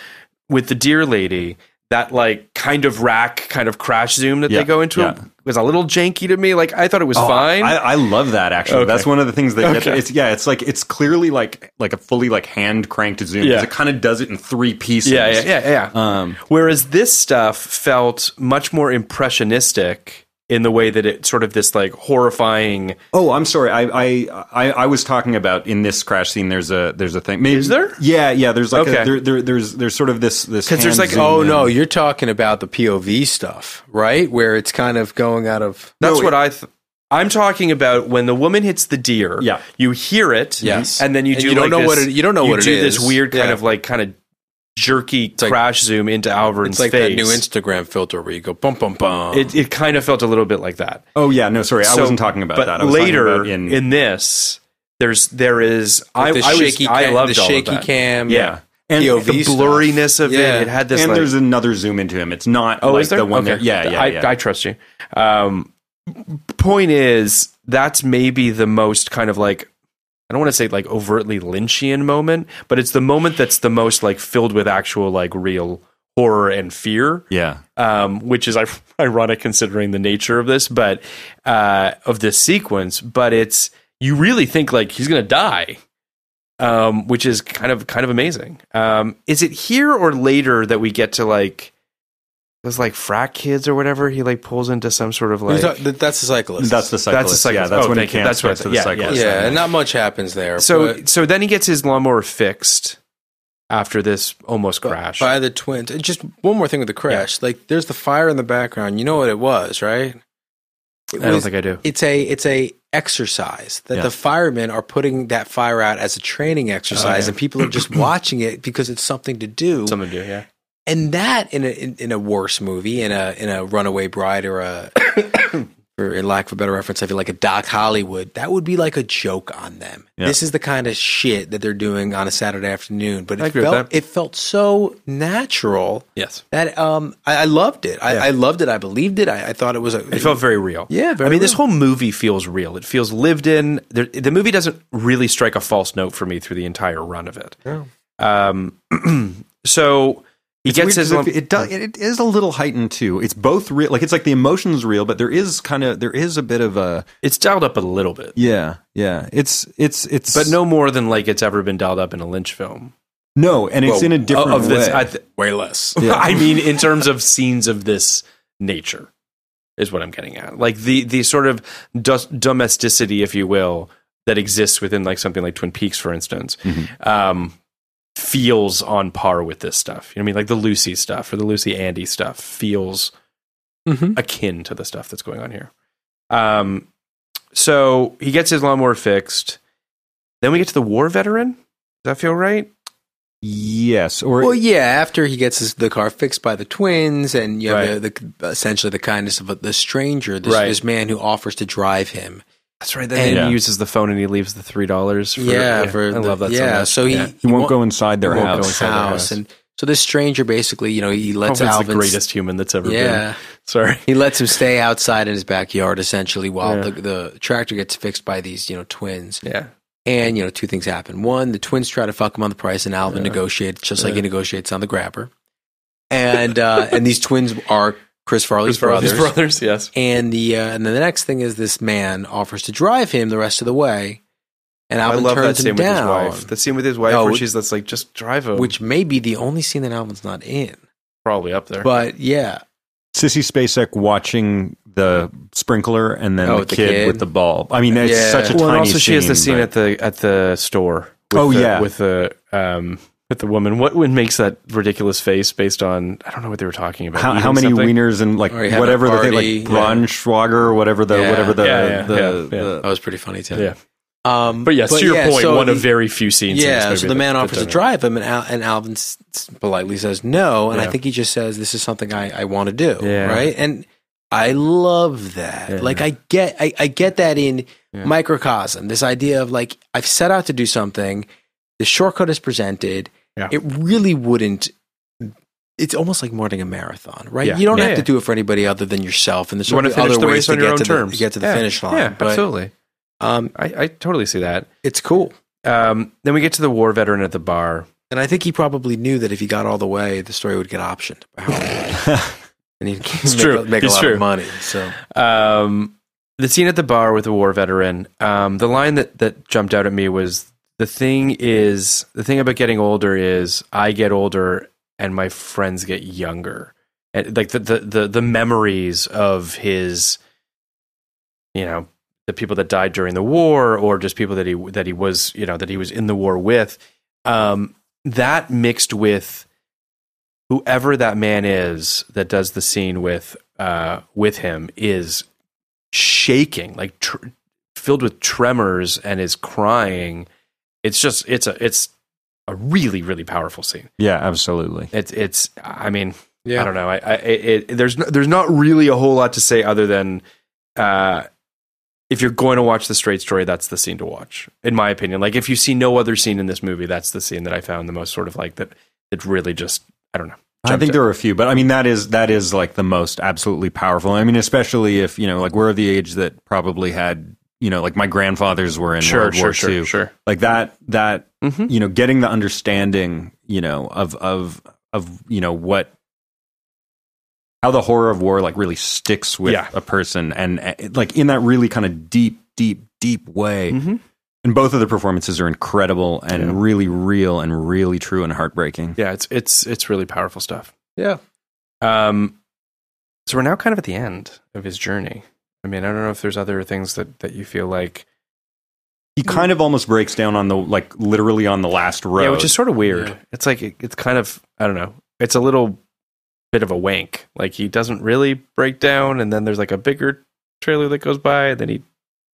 [SPEAKER 7] with the deer lady, that like kind of rack, kind of crash zoom that
[SPEAKER 9] Yeah,
[SPEAKER 7] they go into
[SPEAKER 9] yeah.
[SPEAKER 7] was a little janky to me. Like I thought it was
[SPEAKER 9] Oh,
[SPEAKER 7] fine.
[SPEAKER 9] I, I love that actually.
[SPEAKER 7] Okay.
[SPEAKER 9] That's one of the things that gets,
[SPEAKER 7] Okay.
[SPEAKER 9] it's yeah, it's like it's clearly like like a fully like hand cranked zoom because
[SPEAKER 7] Yeah.
[SPEAKER 9] it kind of does it in three pieces.
[SPEAKER 7] yeah, yeah, yeah, yeah.
[SPEAKER 9] Um,
[SPEAKER 7] Whereas this stuff felt much more impressionistic in the way that it's sort of this like horrifying.
[SPEAKER 8] Oh, I'm sorry. I, I I I was talking about in this crash scene. There's a there's a thing. Maybe,
[SPEAKER 7] Is there?
[SPEAKER 8] Yeah, yeah. There's like
[SPEAKER 7] Okay.
[SPEAKER 8] a, there, there there's there's sort of this this
[SPEAKER 6] Because there's
[SPEAKER 8] hand
[SPEAKER 6] like,
[SPEAKER 8] zoom
[SPEAKER 6] oh
[SPEAKER 8] in.
[SPEAKER 6] no, you're talking about the POV stuff, right? Where it's kind of going out of.
[SPEAKER 7] That's what I. Th- I'm talking about when the woman hits the deer.
[SPEAKER 8] Yeah.
[SPEAKER 7] you hear it.
[SPEAKER 6] Yes.
[SPEAKER 7] and then you
[SPEAKER 6] And
[SPEAKER 7] do.
[SPEAKER 6] you don't
[SPEAKER 7] like
[SPEAKER 6] know
[SPEAKER 7] this-
[SPEAKER 6] what it- you don't know what it
[SPEAKER 7] do This
[SPEAKER 6] is.
[SPEAKER 7] weird kind
[SPEAKER 6] Yeah.
[SPEAKER 7] of like kind of jerky
[SPEAKER 6] like-
[SPEAKER 7] crash zoom into Alvern's
[SPEAKER 6] It's like
[SPEAKER 7] face.
[SPEAKER 6] that new Instagram filter where you go bum bum bum.
[SPEAKER 7] it it kind of felt a little bit like that.
[SPEAKER 8] Oh yeah, no, sorry, I
[SPEAKER 7] So-
[SPEAKER 8] wasn't talking about
[SPEAKER 7] but
[SPEAKER 8] that. I was talking
[SPEAKER 7] later
[SPEAKER 8] about
[SPEAKER 7] in, this, there's there is I,
[SPEAKER 6] Like the
[SPEAKER 7] I was-
[SPEAKER 6] shaky
[SPEAKER 7] I
[SPEAKER 6] cam-
[SPEAKER 7] loved
[SPEAKER 6] the
[SPEAKER 7] all of
[SPEAKER 6] shaky
[SPEAKER 7] that.
[SPEAKER 6] cam,
[SPEAKER 7] yeah,
[SPEAKER 8] and
[SPEAKER 6] POV
[SPEAKER 7] the
[SPEAKER 6] stuff.
[SPEAKER 7] blurriness of
[SPEAKER 6] Yeah.
[SPEAKER 7] it. It had this
[SPEAKER 8] and
[SPEAKER 7] like,
[SPEAKER 8] there's another zoom into him. It's not
[SPEAKER 7] oh,
[SPEAKER 8] like
[SPEAKER 7] is there
[SPEAKER 8] the one
[SPEAKER 7] okay.
[SPEAKER 8] there. Yeah, yeah,
[SPEAKER 7] I,
[SPEAKER 8] yeah.
[SPEAKER 7] I trust you. Um, point is, that's maybe the most kind of like I don't want to say like overtly Lynchian moment, but it's the moment that's the most like filled with actual like real horror and fear
[SPEAKER 8] yeah.
[SPEAKER 7] um, which is ir- [laughs] ironic considering the nature of this, but uh, of this sequence. But it's you really think like he's gonna die, um, which is kind of kind of amazing. Um, is it here or later that we get to like it was like frat kids or whatever? He like pulls into some sort of like
[SPEAKER 6] Who's that- that- that's the cyclist.
[SPEAKER 8] That's the cyclist. Yeah,
[SPEAKER 7] cyclist.
[SPEAKER 8] that's
[SPEAKER 7] Oh,
[SPEAKER 8] when he
[SPEAKER 7] thank you.
[SPEAKER 8] can't
[SPEAKER 7] That's what I
[SPEAKER 8] switch to
[SPEAKER 7] thought.
[SPEAKER 8] the
[SPEAKER 7] Yeah,
[SPEAKER 8] cyclist.
[SPEAKER 6] yeah, and not much happens there.
[SPEAKER 7] so.
[SPEAKER 6] but-
[SPEAKER 7] So then he gets his lawnmower fixed after this almost crash.
[SPEAKER 6] by the twins. And Just one more thing with the crash. Like, there's the fire in the background. You know what it was, right? It
[SPEAKER 7] I don't
[SPEAKER 6] was-
[SPEAKER 7] think I do.
[SPEAKER 6] It's a it's a exercise that
[SPEAKER 8] Yeah.
[SPEAKER 6] the firemen are putting that fire out as a training exercise,
[SPEAKER 7] Oh, yeah.
[SPEAKER 6] and people
[SPEAKER 7] [clears throat]
[SPEAKER 6] are just watching it because it's something to do.
[SPEAKER 7] Something to do, yeah.
[SPEAKER 6] and that in a in, in a worse movie, in a in a Runaway Bride or a. [coughs] Or in lack of a better reference, I feel like a Doc Hollywood, that would be like a joke on them.
[SPEAKER 8] Yeah.
[SPEAKER 6] This is the kind of shit that they're doing on a Saturday afternoon, but
[SPEAKER 7] I
[SPEAKER 6] it
[SPEAKER 7] agree with
[SPEAKER 6] felt
[SPEAKER 7] that.
[SPEAKER 6] it felt so natural
[SPEAKER 7] Yes,
[SPEAKER 6] that um, I, I loved it. I, I loved it. I believed it. I, I thought it was a.
[SPEAKER 7] It felt very real.
[SPEAKER 6] Yeah, very
[SPEAKER 7] I mean, this
[SPEAKER 6] real.
[SPEAKER 7] whole movie feels real. It feels lived in. There, the movie doesn't really strike a false note for me through the entire run of it. Um, [clears throat] so he
[SPEAKER 8] It's
[SPEAKER 7] gets
[SPEAKER 8] weird
[SPEAKER 7] his.
[SPEAKER 8] 'cause
[SPEAKER 7] lump-
[SPEAKER 8] it, it does. It, it is a little heightened too. It's both real, like it's like the emotions real, but there is kind of there is a bit of a
[SPEAKER 7] it's dialed up a little bit,
[SPEAKER 8] yeah, yeah. It's it's it's
[SPEAKER 7] but no more than like it's ever been dialed up in a Lynch film.
[SPEAKER 8] no, and it's
[SPEAKER 6] Well,
[SPEAKER 8] in a different
[SPEAKER 7] of this,
[SPEAKER 8] way.
[SPEAKER 7] I, th- [laughs]
[SPEAKER 6] way less.
[SPEAKER 7] I mean, in terms of scenes of this nature, is what I'm getting at. Like the the sort of dus- domesticity, if you will, that exists within like something like Twin Peaks, for instance,
[SPEAKER 8] Mm-hmm.
[SPEAKER 7] um, feels on par with this stuff. You know what I mean? Like the Lucy stuff or the Lucy Andy stuff feels
[SPEAKER 8] Mm-hmm.
[SPEAKER 7] akin to the stuff that's going on here. Um, so he gets his lawnmower fixed. Then we get to the war veteran. Does that feel right?
[SPEAKER 8] yes, or
[SPEAKER 6] Well, yeah. After he gets his, the car fixed by the twins, and you have
[SPEAKER 7] Right.
[SPEAKER 6] the, the essentially the kindness of the stranger, this,
[SPEAKER 7] Right.
[SPEAKER 6] this man who offers to drive him.
[SPEAKER 7] That's right. Then
[SPEAKER 6] And-
[SPEAKER 7] he uses the phone and he leaves the three dollars.
[SPEAKER 6] yeah, for
[SPEAKER 7] I
[SPEAKER 6] the-
[SPEAKER 7] love that.
[SPEAKER 6] Yeah,
[SPEAKER 7] so,
[SPEAKER 6] so he,
[SPEAKER 7] Yeah.
[SPEAKER 8] he won't go
[SPEAKER 6] in
[SPEAKER 8] inside their
[SPEAKER 7] he won't go
[SPEAKER 8] house.
[SPEAKER 7] inside their house.
[SPEAKER 6] and so this stranger basically, you know, he
[SPEAKER 7] much.
[SPEAKER 6] lets
[SPEAKER 7] Alvin's
[SPEAKER 6] Alvin.
[SPEAKER 7] the greatest human that's ever
[SPEAKER 6] Yeah.
[SPEAKER 7] been. Sorry.
[SPEAKER 6] He lets him stay outside in his backyard essentially while
[SPEAKER 7] Yeah.
[SPEAKER 6] the, the tractor gets fixed by these, you know, twins.
[SPEAKER 7] Yeah.
[SPEAKER 6] And you know, two things happen. One, the twins try to fuck him on the price, and Alvin negotiates just like he negotiates on the grabber. And uh, and these twins are Chris Farley's brothers.
[SPEAKER 7] His brothers. Yes.
[SPEAKER 6] And the uh, and then the next thing is this man offers to drive him the rest of the way, and Alvin
[SPEAKER 7] I love that
[SPEAKER 6] turns
[SPEAKER 7] scene
[SPEAKER 6] him
[SPEAKER 7] with his
[SPEAKER 6] down,
[SPEAKER 7] wife. The scene with his wife
[SPEAKER 6] No,
[SPEAKER 7] where
[SPEAKER 6] it-
[SPEAKER 7] she's that's like just drive him,
[SPEAKER 6] which may be the only scene that Alvin's not in.
[SPEAKER 7] probably up there.
[SPEAKER 6] But yeah,
[SPEAKER 8] Sissy Spacek watching the sprinkler and then
[SPEAKER 6] Oh,
[SPEAKER 8] the,
[SPEAKER 6] the
[SPEAKER 8] kid,
[SPEAKER 6] kid.
[SPEAKER 8] with the ball. I mean, it's
[SPEAKER 6] Yeah.
[SPEAKER 8] such a
[SPEAKER 7] well,
[SPEAKER 8] tiny
[SPEAKER 7] and also
[SPEAKER 8] scene.
[SPEAKER 7] she has the scene
[SPEAKER 8] but-
[SPEAKER 7] at the at the store. With
[SPEAKER 8] Oh,
[SPEAKER 7] the,
[SPEAKER 8] yeah.
[SPEAKER 7] with the um with the woman. What would makes that ridiculous face based on I don't know what they were talking about.
[SPEAKER 8] how,
[SPEAKER 7] eating
[SPEAKER 8] how many
[SPEAKER 7] something?
[SPEAKER 8] wieners and like
[SPEAKER 6] Or you have a
[SPEAKER 8] whatever the thing, like
[SPEAKER 6] party, yeah.
[SPEAKER 8] Braunschweiger or whatever the
[SPEAKER 6] Yeah.
[SPEAKER 8] whatever the
[SPEAKER 7] Yeah, yeah,
[SPEAKER 8] the,
[SPEAKER 7] yeah, yeah.
[SPEAKER 8] the-
[SPEAKER 6] that was pretty funny too.
[SPEAKER 7] Yeah.
[SPEAKER 6] Um,
[SPEAKER 7] But yes, to your point,
[SPEAKER 6] so
[SPEAKER 7] one
[SPEAKER 6] the-
[SPEAKER 7] of very few scenes. in this
[SPEAKER 6] Yeah,
[SPEAKER 7] movie
[SPEAKER 6] so the
[SPEAKER 7] that-
[SPEAKER 6] man
[SPEAKER 7] that
[SPEAKER 6] offers to
[SPEAKER 7] don't-
[SPEAKER 6] drive him, and, Al- and Alvin s- s- politely says no. And I
[SPEAKER 7] Yeah.
[SPEAKER 6] think he just says, "This is something I, I want to do."
[SPEAKER 7] Yeah.
[SPEAKER 6] Right, and I love that. Like I get, I, I get that in microcosm. This idea of like I've set out to do something. The shortcut is presented.
[SPEAKER 7] Yeah.
[SPEAKER 6] It really wouldn't. It's almost like morning a marathon, right?
[SPEAKER 7] Yeah.
[SPEAKER 6] You don't
[SPEAKER 7] Yeah,
[SPEAKER 6] have to
[SPEAKER 7] yeah.
[SPEAKER 6] do it for anybody other than yourself, and there's
[SPEAKER 7] You want to
[SPEAKER 6] certainly
[SPEAKER 7] finish the
[SPEAKER 6] other ways
[SPEAKER 7] race
[SPEAKER 6] to
[SPEAKER 7] on your
[SPEAKER 6] get
[SPEAKER 7] own
[SPEAKER 6] to the,
[SPEAKER 7] terms.
[SPEAKER 6] to get to the
[SPEAKER 7] Yeah,
[SPEAKER 6] finish line.
[SPEAKER 7] Yeah,
[SPEAKER 6] but,
[SPEAKER 7] absolutely.
[SPEAKER 6] Um,
[SPEAKER 7] I, I totally see that.
[SPEAKER 6] it's cool.
[SPEAKER 7] Um, then we get to the war veteran at the bar.
[SPEAKER 6] And I think he probably knew that if he got all the way, the story would get optioned by Hollywood.
[SPEAKER 7] [laughs]
[SPEAKER 6] and he'd [laughs] make,
[SPEAKER 7] true.
[SPEAKER 6] A, make a
[SPEAKER 7] It's
[SPEAKER 6] lot
[SPEAKER 7] true.
[SPEAKER 6] of money.
[SPEAKER 7] [laughs]
[SPEAKER 6] So
[SPEAKER 7] Um, the scene at the bar with the war veteran. Um, the line that that jumped out at me was the thing is the thing about getting older is I get older and my friends get younger. And like the the the, the memories of his you know the people that died during the war or just people that he that he was you know that he was in the war with um, that mixed with whoever that man is that does the scene with uh, with him is shaking like tr- filled with tremors and is crying it's just it's a it's a really really powerful scene
[SPEAKER 8] Yeah, absolutely.
[SPEAKER 7] it's it's i mean
[SPEAKER 8] Yeah.
[SPEAKER 7] i don't know i, I it, it, there's no, there's not really a whole lot to say other than uh if you're going to watch the straight story that's the scene to watch in my opinion like if you see no other scene in this movie that's the scene that i found the most sort of like that that really just i don't know
[SPEAKER 8] I think there were a few, but I mean that is that is like the most absolutely powerful. I mean, especially if you know, like we're of the age that probably had you know, like my grandfathers were in
[SPEAKER 7] Sure,
[SPEAKER 8] World
[SPEAKER 7] sure,
[SPEAKER 8] War
[SPEAKER 7] sure,
[SPEAKER 8] II.
[SPEAKER 7] sure.
[SPEAKER 8] Like that that
[SPEAKER 7] Mm-hmm.
[SPEAKER 8] you know, getting the understanding you know of of of you know what how the horror of war like really sticks with
[SPEAKER 7] Yeah.
[SPEAKER 8] a person and uh, like in that really kind of deep deep deep way
[SPEAKER 7] Mhm.
[SPEAKER 8] and both of the performances are incredible and really real and really true and heartbreaking
[SPEAKER 7] yeah it's it's it's really powerful stuff
[SPEAKER 6] Yeah.
[SPEAKER 7] um so we're now kind of at the end of his journey i mean i don't know if there's other things that that you feel like
[SPEAKER 8] he kind of almost breaks down on the like literally on the last row
[SPEAKER 7] Mm-hmm. Yeah, which is sort of weird. It's like it- it's kind of I don't know. It's a little bit of a wank. Like he doesn't really break down, and then there's like a bigger trailer that goes by, and then he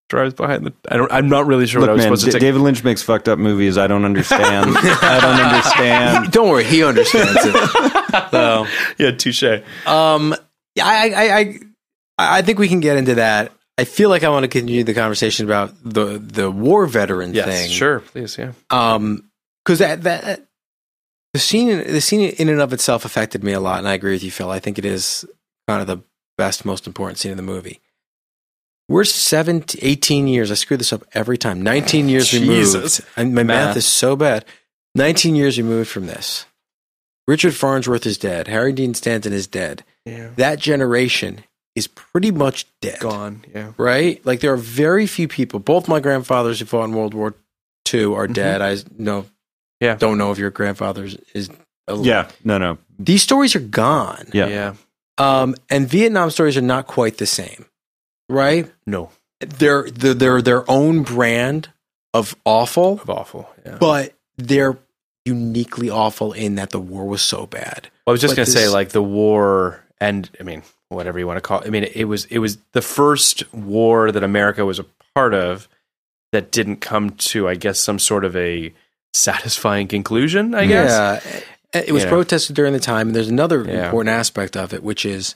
[SPEAKER 7] drives behind the. I don't. I'm not really sure
[SPEAKER 8] Look,
[SPEAKER 7] what I was
[SPEAKER 8] man,
[SPEAKER 7] supposed
[SPEAKER 8] D-
[SPEAKER 7] to take.
[SPEAKER 8] David Lynch makes fucked up movies. I
[SPEAKER 7] [laughs]
[SPEAKER 8] don't understand. I don't understand.
[SPEAKER 6] [laughs] Don't worry, he understands it. So,
[SPEAKER 7] [laughs] yeah, touche.
[SPEAKER 6] um, yeah, I, I, I, I think we can get into that. I feel like I want to continue the conversation about the the war veteran
[SPEAKER 7] Yes,
[SPEAKER 6] thing.
[SPEAKER 7] sure, please, yeah.
[SPEAKER 6] um because that that the scene the scene in and of itself affected me a lot and i agree with you phil i think it is kind of the best most important scene in the movie we're 17, 18 years i screw this up every
[SPEAKER 7] [sighs]
[SPEAKER 6] time 19 years
[SPEAKER 7] Jesus.
[SPEAKER 6] removed and my math
[SPEAKER 7] Math.
[SPEAKER 6] is so bad 19 years removed from this richard farnsworth is dead harry dean stanton is dead
[SPEAKER 7] Yeah,
[SPEAKER 6] that generation is pretty much dead
[SPEAKER 7] gone. Yeah,
[SPEAKER 6] right? Like there are very few people. Both my grandfathers who fought in World War II are dead. I know,
[SPEAKER 7] Yeah.
[SPEAKER 6] don't know if your grandfather's is. alive.
[SPEAKER 8] Yeah, no, no.
[SPEAKER 6] these stories are gone.
[SPEAKER 8] Yeah.
[SPEAKER 7] yeah.
[SPEAKER 6] Um, and Vietnam stories are not quite the same, right?
[SPEAKER 7] No,
[SPEAKER 6] They're they're, they're their own brand of awful,
[SPEAKER 7] of awful. Yeah. Well,
[SPEAKER 6] but they're uniquely awful in that the war was so bad.
[SPEAKER 7] I was just
[SPEAKER 6] but
[SPEAKER 7] gonna say
[SPEAKER 6] this-
[SPEAKER 7] like the war, and I mean whatever you want to call. It. I mean it was it was the first war that America was a part of that didn't come to I guess some sort of a satisfying conclusion. I guess.
[SPEAKER 6] Yeah. It was
[SPEAKER 7] Yeah.
[SPEAKER 6] protested during the time. And there's another
[SPEAKER 7] Yeah.
[SPEAKER 6] important aspect of it, which is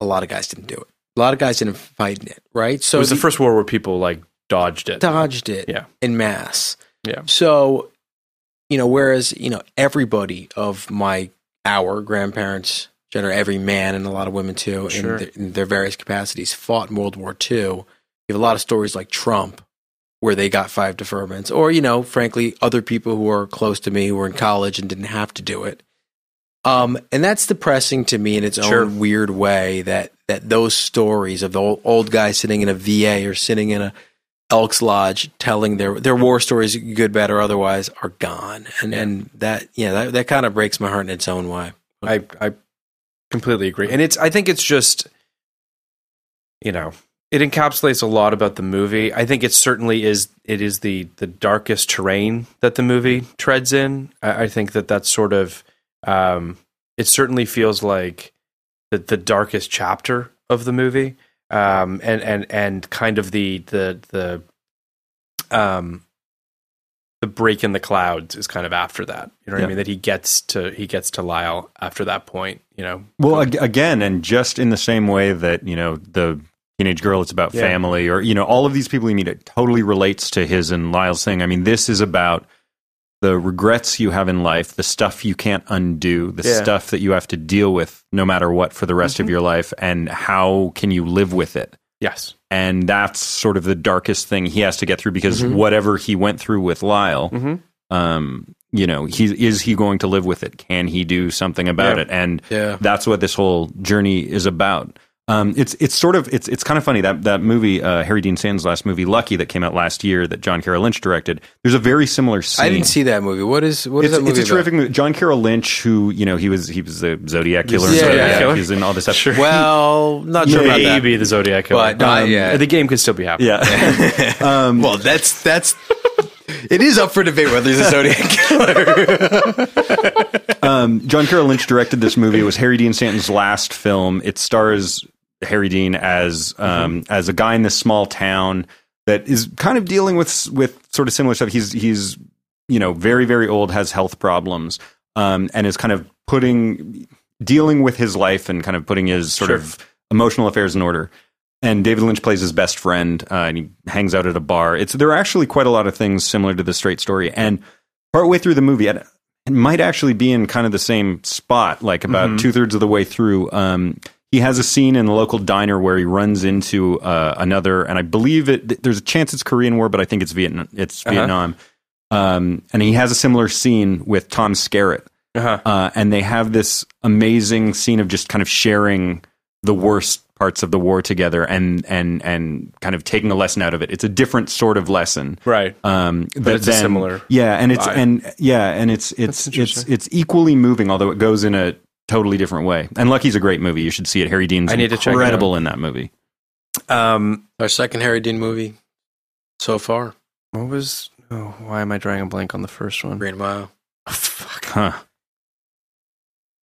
[SPEAKER 6] a lot of guys didn't do it. A lot of guys didn't fight in it, right? So
[SPEAKER 7] it was the
[SPEAKER 6] the-
[SPEAKER 7] first war where people like dodged it.
[SPEAKER 6] dodged it
[SPEAKER 7] Yeah.
[SPEAKER 6] in mass.
[SPEAKER 7] Yeah.
[SPEAKER 6] So, you know, whereas, you know, everybody of my, our grandparents, gender, every man and a lot of women too,
[SPEAKER 7] Sure.
[SPEAKER 6] in, th- in their various capacities, fought in World War II. You have a lot of stories like Trump where they got five deferments, or, you know, frankly, other people who are close to me who were in college and didn't have to do it. Um, and that's depressing to me in its
[SPEAKER 7] Sure.
[SPEAKER 6] own weird way that, that those stories of the old, old guy sitting in a VA or sitting in a Elks Lodge telling their their war stories, good, bad, or otherwise, are gone, and and that yeah, that, that kind of breaks my heart in its own way.
[SPEAKER 7] I I completely agree, and it's I think it's just you know it encapsulates a lot about the movie. I think it certainly is it is the the darkest terrain that the movie treads in. I, I think that that's sort of um, it certainly feels like the the darkest chapter of the movie, um, and and and kind of the the the um the break in the clouds is kind of after that. You know what I
[SPEAKER 8] Yeah.
[SPEAKER 7] mean? That he gets to he gets to Lyle after that point. You know,
[SPEAKER 8] Well, ag- again, and just in the same way that you know the teenage girl, it's about
[SPEAKER 7] Yeah.
[SPEAKER 8] family, or you know all of these people you meet. It totally relates to his and Lyle's thing. I mean, this is about the regrets you have in life, the stuff you can't undo, the
[SPEAKER 7] Yeah. Mm-hmm.
[SPEAKER 8] stuff that you have to deal with no matter what for the rest of your life, and how can you live with it.
[SPEAKER 7] yes,
[SPEAKER 8] and that's sort of the darkest thing he has to get through because
[SPEAKER 6] Mm-hmm.
[SPEAKER 8] whatever he went through with Lyle, um, you know, he is he going to live with it? Can he do something about
[SPEAKER 7] Yeah.
[SPEAKER 8] it? And
[SPEAKER 6] Yeah.
[SPEAKER 8] that's what this whole journey is about. Um, it's it's sort of it's it's kind of funny that that movie uh, Harry Dean Stanton's last movie Lucky that came out last year that John Carroll Lynch directed. There's a very similar scene.
[SPEAKER 6] I didn't see that movie. What is what is
[SPEAKER 8] it's,
[SPEAKER 6] that movie?
[SPEAKER 8] it's a terrific
[SPEAKER 6] about?
[SPEAKER 8] movie. John Carroll Lynch, who you know, he was he was the Zodiac killer.
[SPEAKER 6] Yeah,
[SPEAKER 8] and
[SPEAKER 6] yeah.
[SPEAKER 8] He's in all this stuff.
[SPEAKER 6] Well, not sure about that.
[SPEAKER 7] Maybe the Zodiac killer. Um,
[SPEAKER 6] But, uh, yeah.
[SPEAKER 7] The game could still be happening.
[SPEAKER 8] [laughs] Yeah. um,
[SPEAKER 6] Well, that's that's. it is up for debate whether he's a Zodiac [laughs] killer.
[SPEAKER 8] um, John Carroll Lynch directed this movie. It was Harry Dean Stanton's last film. It stars Harry Dean as um, as a guy in this small town that is kind of dealing with with sort of similar stuff. He's he's you know very very old, has health problems, um, and is kind of putting dealing with his life and kind of putting his sort of emotional affairs in order. And David Lynch plays his best friend, uh, and he hangs out at a bar. It's there are actually quite a lot of things similar to the Straight Story, and partway through the movie, and it might actually be in kind of the same spot, like about
[SPEAKER 7] Mm-hmm.
[SPEAKER 10] Mhm.
[SPEAKER 8] two thirds of the way through. Um, he has a scene in the local diner where he runs into uh, another, and I believe it. th- There's a chance it's Korean War, but I think it's Vietnam. It's
[SPEAKER 10] Uh-huh.
[SPEAKER 8] Vietnam, um, and he has a similar scene with Tom Skerritt,
[SPEAKER 7] Uh-huh.
[SPEAKER 8] uh, and they have this amazing scene of just kind of sharing the worst parts of the war together, and and and kind of taking a lesson out of it. It's a different sort of lesson,
[SPEAKER 7] Right.
[SPEAKER 8] um,
[SPEAKER 7] But
[SPEAKER 8] that
[SPEAKER 7] it's a
[SPEAKER 8] then-
[SPEAKER 7] similar
[SPEAKER 8] yeah, and it's
[SPEAKER 7] vibe.
[SPEAKER 8] and yeah, and it's it's it's it's equally moving, although it goes in a totally different way. And Lucky's a great movie; you should see it. Harry Dean's
[SPEAKER 7] I need to check it out.
[SPEAKER 8] incredible in that movie.
[SPEAKER 7] Um,
[SPEAKER 6] Our second Harry Dean movie so far.
[SPEAKER 7] what was? Oh, why am I drawing a blank on the first one? Have
[SPEAKER 6] Green Mile.
[SPEAKER 7] Oh,
[SPEAKER 8] Huh?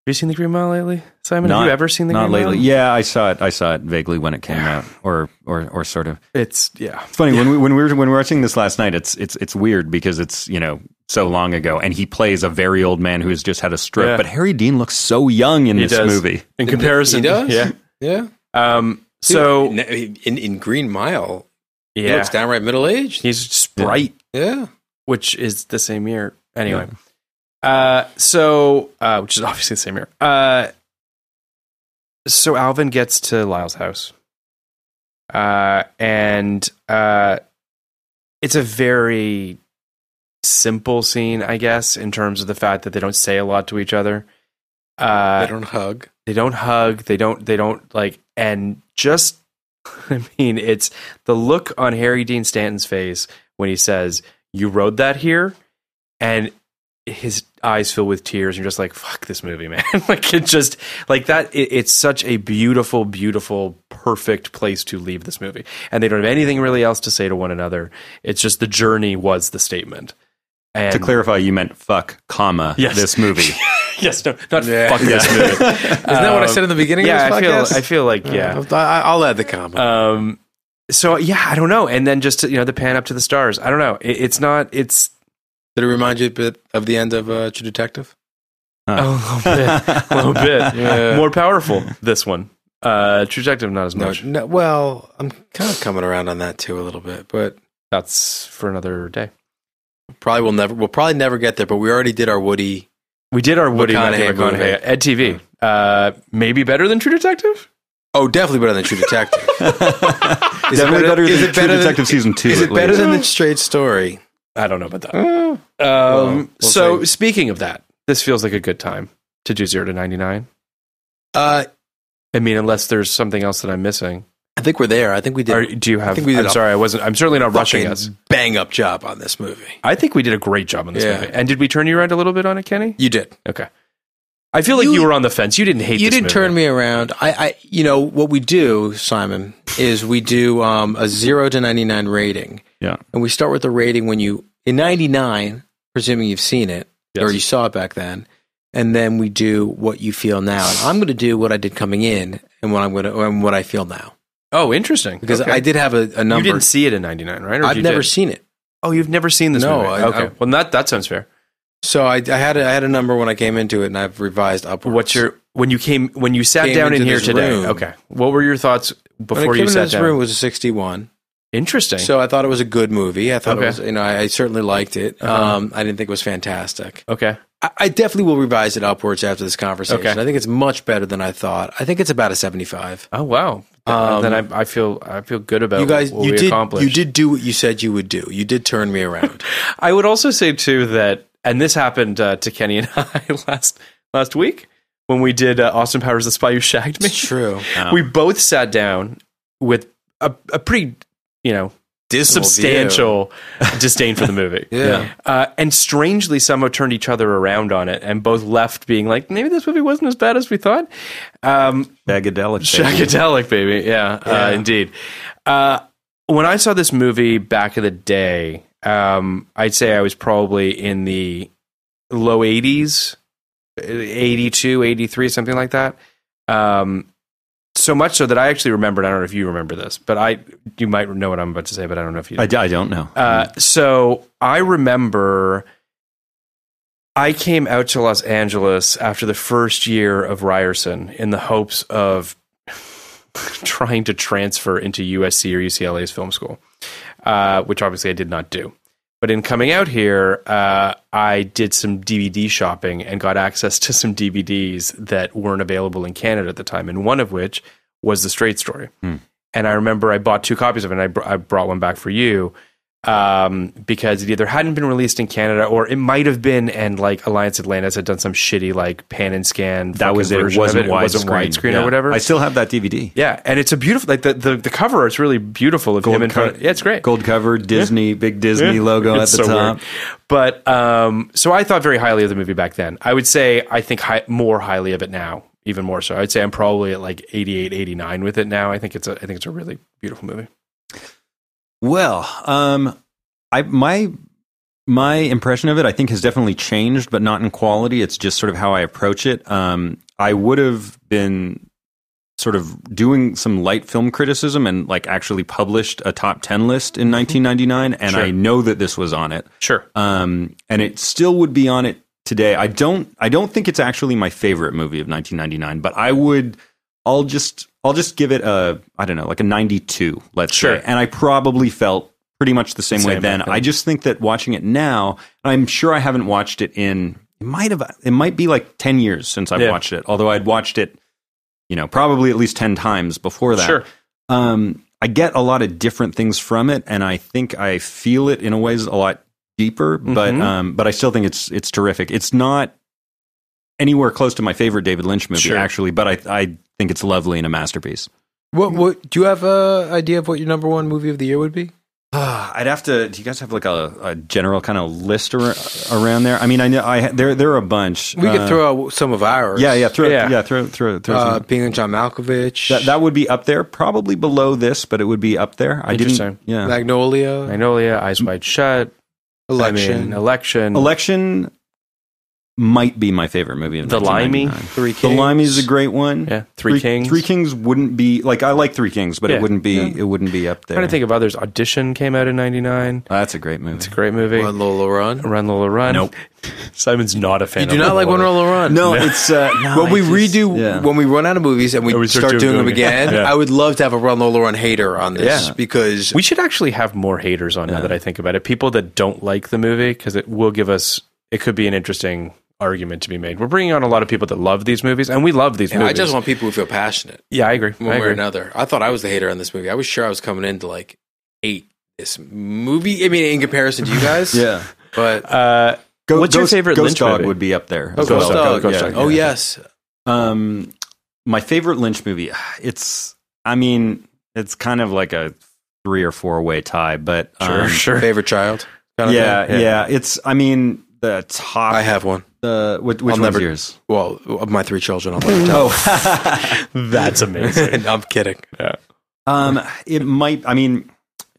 [SPEAKER 7] you seen the Green Mile lately, Simon?
[SPEAKER 8] Not-
[SPEAKER 7] have you ever seen the
[SPEAKER 8] Not
[SPEAKER 7] Green
[SPEAKER 8] lately.
[SPEAKER 7] Mile?
[SPEAKER 8] Yeah, I saw it. I saw it vaguely when it came out, or or or sort of.
[SPEAKER 7] It's yeah.
[SPEAKER 8] It's funny when we when we were when we were watching this last night. It's it's it's weird because it's you know so long ago, and he plays a very old man who has just had a stroke.
[SPEAKER 7] Yeah.
[SPEAKER 8] But Harry Dean looks so young in
[SPEAKER 7] He
[SPEAKER 8] this
[SPEAKER 7] does.
[SPEAKER 8] movie.
[SPEAKER 7] In comparison,
[SPEAKER 6] He does?
[SPEAKER 7] yeah.
[SPEAKER 6] Yeah.
[SPEAKER 7] Um, so
[SPEAKER 6] Dude, in, in, in Green Mile, he
[SPEAKER 7] yeah,
[SPEAKER 6] looks downright middle aged.
[SPEAKER 7] he's sprite,
[SPEAKER 6] Yeah.
[SPEAKER 7] which is the same year. Anyway, uh, so uh, which is [laughs] obviously the same year. Uh, so Alvin gets to Lyle's house, uh, and uh, it's a very simple scene, I guess, in terms of the fact that they don't say a lot to each other. Uh,
[SPEAKER 6] they don't hug.
[SPEAKER 7] they don't hug they don't they don't like and just [laughs] i mean it's the look on harry dean stanton's face when he says you rode that here and his eyes fill with tears and you're just like fuck this movie [laughs] man like it just like that it, it's such a beautiful beautiful perfect place to leave this movie and they don't have anything really else to say to one another it's just the journey was the statement and
[SPEAKER 8] to clarify, you meant fuck, comma
[SPEAKER 7] Yes.
[SPEAKER 8] this movie.
[SPEAKER 7] [laughs] yes no not
[SPEAKER 6] Yeah. Um,
[SPEAKER 7] fuck this movie
[SPEAKER 6] Isn't that what I said in the beginning
[SPEAKER 7] yeah
[SPEAKER 6] of
[SPEAKER 7] i
[SPEAKER 6] this
[SPEAKER 7] feel
[SPEAKER 6] podcast?
[SPEAKER 7] i feel like yeah
[SPEAKER 6] Uh, I, I'll add the comment.
[SPEAKER 7] um, so yeah, I don't know. And then just you know the pan up to the stars. I don't know. It, it's not. It's
[SPEAKER 6] Did it remind you a bit of the end of uh, True Detective?
[SPEAKER 7] a little
[SPEAKER 8] [laughs]
[SPEAKER 7] bit, a
[SPEAKER 6] [laughs]
[SPEAKER 7] little bit
[SPEAKER 6] Yeah.
[SPEAKER 7] more powerful. This one, uh, True Detective, not as
[SPEAKER 6] No,
[SPEAKER 7] much.
[SPEAKER 6] no. Well, I'm kind of coming around on that too a little bit, but
[SPEAKER 7] That's for another day.
[SPEAKER 6] probably we'll never. We'll probably never get there. But we already did our Woody.
[SPEAKER 7] We did our Woody
[SPEAKER 6] McConaughey
[SPEAKER 7] McConaughey,
[SPEAKER 6] movie.
[SPEAKER 7] McConaughey Ed TV. Uh, maybe better than True Detective.
[SPEAKER 6] Oh, definitely better than True Detective. [laughs] is
[SPEAKER 8] Definitely better than True Detective season two,
[SPEAKER 6] Is
[SPEAKER 8] at
[SPEAKER 6] it better
[SPEAKER 8] least.
[SPEAKER 6] than the Straight Story?
[SPEAKER 7] I don't know about that.
[SPEAKER 6] Well,
[SPEAKER 7] Um,
[SPEAKER 6] Uh, we'll
[SPEAKER 7] so
[SPEAKER 6] see.
[SPEAKER 7] speaking of that, this feels like a good time to do zero to ninety nine.
[SPEAKER 6] uh,
[SPEAKER 7] I mean, unless there's something else that I'm missing.
[SPEAKER 6] I think we're there. I think we did.
[SPEAKER 7] Or do you
[SPEAKER 6] I
[SPEAKER 7] have?
[SPEAKER 6] think we did
[SPEAKER 7] I'm
[SPEAKER 6] a
[SPEAKER 7] sorry, I wasn't. I'm certainly not rushing
[SPEAKER 6] fucking
[SPEAKER 7] us.
[SPEAKER 6] Bang up job on this movie.
[SPEAKER 7] I think we did a great job on this
[SPEAKER 6] Yeah.
[SPEAKER 7] movie. And did we turn you around a little bit on it, Kenny?
[SPEAKER 6] You did.
[SPEAKER 7] Okay. I feel like you,
[SPEAKER 6] You-
[SPEAKER 7] were on the fence. You didn't hate.
[SPEAKER 6] you
[SPEAKER 7] this
[SPEAKER 6] didn't
[SPEAKER 7] movie.
[SPEAKER 6] turn me around. I, I, you know, what we do, Simon, is we do um, a zero to ninety nine rating,
[SPEAKER 8] yeah.
[SPEAKER 6] and we start with the rating when you in ninety nine, presuming you've seen it or
[SPEAKER 7] Yes.
[SPEAKER 6] you saw it back then, and then we do what you feel now. And I'm going to do what I did coming in, and what I'm going to and what I feel now
[SPEAKER 7] Oh, interesting.
[SPEAKER 6] because
[SPEAKER 7] Okay.
[SPEAKER 6] I did have a,
[SPEAKER 7] You
[SPEAKER 6] a number.
[SPEAKER 7] didn't see it in '99, right? Or
[SPEAKER 6] I've
[SPEAKER 7] you
[SPEAKER 6] never
[SPEAKER 7] did?
[SPEAKER 6] seen it,
[SPEAKER 7] Oh, you've never seen this
[SPEAKER 6] No,
[SPEAKER 7] movie.
[SPEAKER 6] I-
[SPEAKER 7] okay.
[SPEAKER 6] I-
[SPEAKER 7] well, that that sounds fair.
[SPEAKER 6] so I, I had a, I had a number when I came into it, and I've revised upwards.
[SPEAKER 7] What's your when you came when you sat
[SPEAKER 6] Came
[SPEAKER 7] down in
[SPEAKER 6] into
[SPEAKER 7] here
[SPEAKER 6] this
[SPEAKER 7] today?
[SPEAKER 6] room.
[SPEAKER 7] Okay. What were your thoughts
[SPEAKER 6] when I
[SPEAKER 7] before
[SPEAKER 6] came
[SPEAKER 7] you
[SPEAKER 6] into
[SPEAKER 7] sat
[SPEAKER 6] this
[SPEAKER 7] down?
[SPEAKER 6] room it was a sixty one.
[SPEAKER 7] Interesting.
[SPEAKER 6] So I thought it was a good movie. I thought
[SPEAKER 7] Okay.
[SPEAKER 6] it was, you know, I, I certainly liked it.
[SPEAKER 7] Uh-huh.
[SPEAKER 6] Um, I didn't think it was fantastic.
[SPEAKER 7] okay.
[SPEAKER 6] I, I definitely will revise it upwards after this conversation.
[SPEAKER 7] Okay.
[SPEAKER 6] I think it's much better than I thought. I think it's about a seventy-five.
[SPEAKER 7] Oh wow.
[SPEAKER 6] Um,
[SPEAKER 7] then I, I feel I feel good about
[SPEAKER 6] you guys,
[SPEAKER 7] what
[SPEAKER 6] you
[SPEAKER 7] we
[SPEAKER 6] did,
[SPEAKER 7] accomplished.
[SPEAKER 6] you did do what you said you would do. You did turn me around.
[SPEAKER 7] I [laughs] would also say too that, and this happened uh, to Kenny and I last last week. when we did uh, Austin Powers: The Spy Who Shagged Me.
[SPEAKER 6] It's true. Oh.
[SPEAKER 7] We both sat down with a, a pretty, you know,
[SPEAKER 6] Dismal
[SPEAKER 7] substantial disdain for the movie.
[SPEAKER 6] [laughs] Yeah.
[SPEAKER 7] Uh, and strangely, somehow turned each other around on it, and both left being like, maybe this movie wasn't as bad as we thought. Um, [laughs]
[SPEAKER 8] Shagadelic.
[SPEAKER 7] Shagadelic, baby. Yeah, Uh,
[SPEAKER 8] Yeah.
[SPEAKER 7] indeed. Uh, when I saw this movie back in the day, um, I'd say I was probably in the low 80s, 82, 83, something like that. Um, so much so that I actually remembered. I don't know if you remember this, but I you might know what I'm about to say, but I don't know if you.
[SPEAKER 8] I, I don't know.
[SPEAKER 7] Uh, so I remember I came out to Los Angeles after the first year of Ryerson in the hopes of [laughs] trying to transfer into USC or UCLA's film school, uh, which obviously I did not do. But in coming out here, uh, I did some DVD shopping and got access to some DVDs that weren't available in Canada at the time, and one of which was The Straight Story.
[SPEAKER 8] Hmm.
[SPEAKER 7] And I remember I bought two copies of it, and I, br- I brought one back for you um, because it either hadn't been released in Canada or it might have been, and like Alliance Atlantis had done some shitty like pan and scan.
[SPEAKER 8] that was
[SPEAKER 7] fucking
[SPEAKER 8] it.
[SPEAKER 7] version of
[SPEAKER 8] Wasn't
[SPEAKER 7] It wasn't
[SPEAKER 8] widescreen.
[SPEAKER 7] widescreen
[SPEAKER 8] Yeah.
[SPEAKER 7] or whatever.
[SPEAKER 8] I still have that DVD.
[SPEAKER 7] yeah, and it's a beautiful like the the, the cover. It's really beautiful of him in front. of- yeah, it's great.
[SPEAKER 8] Gold cover, Disney, big Disney
[SPEAKER 7] Yeah.
[SPEAKER 8] logo
[SPEAKER 7] It's
[SPEAKER 8] at the
[SPEAKER 7] so
[SPEAKER 8] top.
[SPEAKER 7] weird. But um, so I thought very highly of the movie back then. I would say I think hi- more highly of it now, even more so. I'd say I'm probably at like 88, 89 with it now. I think it's a I think it's a really beautiful movie.
[SPEAKER 8] Well, um, I my my impression of it, I think, has definitely changed, but not in quality. It's just sort of how I approach it. Um, I would have been sort of doing some light film criticism and like actually published a top ten list in 1999, and
[SPEAKER 7] Mm-hmm. Sure.
[SPEAKER 8] I know that this was on it.
[SPEAKER 7] Sure.
[SPEAKER 8] um, and it still would be on it today. I don't I don't think it's actually my favorite movie of 1999, but I would I'll just I'll just give it a I don't know like a 92, let's
[SPEAKER 7] Sure.
[SPEAKER 8] say. And I probably felt pretty much the same, way
[SPEAKER 7] Same,
[SPEAKER 8] then.
[SPEAKER 7] okay.
[SPEAKER 8] I just think that watching it now, I'm sure I haven't watched it in it might have it might be like 10 years since I've
[SPEAKER 7] Yeah.
[SPEAKER 8] watched it. Although I'd watched it you know, probably at least 10 times before that.
[SPEAKER 7] Sure.
[SPEAKER 8] Um, I get a lot of different things from it, and I think I feel it in a ways a lot deeper, but
[SPEAKER 7] Mhm.
[SPEAKER 8] um, but I still think it's it's terrific. It's not anywhere close to my favorite David Lynch movie,
[SPEAKER 7] Sure.
[SPEAKER 8] actually, but I, I think it's lovely and a masterpiece.
[SPEAKER 6] What, what do you have a idea of what your number one movie of the year would be?
[SPEAKER 8] [sighs] I'd have to. Do you guys have like a, a general kind of list ar- around there? I mean, I know I ha- there there are a bunch.
[SPEAKER 6] We
[SPEAKER 8] Uh,
[SPEAKER 6] could throw out some of ours.
[SPEAKER 8] Yeah, yeah, throw,
[SPEAKER 7] Yeah.
[SPEAKER 8] yeah, throw, throw, throw.
[SPEAKER 6] Uh,
[SPEAKER 8] some-
[SPEAKER 6] being in John Malkovich,
[SPEAKER 8] that, that would be up there, probably below this, but it would be up there. I
[SPEAKER 7] Interesting.
[SPEAKER 8] didn't. Yeah,
[SPEAKER 6] Magnolia,
[SPEAKER 7] Magnolia, Eyes Wide Shut,
[SPEAKER 6] Election,
[SPEAKER 7] I mean, election,
[SPEAKER 8] Election might be my favorite movie. Of
[SPEAKER 7] The Limey?
[SPEAKER 8] 1999.
[SPEAKER 6] Three
[SPEAKER 8] The
[SPEAKER 6] Kings.
[SPEAKER 8] Limey is a great one.
[SPEAKER 7] Yeah, Three Kings.
[SPEAKER 8] Three Kings wouldn't be like I like Three Kings, but
[SPEAKER 7] Yeah,
[SPEAKER 8] it wouldn't be.
[SPEAKER 7] yeah.
[SPEAKER 8] It wouldn't be up there.
[SPEAKER 7] trying to think of others. Audition came out in '99.
[SPEAKER 8] That's a great movie.
[SPEAKER 7] It's a great movie.
[SPEAKER 6] One Lola Run.
[SPEAKER 7] Run Lola Run.
[SPEAKER 8] Nope.
[SPEAKER 7] Simon's not a fan.
[SPEAKER 6] You do
[SPEAKER 7] of
[SPEAKER 6] not like One Lola Run?
[SPEAKER 8] no, it's
[SPEAKER 6] [laughs]
[SPEAKER 8] uh, no,
[SPEAKER 6] when we
[SPEAKER 8] I just-
[SPEAKER 6] redo
[SPEAKER 8] yeah.
[SPEAKER 6] when we run out of movies and we,
[SPEAKER 7] Or we
[SPEAKER 6] start, doing, them again,
[SPEAKER 8] Yeah.
[SPEAKER 6] I would love to have a Run Lola Run hater on this
[SPEAKER 8] Yeah.
[SPEAKER 6] because
[SPEAKER 7] We should actually have more haters on now that I think about it. People that don't like the movie because it will give us. It could be an interesting argument to be made. We're bringing on a lot of people that love these movies, and we love these
[SPEAKER 6] Yeah,
[SPEAKER 7] movies.
[SPEAKER 6] I just want people who feel passionate
[SPEAKER 7] Yeah, I agree.
[SPEAKER 6] one
[SPEAKER 7] I
[SPEAKER 6] way or
[SPEAKER 7] agree.
[SPEAKER 6] another. I thought I was the hater on this movie. I was sure I was coming into like eight this movie. I mean, in comparison to you
[SPEAKER 8] [laughs]
[SPEAKER 6] guys,
[SPEAKER 8] yeah.
[SPEAKER 6] But
[SPEAKER 7] Uh,
[SPEAKER 8] Go-
[SPEAKER 7] What's your
[SPEAKER 8] Ghost-
[SPEAKER 7] favorite
[SPEAKER 8] Ghost
[SPEAKER 7] Lynch
[SPEAKER 8] Dog
[SPEAKER 7] movie?
[SPEAKER 8] would be up there.
[SPEAKER 6] oh,
[SPEAKER 8] as
[SPEAKER 6] Ghost
[SPEAKER 8] well.
[SPEAKER 6] Dog,
[SPEAKER 8] Yeah,
[SPEAKER 6] oh
[SPEAKER 8] yeah.
[SPEAKER 6] yes,
[SPEAKER 8] Um, my favorite Lynch movie. [sighs] It's. I mean, it's kind of like a three or four way tie, but um,
[SPEAKER 7] sure.
[SPEAKER 6] favorite child. kind of
[SPEAKER 8] Yeah,
[SPEAKER 6] thing.
[SPEAKER 8] yeah, It's. I mean, the top.
[SPEAKER 6] I have one.
[SPEAKER 8] the which, which
[SPEAKER 6] I'll
[SPEAKER 8] one's
[SPEAKER 6] never-
[SPEAKER 8] yours?
[SPEAKER 6] [laughs] Well, of my three children, I'll never tell.
[SPEAKER 8] Oh, [laughs]
[SPEAKER 7] That's amazing.
[SPEAKER 6] [laughs] I'm kidding.
[SPEAKER 8] um, it might. I mean,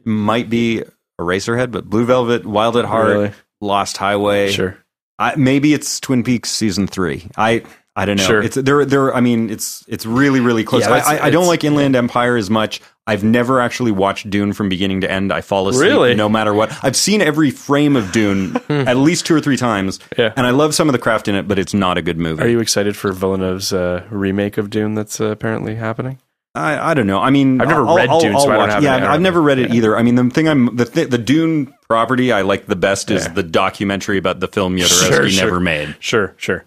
[SPEAKER 8] it might be Eraserhead, but Blue Velvet, Wild at Heart,
[SPEAKER 7] Really?
[SPEAKER 8] Lost Highway.
[SPEAKER 7] sure.
[SPEAKER 8] I, maybe it's Twin Peaks season three. I I don't know.
[SPEAKER 7] Sure.
[SPEAKER 8] It's there. There. I mean, it's it's really really close.
[SPEAKER 7] Yeah,
[SPEAKER 8] I,
[SPEAKER 7] that's-
[SPEAKER 8] I, I don't
[SPEAKER 7] it's-
[SPEAKER 8] like Inland Empire as much. I've never actually watched Dune from beginning to end. I fall asleep
[SPEAKER 7] Really?
[SPEAKER 8] no matter what. I've seen every frame
[SPEAKER 7] [laughs]
[SPEAKER 8] of Dune at least two or three times.
[SPEAKER 7] Yeah.
[SPEAKER 8] And I love some of the craft in it, but it's not a good movie.
[SPEAKER 7] Are you excited for Villeneuve's uh, remake of Dune that's uh, apparently happening?
[SPEAKER 8] I, I don't know. I mean,
[SPEAKER 7] I've never
[SPEAKER 8] I'll-
[SPEAKER 7] read
[SPEAKER 8] I'll-
[SPEAKER 7] Dune,
[SPEAKER 8] I'll
[SPEAKER 7] so I don't
[SPEAKER 8] watch-
[SPEAKER 7] have
[SPEAKER 8] Yeah,
[SPEAKER 7] an
[SPEAKER 8] I've
[SPEAKER 7] idea.
[SPEAKER 8] never read it
[SPEAKER 7] Yeah.
[SPEAKER 8] either. I mean, the thing I'm the th- the Dune property I like the best is
[SPEAKER 7] Yeah.
[SPEAKER 8] the documentary about
[SPEAKER 7] [laughs]
[SPEAKER 8] the film Yoderowski
[SPEAKER 7] Sure, sure.
[SPEAKER 8] never made.
[SPEAKER 7] Sure, sure.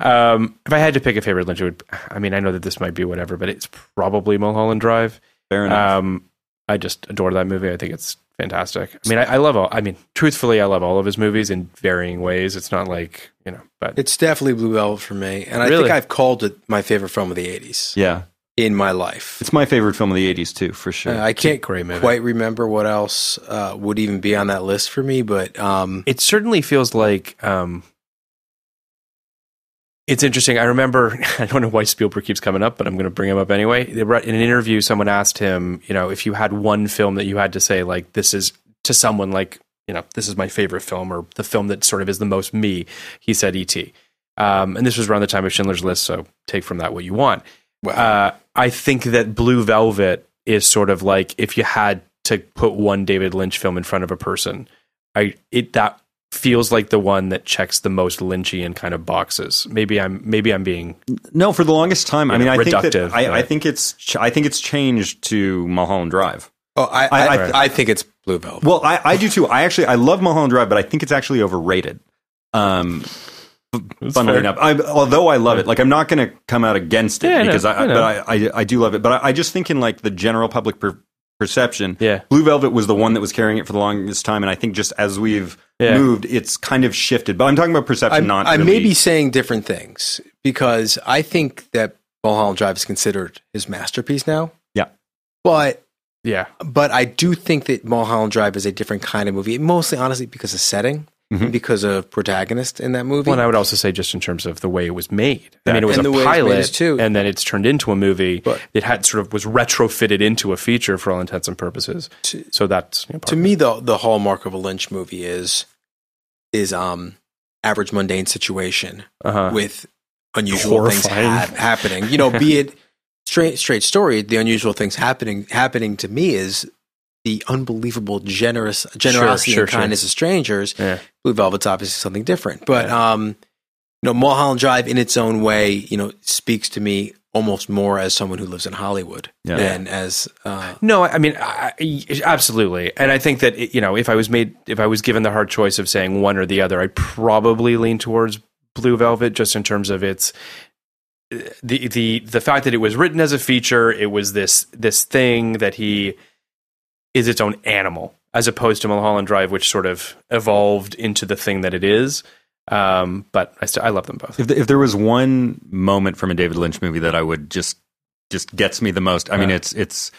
[SPEAKER 7] Um, if I had to pick a favorite Lynch, it would. I mean, I know that this might be whatever, but it's probably Mulholland Drive.
[SPEAKER 8] Fair enough.
[SPEAKER 7] Um, I just adore that movie. I think it's fantastic. I mean, I, I love all. I mean, truthfully, I love all of his movies in varying ways. It's not like you know, but
[SPEAKER 6] it's definitely Blue Velvet for me, and I
[SPEAKER 7] Really?
[SPEAKER 6] think I've called it my favorite film of the '80s
[SPEAKER 8] Yeah.
[SPEAKER 6] in my life.
[SPEAKER 8] It's my favorite film of the 80s, too, for sure.
[SPEAKER 6] Uh, I can't
[SPEAKER 7] great movie.
[SPEAKER 6] quite remember what else uh, would even be on that list for me, but um,
[SPEAKER 7] it certainly feels like um, it's interesting. I remember, [laughs] I don't know why Spielberg keeps coming up, but I'm going to bring him up anyway. They were- In an interview, someone asked him, you know, if you had one film that you had to say, like, this is to someone, like, you know, this is my favorite film or the film that sort of is the most me, he said E.T. Um, and this was around the time of Schindler's List, so take from that what you want. Uh, I think that Blue Velvet is sort of like if you had to put one David Lynch film in front of a person, I it that feels like the one that checks the most Lynchian kind of boxes. Maybe I'm maybe I'm being
[SPEAKER 8] no, for the longest time, I
[SPEAKER 7] You know,
[SPEAKER 8] mean, I think, that,
[SPEAKER 7] reductive,
[SPEAKER 8] I, I
[SPEAKER 7] but-
[SPEAKER 8] think it's ch- I think it's changed to Mulholland Drive.
[SPEAKER 6] oh, I I, I, think it's Blue Velvet.
[SPEAKER 8] Well, I, I do too. I actually I love Mulholland Drive, but I think it's actually overrated. Um, f- funnily
[SPEAKER 7] fair.
[SPEAKER 8] enough, I, although I love it, like I'm not going to come out against it
[SPEAKER 7] Yeah, I know,
[SPEAKER 8] because I,
[SPEAKER 7] I know.
[SPEAKER 8] but I, I I do love it. But I, I just think in like the general public per- perception,
[SPEAKER 7] Yeah.
[SPEAKER 8] Blue Velvet was the one that was carrying it for the longest time, and I think just as we've
[SPEAKER 7] Yeah.
[SPEAKER 8] moved, it's kind of shifted. But I'm talking about perception,
[SPEAKER 6] I'm-
[SPEAKER 8] not
[SPEAKER 6] I may
[SPEAKER 8] really-
[SPEAKER 6] be saying different things because I think that Mulholland Drive is considered his masterpiece now.
[SPEAKER 8] Yeah.
[SPEAKER 6] But
[SPEAKER 7] yeah.
[SPEAKER 6] but I do think that Mulholland Drive is a different kind of movie, mostly honestly because of setting
[SPEAKER 8] Mm-hmm.
[SPEAKER 6] and because of protagonist in that movie.
[SPEAKER 7] Well, and I would also say just in terms of the way it was made. I mean, it
[SPEAKER 6] Yeah.
[SPEAKER 7] was
[SPEAKER 6] And
[SPEAKER 7] a
[SPEAKER 6] the way it was made
[SPEAKER 7] pilot,
[SPEAKER 6] is too.
[SPEAKER 7] and then it's turned into a movie.
[SPEAKER 6] But-
[SPEAKER 7] it had sort of was retrofitted into a feature for all intents and purposes. so that's you know, part
[SPEAKER 6] to
[SPEAKER 7] of it.
[SPEAKER 6] me, the the hallmark of a Lynch movie is is um average mundane situation
[SPEAKER 7] Uh-huh.
[SPEAKER 6] with unusual things
[SPEAKER 7] Horrifying.
[SPEAKER 6] hap- happening. You know,
[SPEAKER 7] [laughs]
[SPEAKER 6] be it straight straight story, the unusual things happening happening to me is the unbelievable generous generosity
[SPEAKER 7] sure,
[SPEAKER 6] and
[SPEAKER 7] sure.
[SPEAKER 6] kindness of strangers.
[SPEAKER 7] Yeah.
[SPEAKER 6] Blue Velvet's obviously something different, but um, you know, Mulholland Drive in its own way, you know, speaks to me almost more as someone who lives in Hollywood
[SPEAKER 8] Yeah.
[SPEAKER 6] than as uh,
[SPEAKER 7] No, I mean, I, I- absolutely. And I think that, you know, if I was made, if I was given the hard choice of saying one or the other, I'd probably lean towards Blue Velvet just in terms of its. The, the the fact that it was written as a feature, it was this this thing that he is its own animal, as opposed to Mulholland Drive, which sort of evolved into the thing that it is. Um, but I still I love them both.
[SPEAKER 8] If, th if there was one moment from a David Lynch movie that I would just just gets me the most, I mean, it's it's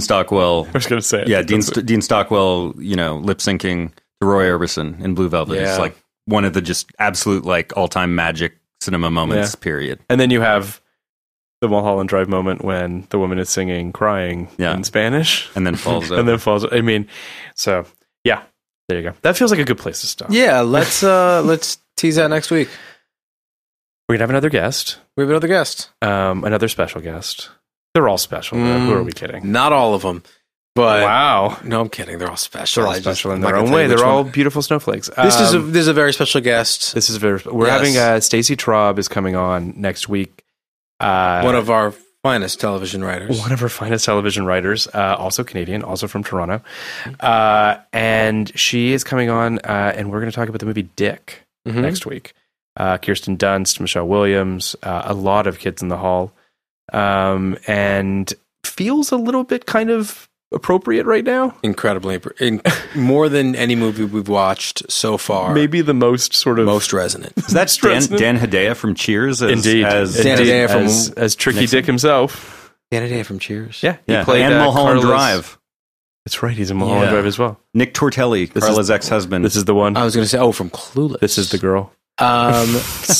[SPEAKER 7] [laughs]
[SPEAKER 8] Stockwell.
[SPEAKER 7] Uh-huh. was going to say,
[SPEAKER 8] yeah, Dean St- Dean Stockwell, you know, lip syncing to Roy Orbison in Blue Velvet
[SPEAKER 7] Yeah.
[SPEAKER 8] is like one of the just absolute like all time magic cinema moments. Period.
[SPEAKER 7] And then you have the Mulholland Drive moment when the woman is singing, crying
[SPEAKER 8] Yeah.
[SPEAKER 7] in Spanish,
[SPEAKER 8] And then
[SPEAKER 7] [laughs]
[SPEAKER 8] falls
[SPEAKER 7] and then falls. I mean, so yeah, there you go. That feels like a good place to stop.
[SPEAKER 6] Yeah, let's uh [laughs] let's tease out next week.
[SPEAKER 7] We're gonna have another guest,
[SPEAKER 6] We have another guest.
[SPEAKER 7] um, another special guest. They're all special. though. Who are we kidding?
[SPEAKER 6] Not all of them, Mm. but
[SPEAKER 7] wow,
[SPEAKER 6] no, I'm kidding. They're all special.
[SPEAKER 7] they're all
[SPEAKER 6] I just-
[SPEAKER 7] special in
[SPEAKER 6] I'm
[SPEAKER 7] their
[SPEAKER 6] not gonna
[SPEAKER 7] own
[SPEAKER 6] tell
[SPEAKER 7] way.
[SPEAKER 6] you
[SPEAKER 7] They're
[SPEAKER 6] which
[SPEAKER 7] all
[SPEAKER 6] one.
[SPEAKER 7] beautiful snowflakes.
[SPEAKER 6] This is a
[SPEAKER 7] Um,
[SPEAKER 6] this is a very special guest.
[SPEAKER 7] this is very. We're
[SPEAKER 6] Yes.
[SPEAKER 7] having uh, Stacy Traub is coming on next week. Uh,
[SPEAKER 6] one of our finest television writers.
[SPEAKER 7] One of our finest television writers, uh, also Canadian, also from Toronto. Uh, and she is coming on, uh, and we're going to talk about the movie Dick
[SPEAKER 6] Mhm.
[SPEAKER 7] next week. Uh, Kirsten Dunst, Michelle Williams, uh, a lot of kids in the hall. Um, and feels a little bit kind of appropriate right now.
[SPEAKER 6] Incredibly, in, more than any movie we've watched so far.
[SPEAKER 7] Maybe the most sort of [laughs]
[SPEAKER 6] most resonant.
[SPEAKER 8] is that Dan, Dan Hedaya from Cheers? As,
[SPEAKER 7] indeed
[SPEAKER 8] as,
[SPEAKER 6] Dan
[SPEAKER 7] indeed,
[SPEAKER 6] Hedaya from-
[SPEAKER 7] as, as Tricky
[SPEAKER 8] Nixon.
[SPEAKER 7] Dick himself.
[SPEAKER 6] Danny Day from Cheers.
[SPEAKER 7] Yeah,
[SPEAKER 8] yeah, and
[SPEAKER 7] uh,
[SPEAKER 8] Mulholland
[SPEAKER 7] Carlos-
[SPEAKER 8] Drive.
[SPEAKER 7] That's right. He's in Mulholland
[SPEAKER 8] Yeah.
[SPEAKER 7] Drive as well.
[SPEAKER 8] Nick Tortelli,
[SPEAKER 7] This is-
[SPEAKER 8] Carla's ex-husband.
[SPEAKER 7] This is the one.
[SPEAKER 6] I was going to say, oh, from Clueless.
[SPEAKER 7] this is the girl. [laughs]
[SPEAKER 6] Um,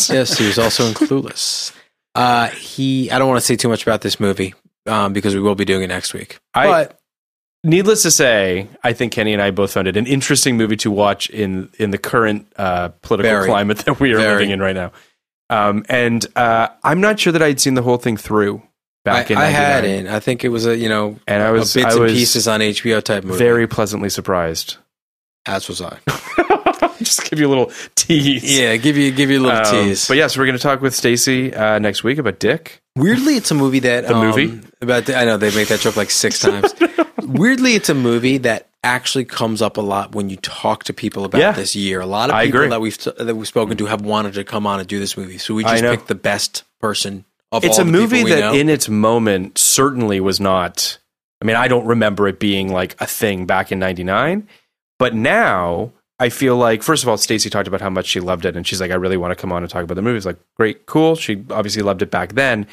[SPEAKER 6] yes, he was also in Clueless. Uh, he. I don't want to say too much about this movie um, because we will be doing it next week.
[SPEAKER 7] I-
[SPEAKER 6] but
[SPEAKER 7] needless to say, I think Kenny and I both found it an interesting movie to watch in in the current uh, political
[SPEAKER 6] Very.
[SPEAKER 7] climate that we are
[SPEAKER 6] Very.
[SPEAKER 7] living in right now. Um, and uh, I'm not sure that I'd seen the whole thing through back
[SPEAKER 6] I,
[SPEAKER 7] in.
[SPEAKER 6] I had
[SPEAKER 7] 99.
[SPEAKER 6] it. I think it was a you know
[SPEAKER 7] And I
[SPEAKER 6] a
[SPEAKER 7] was-
[SPEAKER 6] bits
[SPEAKER 7] I was
[SPEAKER 6] and pieces on HBO type movie.
[SPEAKER 7] Very pleasantly surprised. [laughs]
[SPEAKER 6] as was I. [laughs]
[SPEAKER 7] Just give you a little tease.
[SPEAKER 6] yeah, give you give you a little
[SPEAKER 7] Um,
[SPEAKER 6] tease.
[SPEAKER 7] But yes, we're going to talk with Stacy uh, next week about Dick.
[SPEAKER 6] weirdly, it's a movie that
[SPEAKER 7] The
[SPEAKER 6] um,
[SPEAKER 7] movie?
[SPEAKER 6] about. The, I know they make that joke
[SPEAKER 7] [laughs]
[SPEAKER 6] like six times. weirdly, it's a movie that actually comes up a lot when you talk to people about
[SPEAKER 7] Yeah.
[SPEAKER 6] this year. A lot of
[SPEAKER 7] I
[SPEAKER 6] people
[SPEAKER 7] agree.
[SPEAKER 6] that we've that we've spoken to have wanted to come on and do this movie. So we
[SPEAKER 7] I
[SPEAKER 6] just
[SPEAKER 7] know.
[SPEAKER 6] picked the best person of
[SPEAKER 7] it's
[SPEAKER 6] all
[SPEAKER 7] a
[SPEAKER 6] the people
[SPEAKER 7] movie
[SPEAKER 6] we
[SPEAKER 7] that
[SPEAKER 6] know.
[SPEAKER 7] in its moment certainly was not I mean, I don't remember it being like a thing back in 99, but now I feel like first of all, Stacey talked about how much she loved it and she's like I really want to come on and talk about the movies. Like, great, cool. She obviously loved it back then.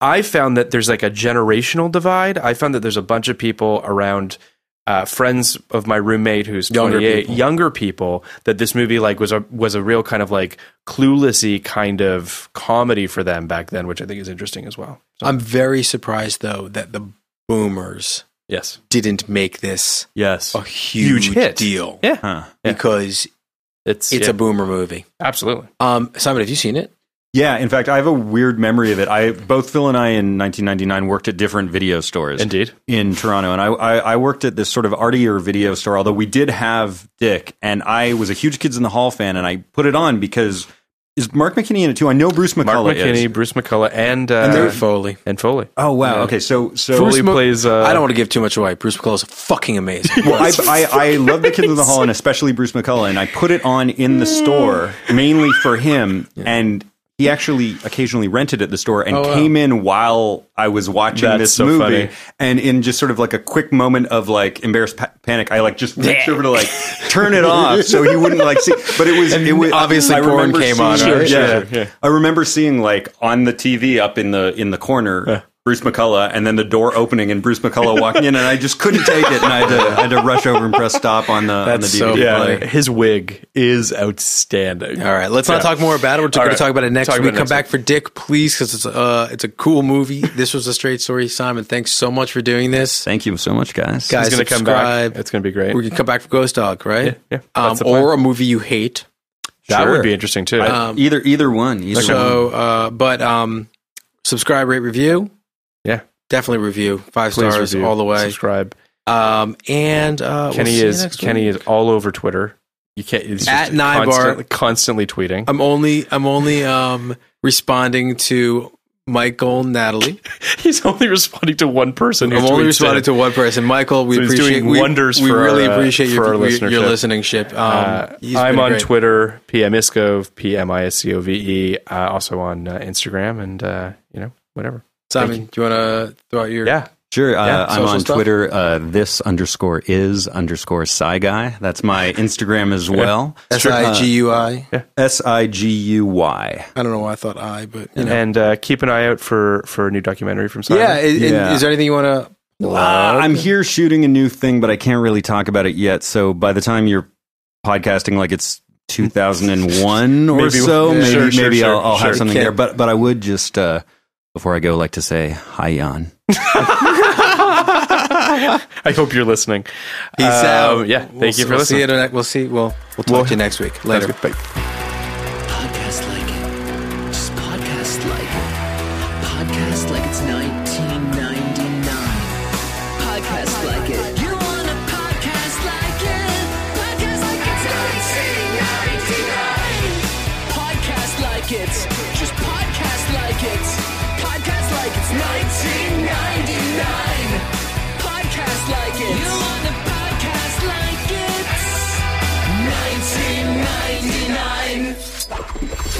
[SPEAKER 7] I found that there's like a generational divide. I found that there's a bunch of people around uh, friends of my roommate who's
[SPEAKER 6] Younger
[SPEAKER 7] 28,
[SPEAKER 6] people.
[SPEAKER 7] younger people that this movie like was a was a real kind of like cluelessy kind of comedy for them back then, which I think is interesting as well.
[SPEAKER 6] I'm very surprised though that the boomers
[SPEAKER 7] Yes.
[SPEAKER 6] didn't make this
[SPEAKER 7] Yes.
[SPEAKER 6] a huge,
[SPEAKER 7] hit.
[SPEAKER 6] deal
[SPEAKER 7] Yeah. Yeah.
[SPEAKER 6] because
[SPEAKER 7] It's
[SPEAKER 6] it's
[SPEAKER 7] yeah.
[SPEAKER 6] a boomer movie.
[SPEAKER 7] Absolutely.
[SPEAKER 6] Um, Simon, have you seen it?
[SPEAKER 8] Yeah, in fact, I have a weird memory of it. I both Phil and I in 1999 worked at different video stores.
[SPEAKER 7] Indeed.
[SPEAKER 8] in Toronto, and I, I, I worked at this sort of artier video store. Although we did have Dick, and I was a huge Kids in the Hall fan, and I put it on because is Mark McKinney in it too? I know Bruce McCullough
[SPEAKER 7] Mark McKinney,
[SPEAKER 8] is.
[SPEAKER 7] Bruce McCullough, and uh,
[SPEAKER 6] And David Foley.
[SPEAKER 7] and Foley.
[SPEAKER 8] Oh wow!
[SPEAKER 7] Yeah.
[SPEAKER 8] Okay, so so
[SPEAKER 7] Foley plays. Uh,
[SPEAKER 6] I don't want to give too much away. Bruce McCullough's
[SPEAKER 7] [laughs]
[SPEAKER 6] fucking
[SPEAKER 8] [laughs]
[SPEAKER 6] amazing.
[SPEAKER 8] Well, I, I, I love the Kids in the Hall and especially Bruce McCullough, and I put it on in the store mainly for him. And he actually occasionally rented at the store and
[SPEAKER 6] Oh, wow.
[SPEAKER 8] came in while I was watching
[SPEAKER 7] That's
[SPEAKER 8] this
[SPEAKER 7] so
[SPEAKER 8] movie.
[SPEAKER 7] funny.
[SPEAKER 8] And in just sort of like a quick moment of like embarrassed pa- panic, I like just reached over
[SPEAKER 6] [laughs]
[SPEAKER 8] to like turn it off so he wouldn't like see. But it was it was
[SPEAKER 6] obviously
[SPEAKER 8] I
[SPEAKER 6] porn
[SPEAKER 8] remember
[SPEAKER 6] came on,
[SPEAKER 8] seeing-
[SPEAKER 6] right?
[SPEAKER 8] yeah.
[SPEAKER 7] Sure, sure, yeah.
[SPEAKER 8] I remember seeing like on the TV up in the in the corner. Bruce McCullough, and then the door opening, and Bruce McCullough walking in, and I just couldn't take it, and I had to, I had to rush over and press stop on the on the
[SPEAKER 6] That's so
[SPEAKER 8] DVD
[SPEAKER 6] Yeah.
[SPEAKER 8] player.
[SPEAKER 7] yeah, his wig is outstanding.
[SPEAKER 6] All right, let's not
[SPEAKER 7] Yeah.
[SPEAKER 6] talk more about it. We're
[SPEAKER 7] All
[SPEAKER 6] going
[SPEAKER 7] right.
[SPEAKER 6] to talk about it next
[SPEAKER 7] Talk about
[SPEAKER 6] week.
[SPEAKER 7] it
[SPEAKER 6] Come
[SPEAKER 7] next
[SPEAKER 6] back for Dick, please, because it's uh, it's a cool movie. this was a straight story, Simon. Thanks so much for doing this,
[SPEAKER 8] Thank you so much, guys.
[SPEAKER 6] guys.
[SPEAKER 7] He's gonna come
[SPEAKER 6] subscribe.
[SPEAKER 7] back. It's gonna be great.
[SPEAKER 6] We can come back for Ghost Dog, right?
[SPEAKER 7] Yeah, yeah.
[SPEAKER 6] Um,
[SPEAKER 7] That's the plan.
[SPEAKER 6] or a movie you hate.
[SPEAKER 7] that
[SPEAKER 8] Sure.
[SPEAKER 7] would be interesting too.
[SPEAKER 8] I-
[SPEAKER 6] Um,
[SPEAKER 8] either either one, either one.
[SPEAKER 6] So, uh, but um, subscribe, rate, review.
[SPEAKER 7] yeah,
[SPEAKER 6] Definitely review five
[SPEAKER 7] please
[SPEAKER 6] stars
[SPEAKER 7] review,
[SPEAKER 6] all the way.
[SPEAKER 7] Subscribe.
[SPEAKER 6] Um, and uh,
[SPEAKER 7] Kenny
[SPEAKER 6] we'll see you
[SPEAKER 7] is
[SPEAKER 6] next
[SPEAKER 7] Kenny
[SPEAKER 6] week.
[SPEAKER 7] is all over Twitter. You can't it's just
[SPEAKER 6] At Nybar. Uh,
[SPEAKER 7] constantly, constantly tweeting.
[SPEAKER 6] I'm only I'm only um responding to
[SPEAKER 7] [laughs]
[SPEAKER 6] Michael Natalie.
[SPEAKER 7] [laughs] he's only responding to one person. who
[SPEAKER 6] I'm only
[SPEAKER 7] tweets
[SPEAKER 6] responding to um, one person, Michael. We
[SPEAKER 7] So he's
[SPEAKER 6] appreciate
[SPEAKER 7] doing
[SPEAKER 6] we,
[SPEAKER 7] wonders
[SPEAKER 6] We
[SPEAKER 7] for
[SPEAKER 6] really
[SPEAKER 7] our, uh,
[SPEAKER 6] appreciate your,
[SPEAKER 7] for our
[SPEAKER 6] your, your
[SPEAKER 7] listenership.
[SPEAKER 6] listenership. Um,
[SPEAKER 7] Uh,
[SPEAKER 6] he's
[SPEAKER 7] I'm
[SPEAKER 6] been
[SPEAKER 7] on
[SPEAKER 6] great.
[SPEAKER 7] Twitter, PMISCOV, PMISCOVE, uh, also on uh, Instagram and, uh, you know, whatever.
[SPEAKER 6] Simon, do you want to throw out your?
[SPEAKER 7] Yeah.
[SPEAKER 8] Sure, uh,
[SPEAKER 7] Yeah,
[SPEAKER 8] I'm
[SPEAKER 6] social
[SPEAKER 8] on
[SPEAKER 6] stuff.
[SPEAKER 8] Twitter. Uh, this underscore is underscore sci guy. That's my Instagram as well.
[SPEAKER 6] S i g u
[SPEAKER 7] Uh,
[SPEAKER 6] i.
[SPEAKER 8] S i g u y.
[SPEAKER 6] I don't know why I thought I, but you know.
[SPEAKER 7] And uh, keep an eye out for, for a new documentary from Simon. Um,
[SPEAKER 6] yeah, and- and
[SPEAKER 8] Yeah.
[SPEAKER 6] Is there anything you want to?
[SPEAKER 8] Uh, I'm here shooting a new thing, but I can't really talk about it yet. So by the time you're podcasting, like it's
[SPEAKER 7] [laughs]
[SPEAKER 8] 2001 or
[SPEAKER 7] Maybe-
[SPEAKER 8] so,
[SPEAKER 6] yeah.
[SPEAKER 8] maybe
[SPEAKER 7] Sure, sure,
[SPEAKER 8] maybe I'll,
[SPEAKER 7] sure,
[SPEAKER 8] I'll
[SPEAKER 7] sure.
[SPEAKER 8] have something
[SPEAKER 6] Okay.
[SPEAKER 8] there. But but I would just uh, before I go, like to say hi, Jan.
[SPEAKER 7] [laughs] I hope you're listening.
[SPEAKER 6] Peace
[SPEAKER 7] Um,
[SPEAKER 6] out.
[SPEAKER 7] Yeah. Thank
[SPEAKER 6] We'll
[SPEAKER 7] you
[SPEAKER 6] see-
[SPEAKER 7] for
[SPEAKER 6] we'll
[SPEAKER 7] listening.
[SPEAKER 6] See you in the next, we'll see. We'll we'll talk
[SPEAKER 7] Well,
[SPEAKER 6] to you next week. Later.
[SPEAKER 7] Sounds good. Bye.
[SPEAKER 5] Podcast like it. Just podcast like it. Podcast like it's 1999. Podcast like it. You want a podcast like it? Podcast like it's 1999. Podcast like it. Just podcast like it. Podcast like it's 1999. Podcast like it. You want a podcast like it? 1999.